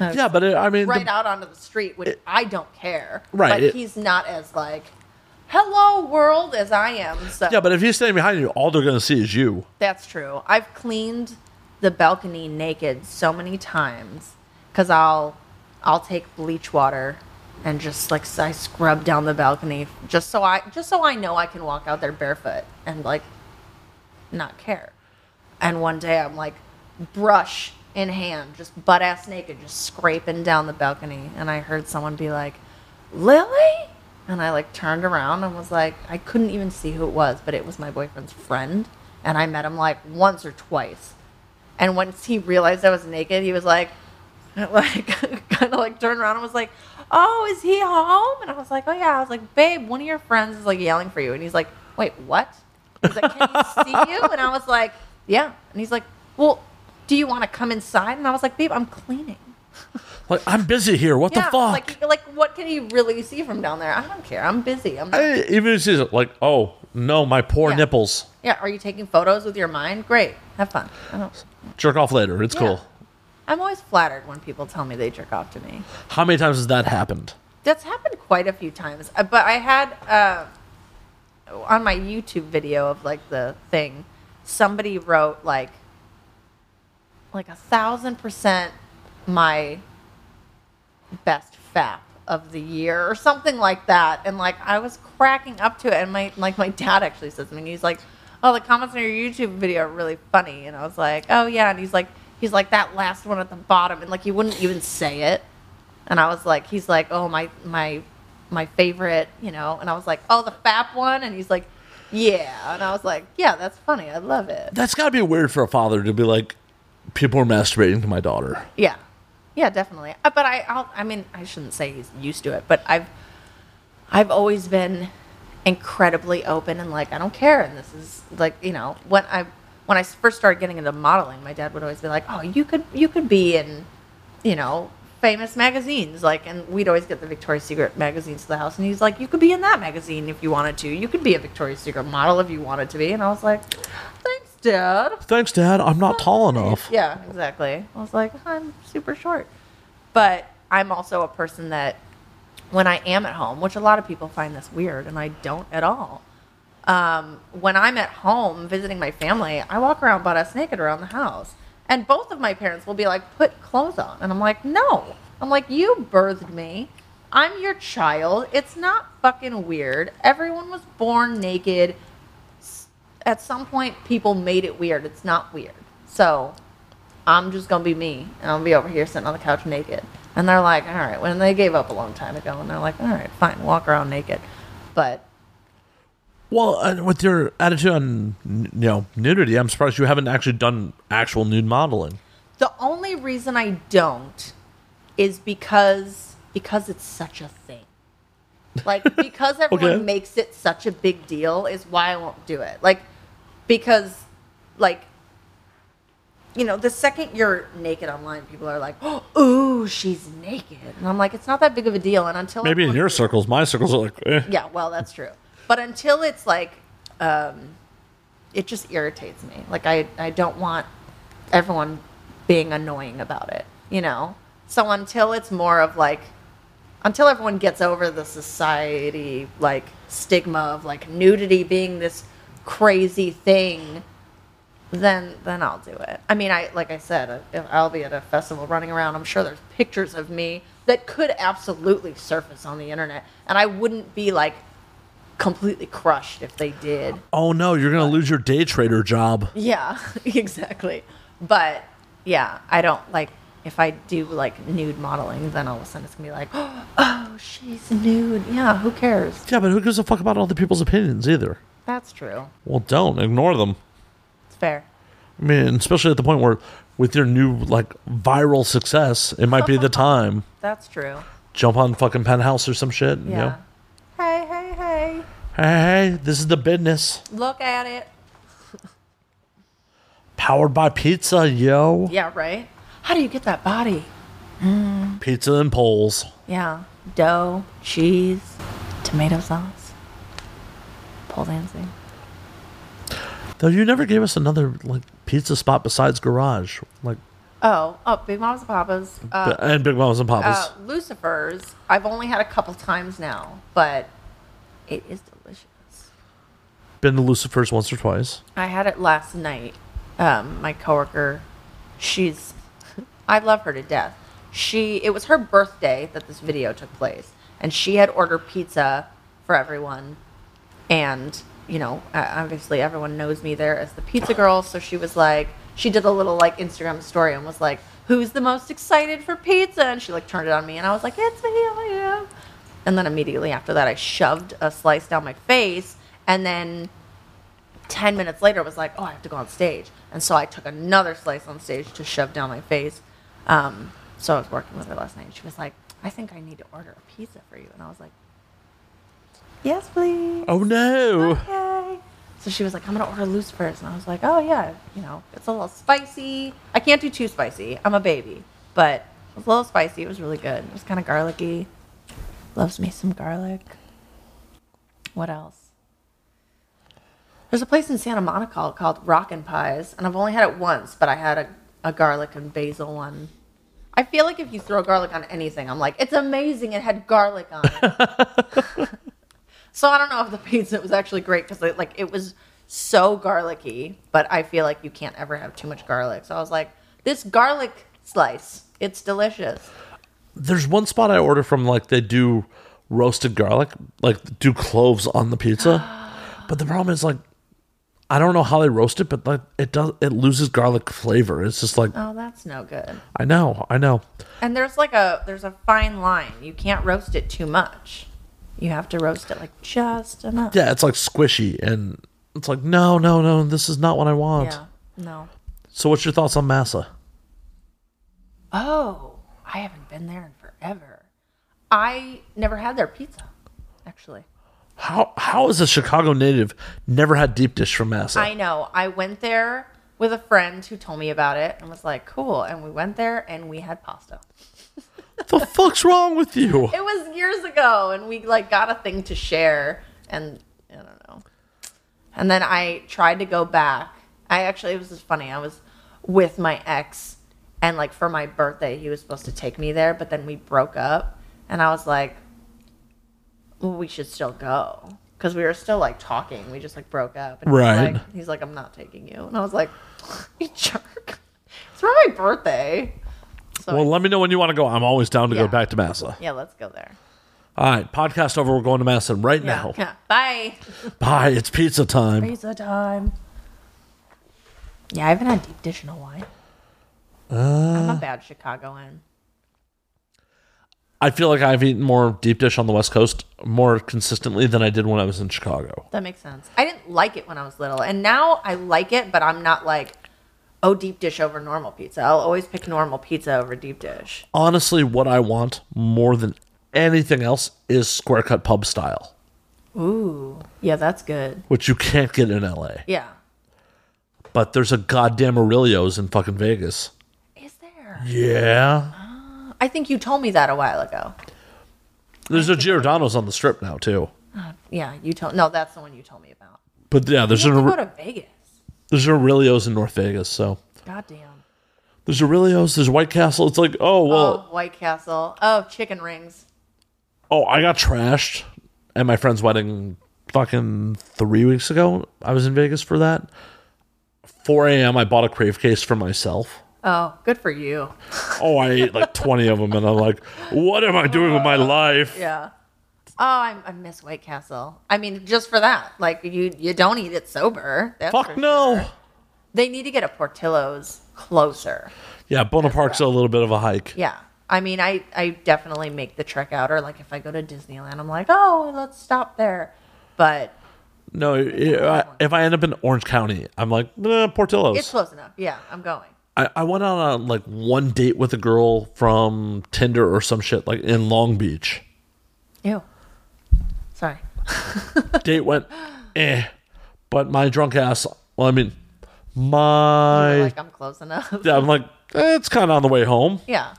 A: Yeah, but it, I mean, the-
C: right out onto the street, which I don't care.
A: Right,
C: but
A: it-
C: he's not as like, hello world as I am. So
A: yeah, but if he's standing behind you, all they're gonna see is you.
C: That's true. I've cleaned the balcony naked so many times because I'll I'll take bleach water and just like s- I scrub down the balcony just so I just so I know I can walk out there barefoot and like not care. And one day I'm like brush in hand, just butt ass naked, just scraping down the balcony, and I heard someone be like, "Lily." And I like turned around and was like, I couldn't even see who it was, but it was my boyfriend's friend. And I met him like once or twice. And once he realized I was naked, he was like, like kind of like turned around and was like, "Oh, is he home?" And I was like, "Oh yeah." I was like, "Babe, one of your friends is like yelling for you." And he's like, "Wait, what?" He's like, "Can he see you?" And I was like, "Yeah." And he's like, "Well, do you want to come inside?" And I was like, "Babe, I'm cleaning."
A: Like I'm busy here. What the
C: yeah,
A: fuck?
C: like like what can he really see from down there? I don't care. I'm busy. I'm not-
A: I- even if he's like, oh no, my poor
C: Yeah.
A: nipples.
C: yeah. Are you taking photos with your mind? Great. Have fun. I don't.
A: Jerk off later. It's
C: Yeah.
A: cool.
C: I'm always flattered when people tell me they jerk off to me.
A: How many times has that happened?
C: That's happened quite a few times. Uh, But I had uh, on my YouTube video of like the thing, somebody wrote like like a thousand percent my best fap of the year or something like that. And like I was cracking up to it and my like my dad actually says to me, and he's like, Oh, the comments on your YouTube video are really funny and I was like, Oh yeah and he's like he's like that last one at the bottom and like he wouldn't even say it. And I was like, he's like, Oh my my my favorite, you know, and I was like, Oh the fap one and he's like, Yeah and I was like, Yeah, that's funny. I love it.
A: That's gotta be weird for a father to be like, people were masturbating to my daughter.
C: Yeah, yeah, definitely. Uh, But I, I'll, I mean, I shouldn't say he's used to it, but I've, I've always been incredibly open and like I don't care. And this is like you know when I when I first started getting into modeling, my dad would always be like, "Oh, you could you could be in, you know." famous magazines like and we'd always get the victoria's secret magazines to the house and he's like you could be in that magazine if you wanted to you could be a victoria's secret model if you wanted to be and i was like thanks dad
A: Thanks, Dad. I'm not tall enough.
C: yeah, exactly. I was like, I'm super short. But I'm also a person that when I am at home, which a lot of people find this weird, and I don't at all. Um, when I'm at home visiting my family, I walk around butt ass naked around the house. And both of my parents will be like, put clothes on. And I'm like, no. I'm like, you birthed me. I'm your child. It's not fucking weird. Everyone was born naked at some point people made it weird. It's not weird. So I'm just gonna be me and I'll be over here sitting on the couch naked. And they're like, all right, when they gave up a long time ago and they're like, all right, fine, walk around naked. But
A: Well, and with your attitude on n- you know nudity, I'm surprised you haven't actually done actual nude modeling.
C: the only reason I don't is because because it's such a thing. Like because everyone
A: Okay.
C: makes it such a big deal is why I won't do it. Like because like you know, the second you're naked online, people are like, "Oh, ooh, she's naked," and I'm like, "It's not that big of a deal." And until
A: Maybe in
C: everyone-
A: your circles, my circles are like, eh.
C: yeah, well, that's true. But until it's like, um, it just irritates me. Like I, I don't want everyone being annoying about it. You know. So until it's more of like, until everyone gets over the society like stigma of like nudity being this crazy thing, then then I'll do it. I mean, I like I said, uh, if I'll be at a festival running around, I'm sure there's pictures of me that could absolutely surface on the internet, and I wouldn't be like completely crushed if they did.
A: oh no, you're gonna lose your day trader job.
C: Yeah, exactly. But yeah, I don't like if I do like nude modeling, then all of a sudden it's gonna be like, oh, she's nude. Yeah, who cares?
A: Yeah, but who gives a fuck about other people's opinions either?
C: That's true.
A: Well, don't ignore them.
C: It's fair.
A: I mean, especially at the point where with your new like viral success, it might be the time
C: That's true.
A: jump on fucking penthouse or some shit. You know?
C: Yeah. Hey, hey, hey!
A: Hey, hey, this is the business
C: Look at it.
A: powered by pizza, yo.
C: Yeah, right. How do you get that body?
A: Pizza and poles.
C: Yeah. Dough, cheese, tomato sauce, pole dancing.
A: Though you never gave us another like pizza spot besides garage, like
C: Oh, oh, Big Mamas and Papas. Uh,
A: and Big Mamas and Papas.
C: uh, Lucifer's. I've only had a couple times now, but it is delicious.
A: Been to Lucifer's once or twice.
C: I had it last night. Um, my coworker, she's, I love her to death. She, it was her birthday that this video took place, and she had ordered pizza for everyone, and you know, uh, obviously everyone knows me there as the pizza girl. So she was like, she did a little like Instagram story and was like, "Who's the most excited for pizza?" And she like turned it on me, and I was like, "It's me, I am." And then immediately after that, I shoved a slice down my face, and then 10 minutes later was like, oh, I have to go on stage. And so I took another slice on stage to shove down my face. Um, so I was working with her last night and she was like, I think I need to order a pizza for you. And I was like, yes, please.
A: Oh no!
C: Okay. So she was like, I'm going to order Lucifer's. And I was like, oh, yeah, you know, it's a little spicy. I can't do too spicy. I'm a baby. But it was a little spicy. It was really good. It was kind of garlicky. Loves me some garlic. What else? There's a place in Santa Monica called Rockin' Pies, and I've only had it once, but I had a, a garlic and basil one. I feel like if you throw garlic on anything, I'm like, it's amazing. It had garlic on it. so I don't know if the pizza was actually great because like it was so garlicky, but I feel like you can't ever have too much garlic. So I was like, this garlic slice, it's delicious.
A: There's one spot I order from, like they do roasted garlic, like do cloves on the pizza. but the problem is like I don't know how they roast it, but like it does it loses garlic flavor. It's just like
C: Oh, that's no good.
A: I know, I know.
C: And there's like a there's a fine line. You can't roast it too much. You have to roast it like just enough.
A: Yeah, it's like squishy and it's like no, no, no, this is not what I want.
C: Yeah. No.
A: So what's your thoughts on massa?
C: Oh, I haven't been there in forever. I never had their pizza, actually.
A: How how is a Chicago native never had deep dish from Massa?
C: I know. I went there with a friend who told me about it and was like, cool. And we went there and we had pasta.
A: the fuck's wrong with you?
C: It was years ago and we like got a thing to share and I don't know. And then I tried to go back. I actually it was just funny. I was with my ex and like for my birthday he was supposed to take me there, but then we broke up and I was like well, we should still go cuz we were still like talking. We just like broke up and
A: Right.
C: he's like he's like I'm not taking you. And I was like you jerk. It's for my birthday. So
A: Well, let me know when you want to go. I'm always down to
C: Yeah.
A: go back to Massa.
C: yeah, let's go there.
A: All right, podcast over. We're going to Massa right now.
C: Yeah. Bye.
A: Bye. It's pizza time.
C: Pizza time. Yeah, I haven't had deep dish in a while. I'm a
A: Uh.
C: bad Chicagoan.
A: I feel like I've eaten more deep dish on the West Coast more consistently than I did when I was in Chicago.
C: That makes sense. I didn't like it when I was little, and now I like it, but I'm not like, oh, deep dish over normal pizza. I'll always pick normal pizza over deep dish.
A: Honestly, what I want more than anything else is square cut pub style,
C: Ooh, yeah, that's good.
A: which you can't get in LA.
C: Yeah,
A: But there's a goddamn Aurelio's in fucking Vegas.
C: is there?
A: Yeah.
C: I think you told me that a while ago.
A: There's a Giordano's on the strip now too.
C: Yeah, you told. No, that's the one you told me about.
A: But yeah, there's
C: You
A: an
C: have to go
A: Aure-
C: to Vegas.
A: there's an Aurelio's in North Vegas. So
C: Goddamn.
A: there's Aurelio's, there's White Castle. It's like, oh well,
C: Oh, White Castle. Oh, chicken rings.
A: oh I got trashed at my friend's wedding fucking three weeks ago. I was in Vegas for that. 4 a.m. I bought a crave case for myself.
C: Oh, good for you.
A: Oh, I ate like 20 of them, and I'm like, what am I doing with my life?
C: Yeah. Oh, I, I miss White Castle. I mean, just for that, like you you don't eat it sober. That's
A: Fuck
C: for
A: no.
C: sure. They need to get a Portillo's closer.
A: Yeah, Bonaparte's a little bit of a hike.
C: Yeah. I mean, I I definitely make the trek out, or like if I go to Disneyland, I'm like, oh, let's stop there. But
A: No, i- I- if I end up in Orange County, I'm like, nah, Portillo's.
C: it's close enough. Yeah, I'm going.
A: I, I went out on like one date with a girl from Tinder or some shit, like in Long Beach.
C: Ew. Sorry.
A: Date went eh, but my drunk ass. Well, I mean, my
C: like I'm close enough.
A: yeah, I'm like eh, it's kind of on the way home.
C: yeah.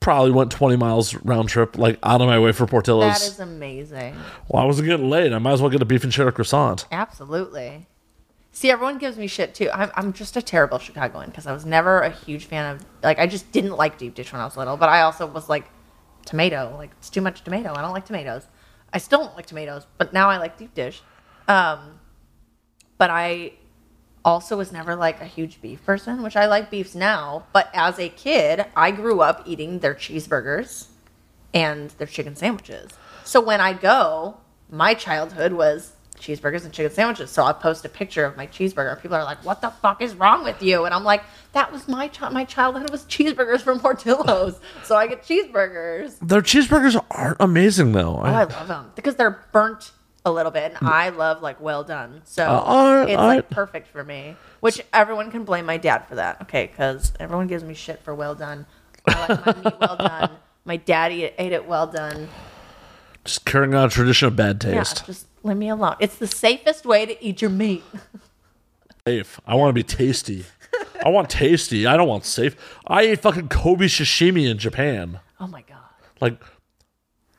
A: Probably went 20 miles round trip, like out of my way for Portillo's.
C: That is amazing.
A: well, I wasn't getting late. I might as well get a beef and cheddar croissant.
C: Absolutely. See, everyone gives me shit too. I'm, I'm just a terrible Chicagoan because I was never a huge fan of, like, I just didn't like deep dish when I was little, but I also was like, tomato, like, it's too much tomato. I don't like tomatoes. I still don't like tomatoes, but now I like deep dish. Um, but I also was never like a huge beef person, which I like beefs now, but as a kid, I grew up eating their cheeseburgers and their chicken sandwiches. So when I go, my childhood was cheeseburgers and chicken sandwiches. So I post a picture of my cheeseburger. People are like, "What the fuck is wrong with you?" And I'm like, "That was my chi- my childhood was cheeseburgers from Portillo's." so I get cheeseburgers.
A: Their cheeseburgers aren't amazing though.
C: Oh, I love them because they're burnt a little bit, and I love like well done. So
A: all right,
C: it's
A: all
C: like
A: right.
C: perfect for me. Which everyone can blame my dad for that, okay? Because everyone gives me shit for well done. I like my meat well done. My daddy ate it well done.
A: Just carrying on a tradition of bad
C: Yeah,
A: taste.
C: just leave me alone. It's the safest way to eat your meat.
A: safe. I want to be tasty. I want tasty. I don't want safe. I ate fucking Kobe sashimi in Japan.
C: Oh my god.
A: Like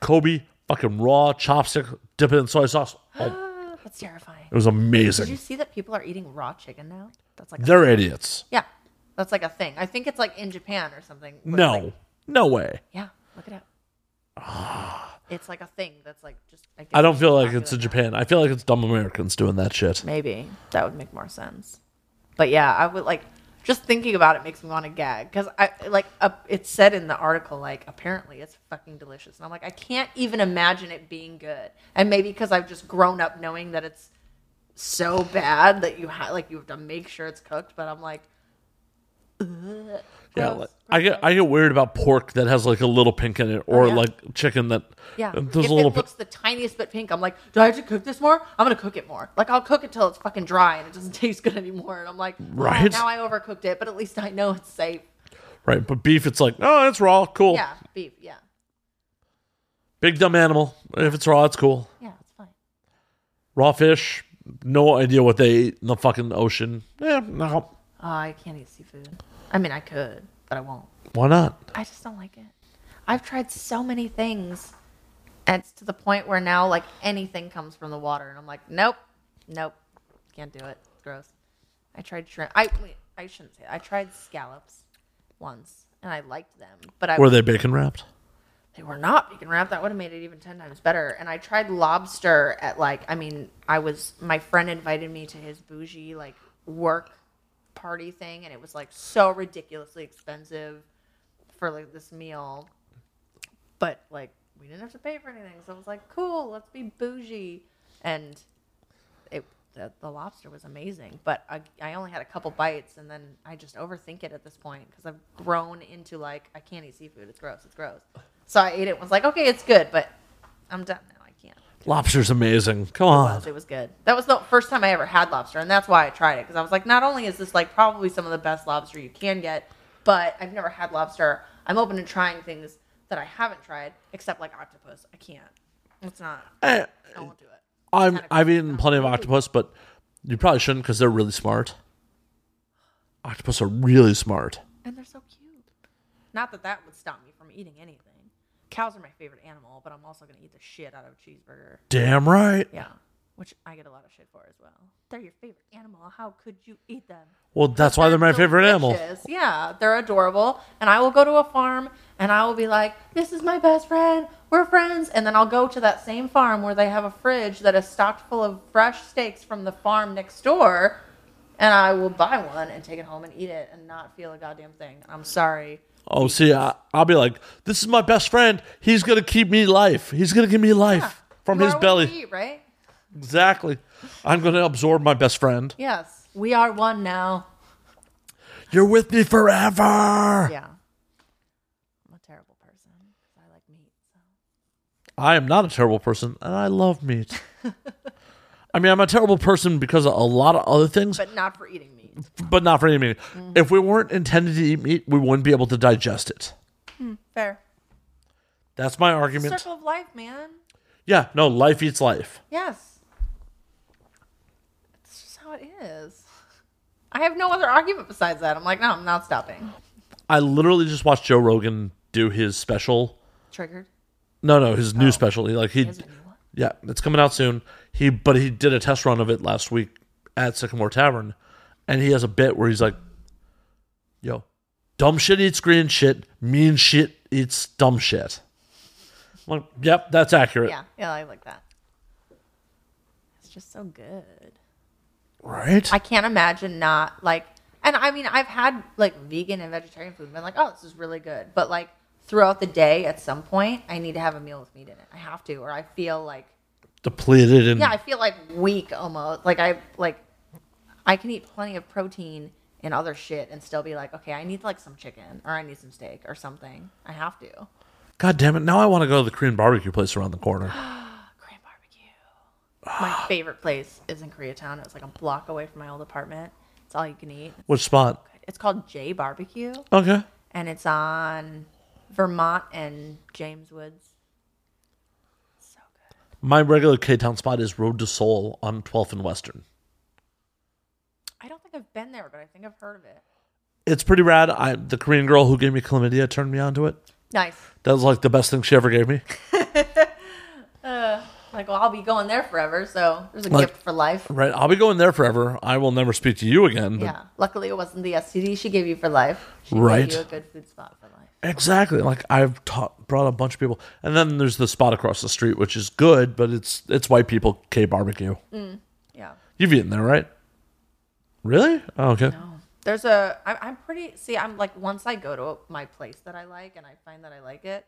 A: Kobe fucking raw chopstick, dip it in soy sauce. Oh,
C: That's terrifying.
A: it was
C: Did you
A: amazing.
C: see that people are eating raw chicken now? That's like a,
A: They're idiots.
C: Yeah. That's like a thing. I think it's like in Japan or something. where it's like-
A: No. No way.
C: yeah, look it up. it's like a thing that's like just I,
A: Ah. I don't
C: guess
A: feel like
C: popular
A: it's in
C: now.
A: Japan. I feel like it's dumb Americans doing that shit.
C: Maybe that would make more sense. But yeah, I would like just thinking about it makes me want to gag because I like uh, it said in the article like apparently it's fucking delicious and I'm like I can't even imagine it being good and maybe because I've just grown up knowing that it's so bad that you ha- like you have to make sure it's cooked but I'm like
A: Yeah,
C: Gross.
A: like, I get I get weird about pork that has like a little pink in it, or
C: Oh, yeah.
A: like chicken that uh,
C: yeah if
A: Um, there's
C: it
A: a little.
C: looks the tiniest bit pink I'm like do I have to cook this more I'm gonna cook it more like I'll cook it till it's fucking dry and it doesn't taste good anymore and I'm like oh,
A: Right.
C: now I overcooked it but at least I know it's safe
A: right? But beef, it's like, oh, that's raw, cool.
C: Yeah, beef. Yeah,
A: Big dumb animal. If it's raw, it's cool.
C: yeah, it's fine.
A: Raw fish, no idea what they eat in the fucking ocean. Yeah, no,
C: Oh, I can't eat seafood. I mean, I could, but I won't.
A: why not?
C: I just don't like it. I've tried so many things, and it's to the point where now like anything comes from the water, and I'm like, nope, nope, can't do it. It's gross. I tried shrimp. I wait, I shouldn't say. That. I tried scallops once, and I liked them, but I
A: Were they bacon wrapped?
C: they were not bacon wrap. That would have made it even ten times better. And I tried lobster at like I mean I was my friend invited me to his bougie like work party thing, and it was like so ridiculously expensive for like this meal, but like we didn't have to pay for anything, so I was like, cool, let's be bougie, and it the, the lobster was amazing, but I, I only had a couple bites, and then I just overthink it at this point because I've grown into like I can't eat seafood. It's gross. It's gross. So I ate it. and Was like, okay, it's good, but I'm done now. I can't.
A: Lobster's amazing. Come on.
C: So it was good. That was the first time I ever had lobster, and that's why I tried it because I was like, not only is this like probably some of the best lobster you can get, but I've never had lobster. I'm open to trying things that I haven't tried, except like octopus. I can't. It's not.
A: Eh,
C: I won't do it.
A: I'm, I've eaten plenty of octopus, but you probably shouldn't because they're really smart. Octopus are really smart.
C: And they're so cute. Not that that would stop me from eating anything. Cows are my favorite animal, but I'm also going to eat the shit out of a cheeseburger.
A: Damn right.
C: Yeah. Which I get a lot of shit for as well. They're your favorite animal. How could you eat them?
A: Well, that's why they're my favorite animal.
C: Delicious. Yeah, they're adorable. And I will go to a farm and I will be like, this is my best friend. We're friends. And then I'll go to that same farm where they have a fridge that is stocked full of fresh steaks from the farm next door. And I will buy one and take it home and eat it and not feel a goddamn thing. I'm sorry.
A: Oh, see, I, I'll be like, this is my best friend. He's going to keep me life. He's going to give me life from
C: You
A: his
C: are what
A: belly.
C: we eat, right?
A: Exactly. I'm going to absorb my best friend.
C: Yes. We are one now.
A: You're with me forever.
C: Yeah. I'm a terrible person. 'cause I like meat. So.
A: I am not a terrible person, and I love meat. I mean, I'm a terrible person because of a lot of other things, but,
C: But not for eating meat.
A: not for any meat.
C: Mm-hmm.
A: If we weren't intended to eat meat, we wouldn't be able to digest it.
C: Fair.
A: That's my argument.
C: Circle of life, man.
A: Yeah, no, life eats life.
C: Yes. It's just how it is. I have no other argument besides that. I'm like, no, I'm not stopping.
A: I literally just watched Joe Rogan do his special.
C: Triggered.
A: No, no, his new special. He, like he,
C: Oh. has a new one?
A: yeah, it's coming out soon. He, but he did a test run of it last week at Sycamore Tavern, and he has a bit where he's like, "Yo, dumb shit eats green shit. Mean shit eats dumb shit." I'm like, yep, that's accurate.
C: Yeah, yeah, I like that. It's just so good.
A: Right?
C: I can't imagine not like. And I mean, I've had like vegan and vegetarian food, and been like, oh, this is really good. But like throughout the day, at some point, I need to have a meal with meat in it. I have to, or I feel like
A: Depleted and
C: yeah, I feel like weak almost. Like I like I can eat plenty of protein and other shit and still be like, okay, I need like some chicken or I need some steak or something. I have to.
A: God damn it! Now I want to go to the Korean barbecue place around the corner.
C: Korean barbecue. My favorite place is in Koreatown. It was like a block away from my old apartment. It's all you can eat.
A: Which spot?
C: It's called J Barbecue
A: Okay.
C: and it's on Vermont and James Woods. So good.
A: My regular K Town spot is Road to Seoul on 12th and Western.
C: I don't think I've been there, but I think I've heard of it.
A: It's pretty rad. I, the Korean girl who gave me chlamydia turned me onto it.
C: Nice.
A: That was like the best thing she ever gave me.
C: Like, well, I'll be going there forever, so there's a
A: Like-
C: gift for life.
A: Right. I'll be going there forever. I will never speak to you again. But
C: Yeah. Luckily, it wasn't the STD she gave you for life. She
A: Right.
C: gave you a good food spot for life.
A: Exactly. Like I've taught, brought a bunch of people, and then there's the spot across the street, which is good, but it's it's white people K barbecue.
C: Yeah.
A: You've eaten there, right? Really? Oh, okay.
C: There's a. I, I'm pretty. See, I'm like once I go to my place that I like and I find that I like it,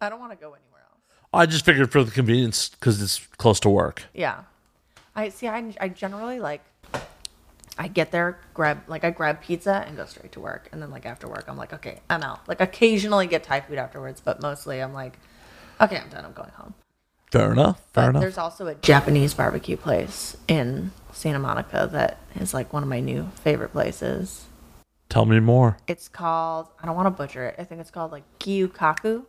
C: I don't want to go anywhere else.
A: I just figured for the convenience because it's close to work.
C: Yeah. I see. I I generally like. I get there, grab like I grab pizza and go straight to work, and then like after work, I'm like, okay, I'm out. Like occasionally get Thai food afterwards, but mostly I'm like, okay, I'm done. I'm going home.
A: Fair enough. Fair
C: But
A: enough.
C: there's also a Japanese barbecue place in Santa Monica that is like one of my new favorite places.
A: Tell me more.
C: It's called I don't want to butcher it. I think it's called like gyukaku.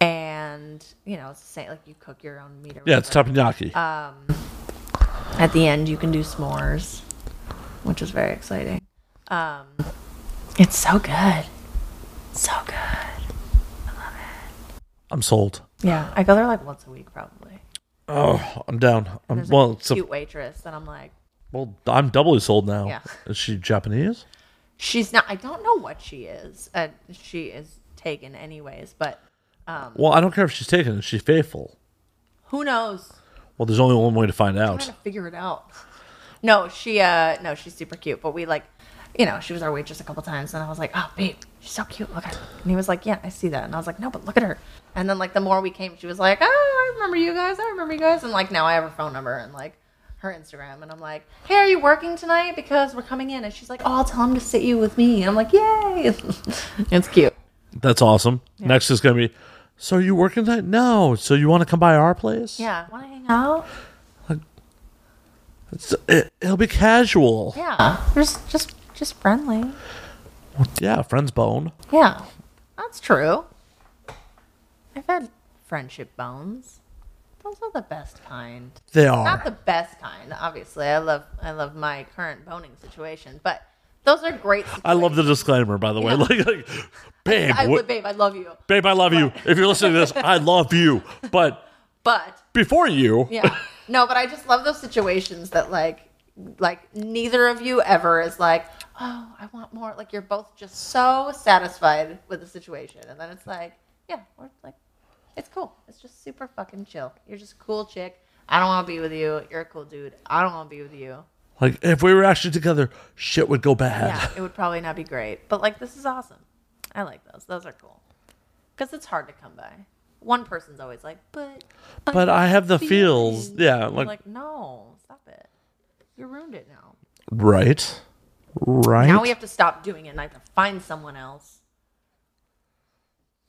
C: And you know, it's the same like you cook your own meat. Or
A: Yeah, it's
C: whatever.
A: teppanyaki.
C: Uh, At the end, you can do s'mores, which is very exciting. Um, it's so good, so good.
A: I'm sold.
C: Yeah, I go there like once a week probably.
A: Oh, I'm down. I'm,
C: There's
A: well,
C: a
A: it's a-
C: cute waitress, and I'm like,
A: well, I'm doubly sold now.
C: Yeah.
A: Is she Japanese?
C: she's not. I don't know what she is. Uh, she is taken anyways, but Um,
A: Well, I don't care if she's taken. Is she faithful?
C: who knows?
A: Well, there's only one way to find
C: I'm
A: out.
C: trying to figure it out. No, she uh no, she's super cute, but we like you know, she was our waitress a couple times and I was like, Oh babe, she's so cute, look at her. And he was like, Yeah, I see that and I was like, No, but look at her and then like the more we came, she was like, Oh, I remember you guys, I remember you guys and like now I have her phone number and like her Instagram and I'm like, Hey, are you working tonight? Because we're coming in and she's like, Oh, I'll tell him to sit you with me and I'm like, Yay It's cute.
A: That's awesome. Next is going to be. So are you working tonight? No. So you want to come by our place?
C: Yeah. Wanna hang out?
A: It's, it, it'll be casual.
C: Yeah. Just just just friendly.
A: Yeah, friends bone.
C: Yeah, that's true. I've had friendship bones. Those are the best kind.
A: They are.
C: Not the best kind, obviously. I love I love my current boning situation, but those are great.
A: I love the disclaimer, by the way.
C: Yeah.
A: Like, like, babe,
C: I
A: wh-
C: would, babe. I love you,
A: babe, I love you. If you're listening to this, I love you. But
C: but
A: before you,
C: yeah, no. But I just love those situations that like like neither of you ever is like, oh, I want more. Like you're both just so satisfied with the situation, and then it's like, yeah, we're like It's cool. It's just super fucking chill. You're just a cool chick. I don't want to be with you. You're a cool dude. I don't want to be with you.
A: like, if we were actually together, shit would go bad.
C: Yeah, it would probably not be great. But like, this is awesome. I like those. Those are cool. Because it's hard to come by. One person's always like, but.
A: But I have the feels. Yeah,
C: Like,
A: like,
C: like, no, stop it. You ruined it now.
A: right, right.
C: Now we have to stop doing it and I have to find someone else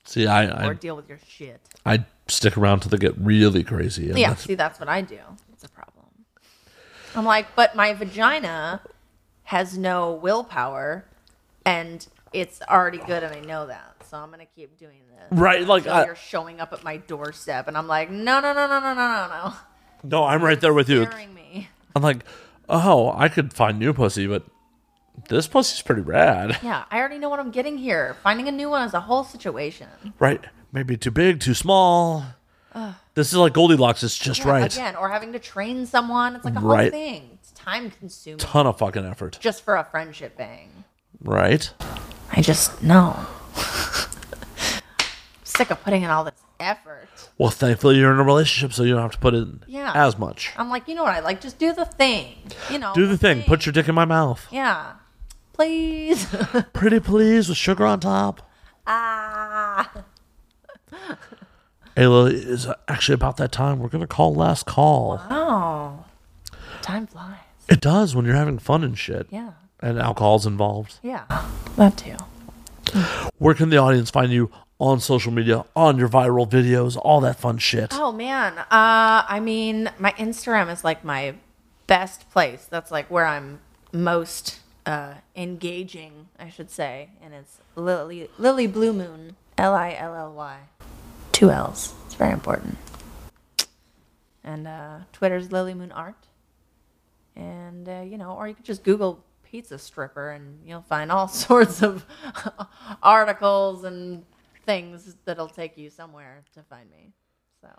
A: see, I,
C: or
A: I,
C: deal with your shit.
A: I stick around till they get really crazy. and
C: Yeah,
A: that's-
C: see, that's what I do. It's a problem. I'm like, but my vagina has no willpower, and it's already good, and I know that, so I'm gonna keep doing this.
A: Right, like,
C: Until
A: I-
C: you're showing up at my doorstep, and I'm like, no, no, no, no, no, no, no,
A: no, I'm right there with
C: no,
A: you.
C: scaring me.
A: I'm like, oh, I could find new pussy, but this pussy's pretty rad.
C: Yeah, I already know what I'm getting here. Finding a new one is a whole situation.
A: Right. Maybe too big, too small. This is like Goldilocks. It's just
C: Yeah,
A: right.
C: Again, or having to train someone, it's like a whole
A: Right.
C: thing. It's time consuming
A: Ton of fucking effort.
C: just for a friendship bang.
A: Right.
C: I just no. Sick of putting in all this effort.
A: Well, thankfully you're in a relationship, so you don't have to put in
C: Yeah.
A: as much.
C: I'm like, you know what I like? Just do the thing. You know.
A: Do the thing. Put your dick in my mouth.
C: Yeah. Please.
A: Pretty please with sugar on top.
C: ah.
A: Hey, Lily, it's actually about that time. We're gonna call last call.
C: Oh. Time flies.
A: It does when you're having fun and shit.
C: Yeah.
A: And alcohol's involved.
C: Yeah. That too.
A: Where can the audience find you on social media, on your viral videos, all that fun shit?
C: Oh man. Uh I mean, my Instagram is like my best place. That's like where I'm most uh engaging, I should say. And it's Lily Lily Blue Moon. L I L L Y. Two L's. It's very important. And uh Twitter's Lily Moon Art. And uh, you know, or you could just Google pizza stripper and you'll find all sorts of articles and things that'll take you somewhere to find me. So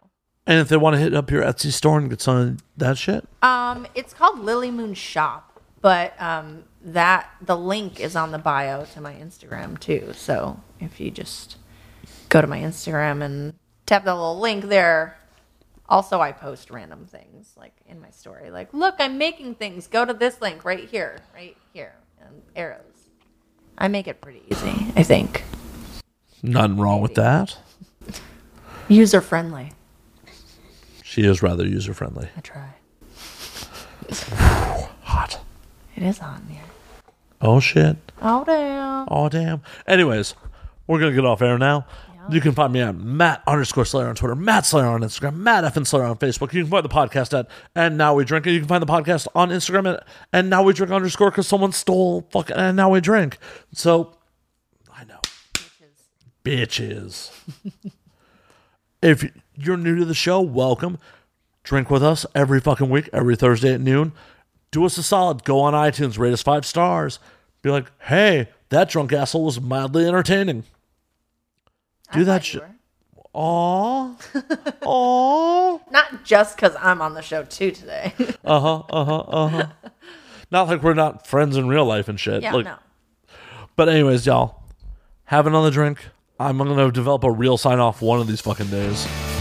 A: And if they want to hit up your Etsy store and get some of that shit,
C: Um, it's called Lily Moon Shop, but um, that the link is on the bio to my Instagram too. So if you just go to my Instagram and tap that little link there. Also, I post random things like in my story, like look, I'm making things. Go to this link right here, right here, and arrows. I make it pretty easy, I think.
A: nothing wrong with that.
C: User friendly.
A: She is rather user friendly.
C: I try.
A: Hot.
C: It is on here.
A: Oh shit.
C: Oh damn.
A: Oh damn. Anyways, we're gonna get off air now. You can find me at Matt underscore Slayer on Twitter, Matt Slayer on Instagram, Matt F and Slayer on Facebook. You can find the podcast at And Now We Drink. And you can find the podcast on Instagram at And Now We Drink underscore because someone stole fucking And Now We Drink. So, I know. Bitches. if you're new to the show, welcome. Drink with us every fucking week, every Thursday at noon. Do us a solid. Go on iTunes, rate us five stars. Be like, hey, that drunk asshole was mildly entertaining. Do that shit. Aw. Aw.
C: Not just because I'm on the show too today.
A: Not like we're not friends in real life and shit.
C: yeah,
A: Like-
C: no.
A: But anyways, y'all, have another drink. I'm gonna develop a real sign off one of these fucking days.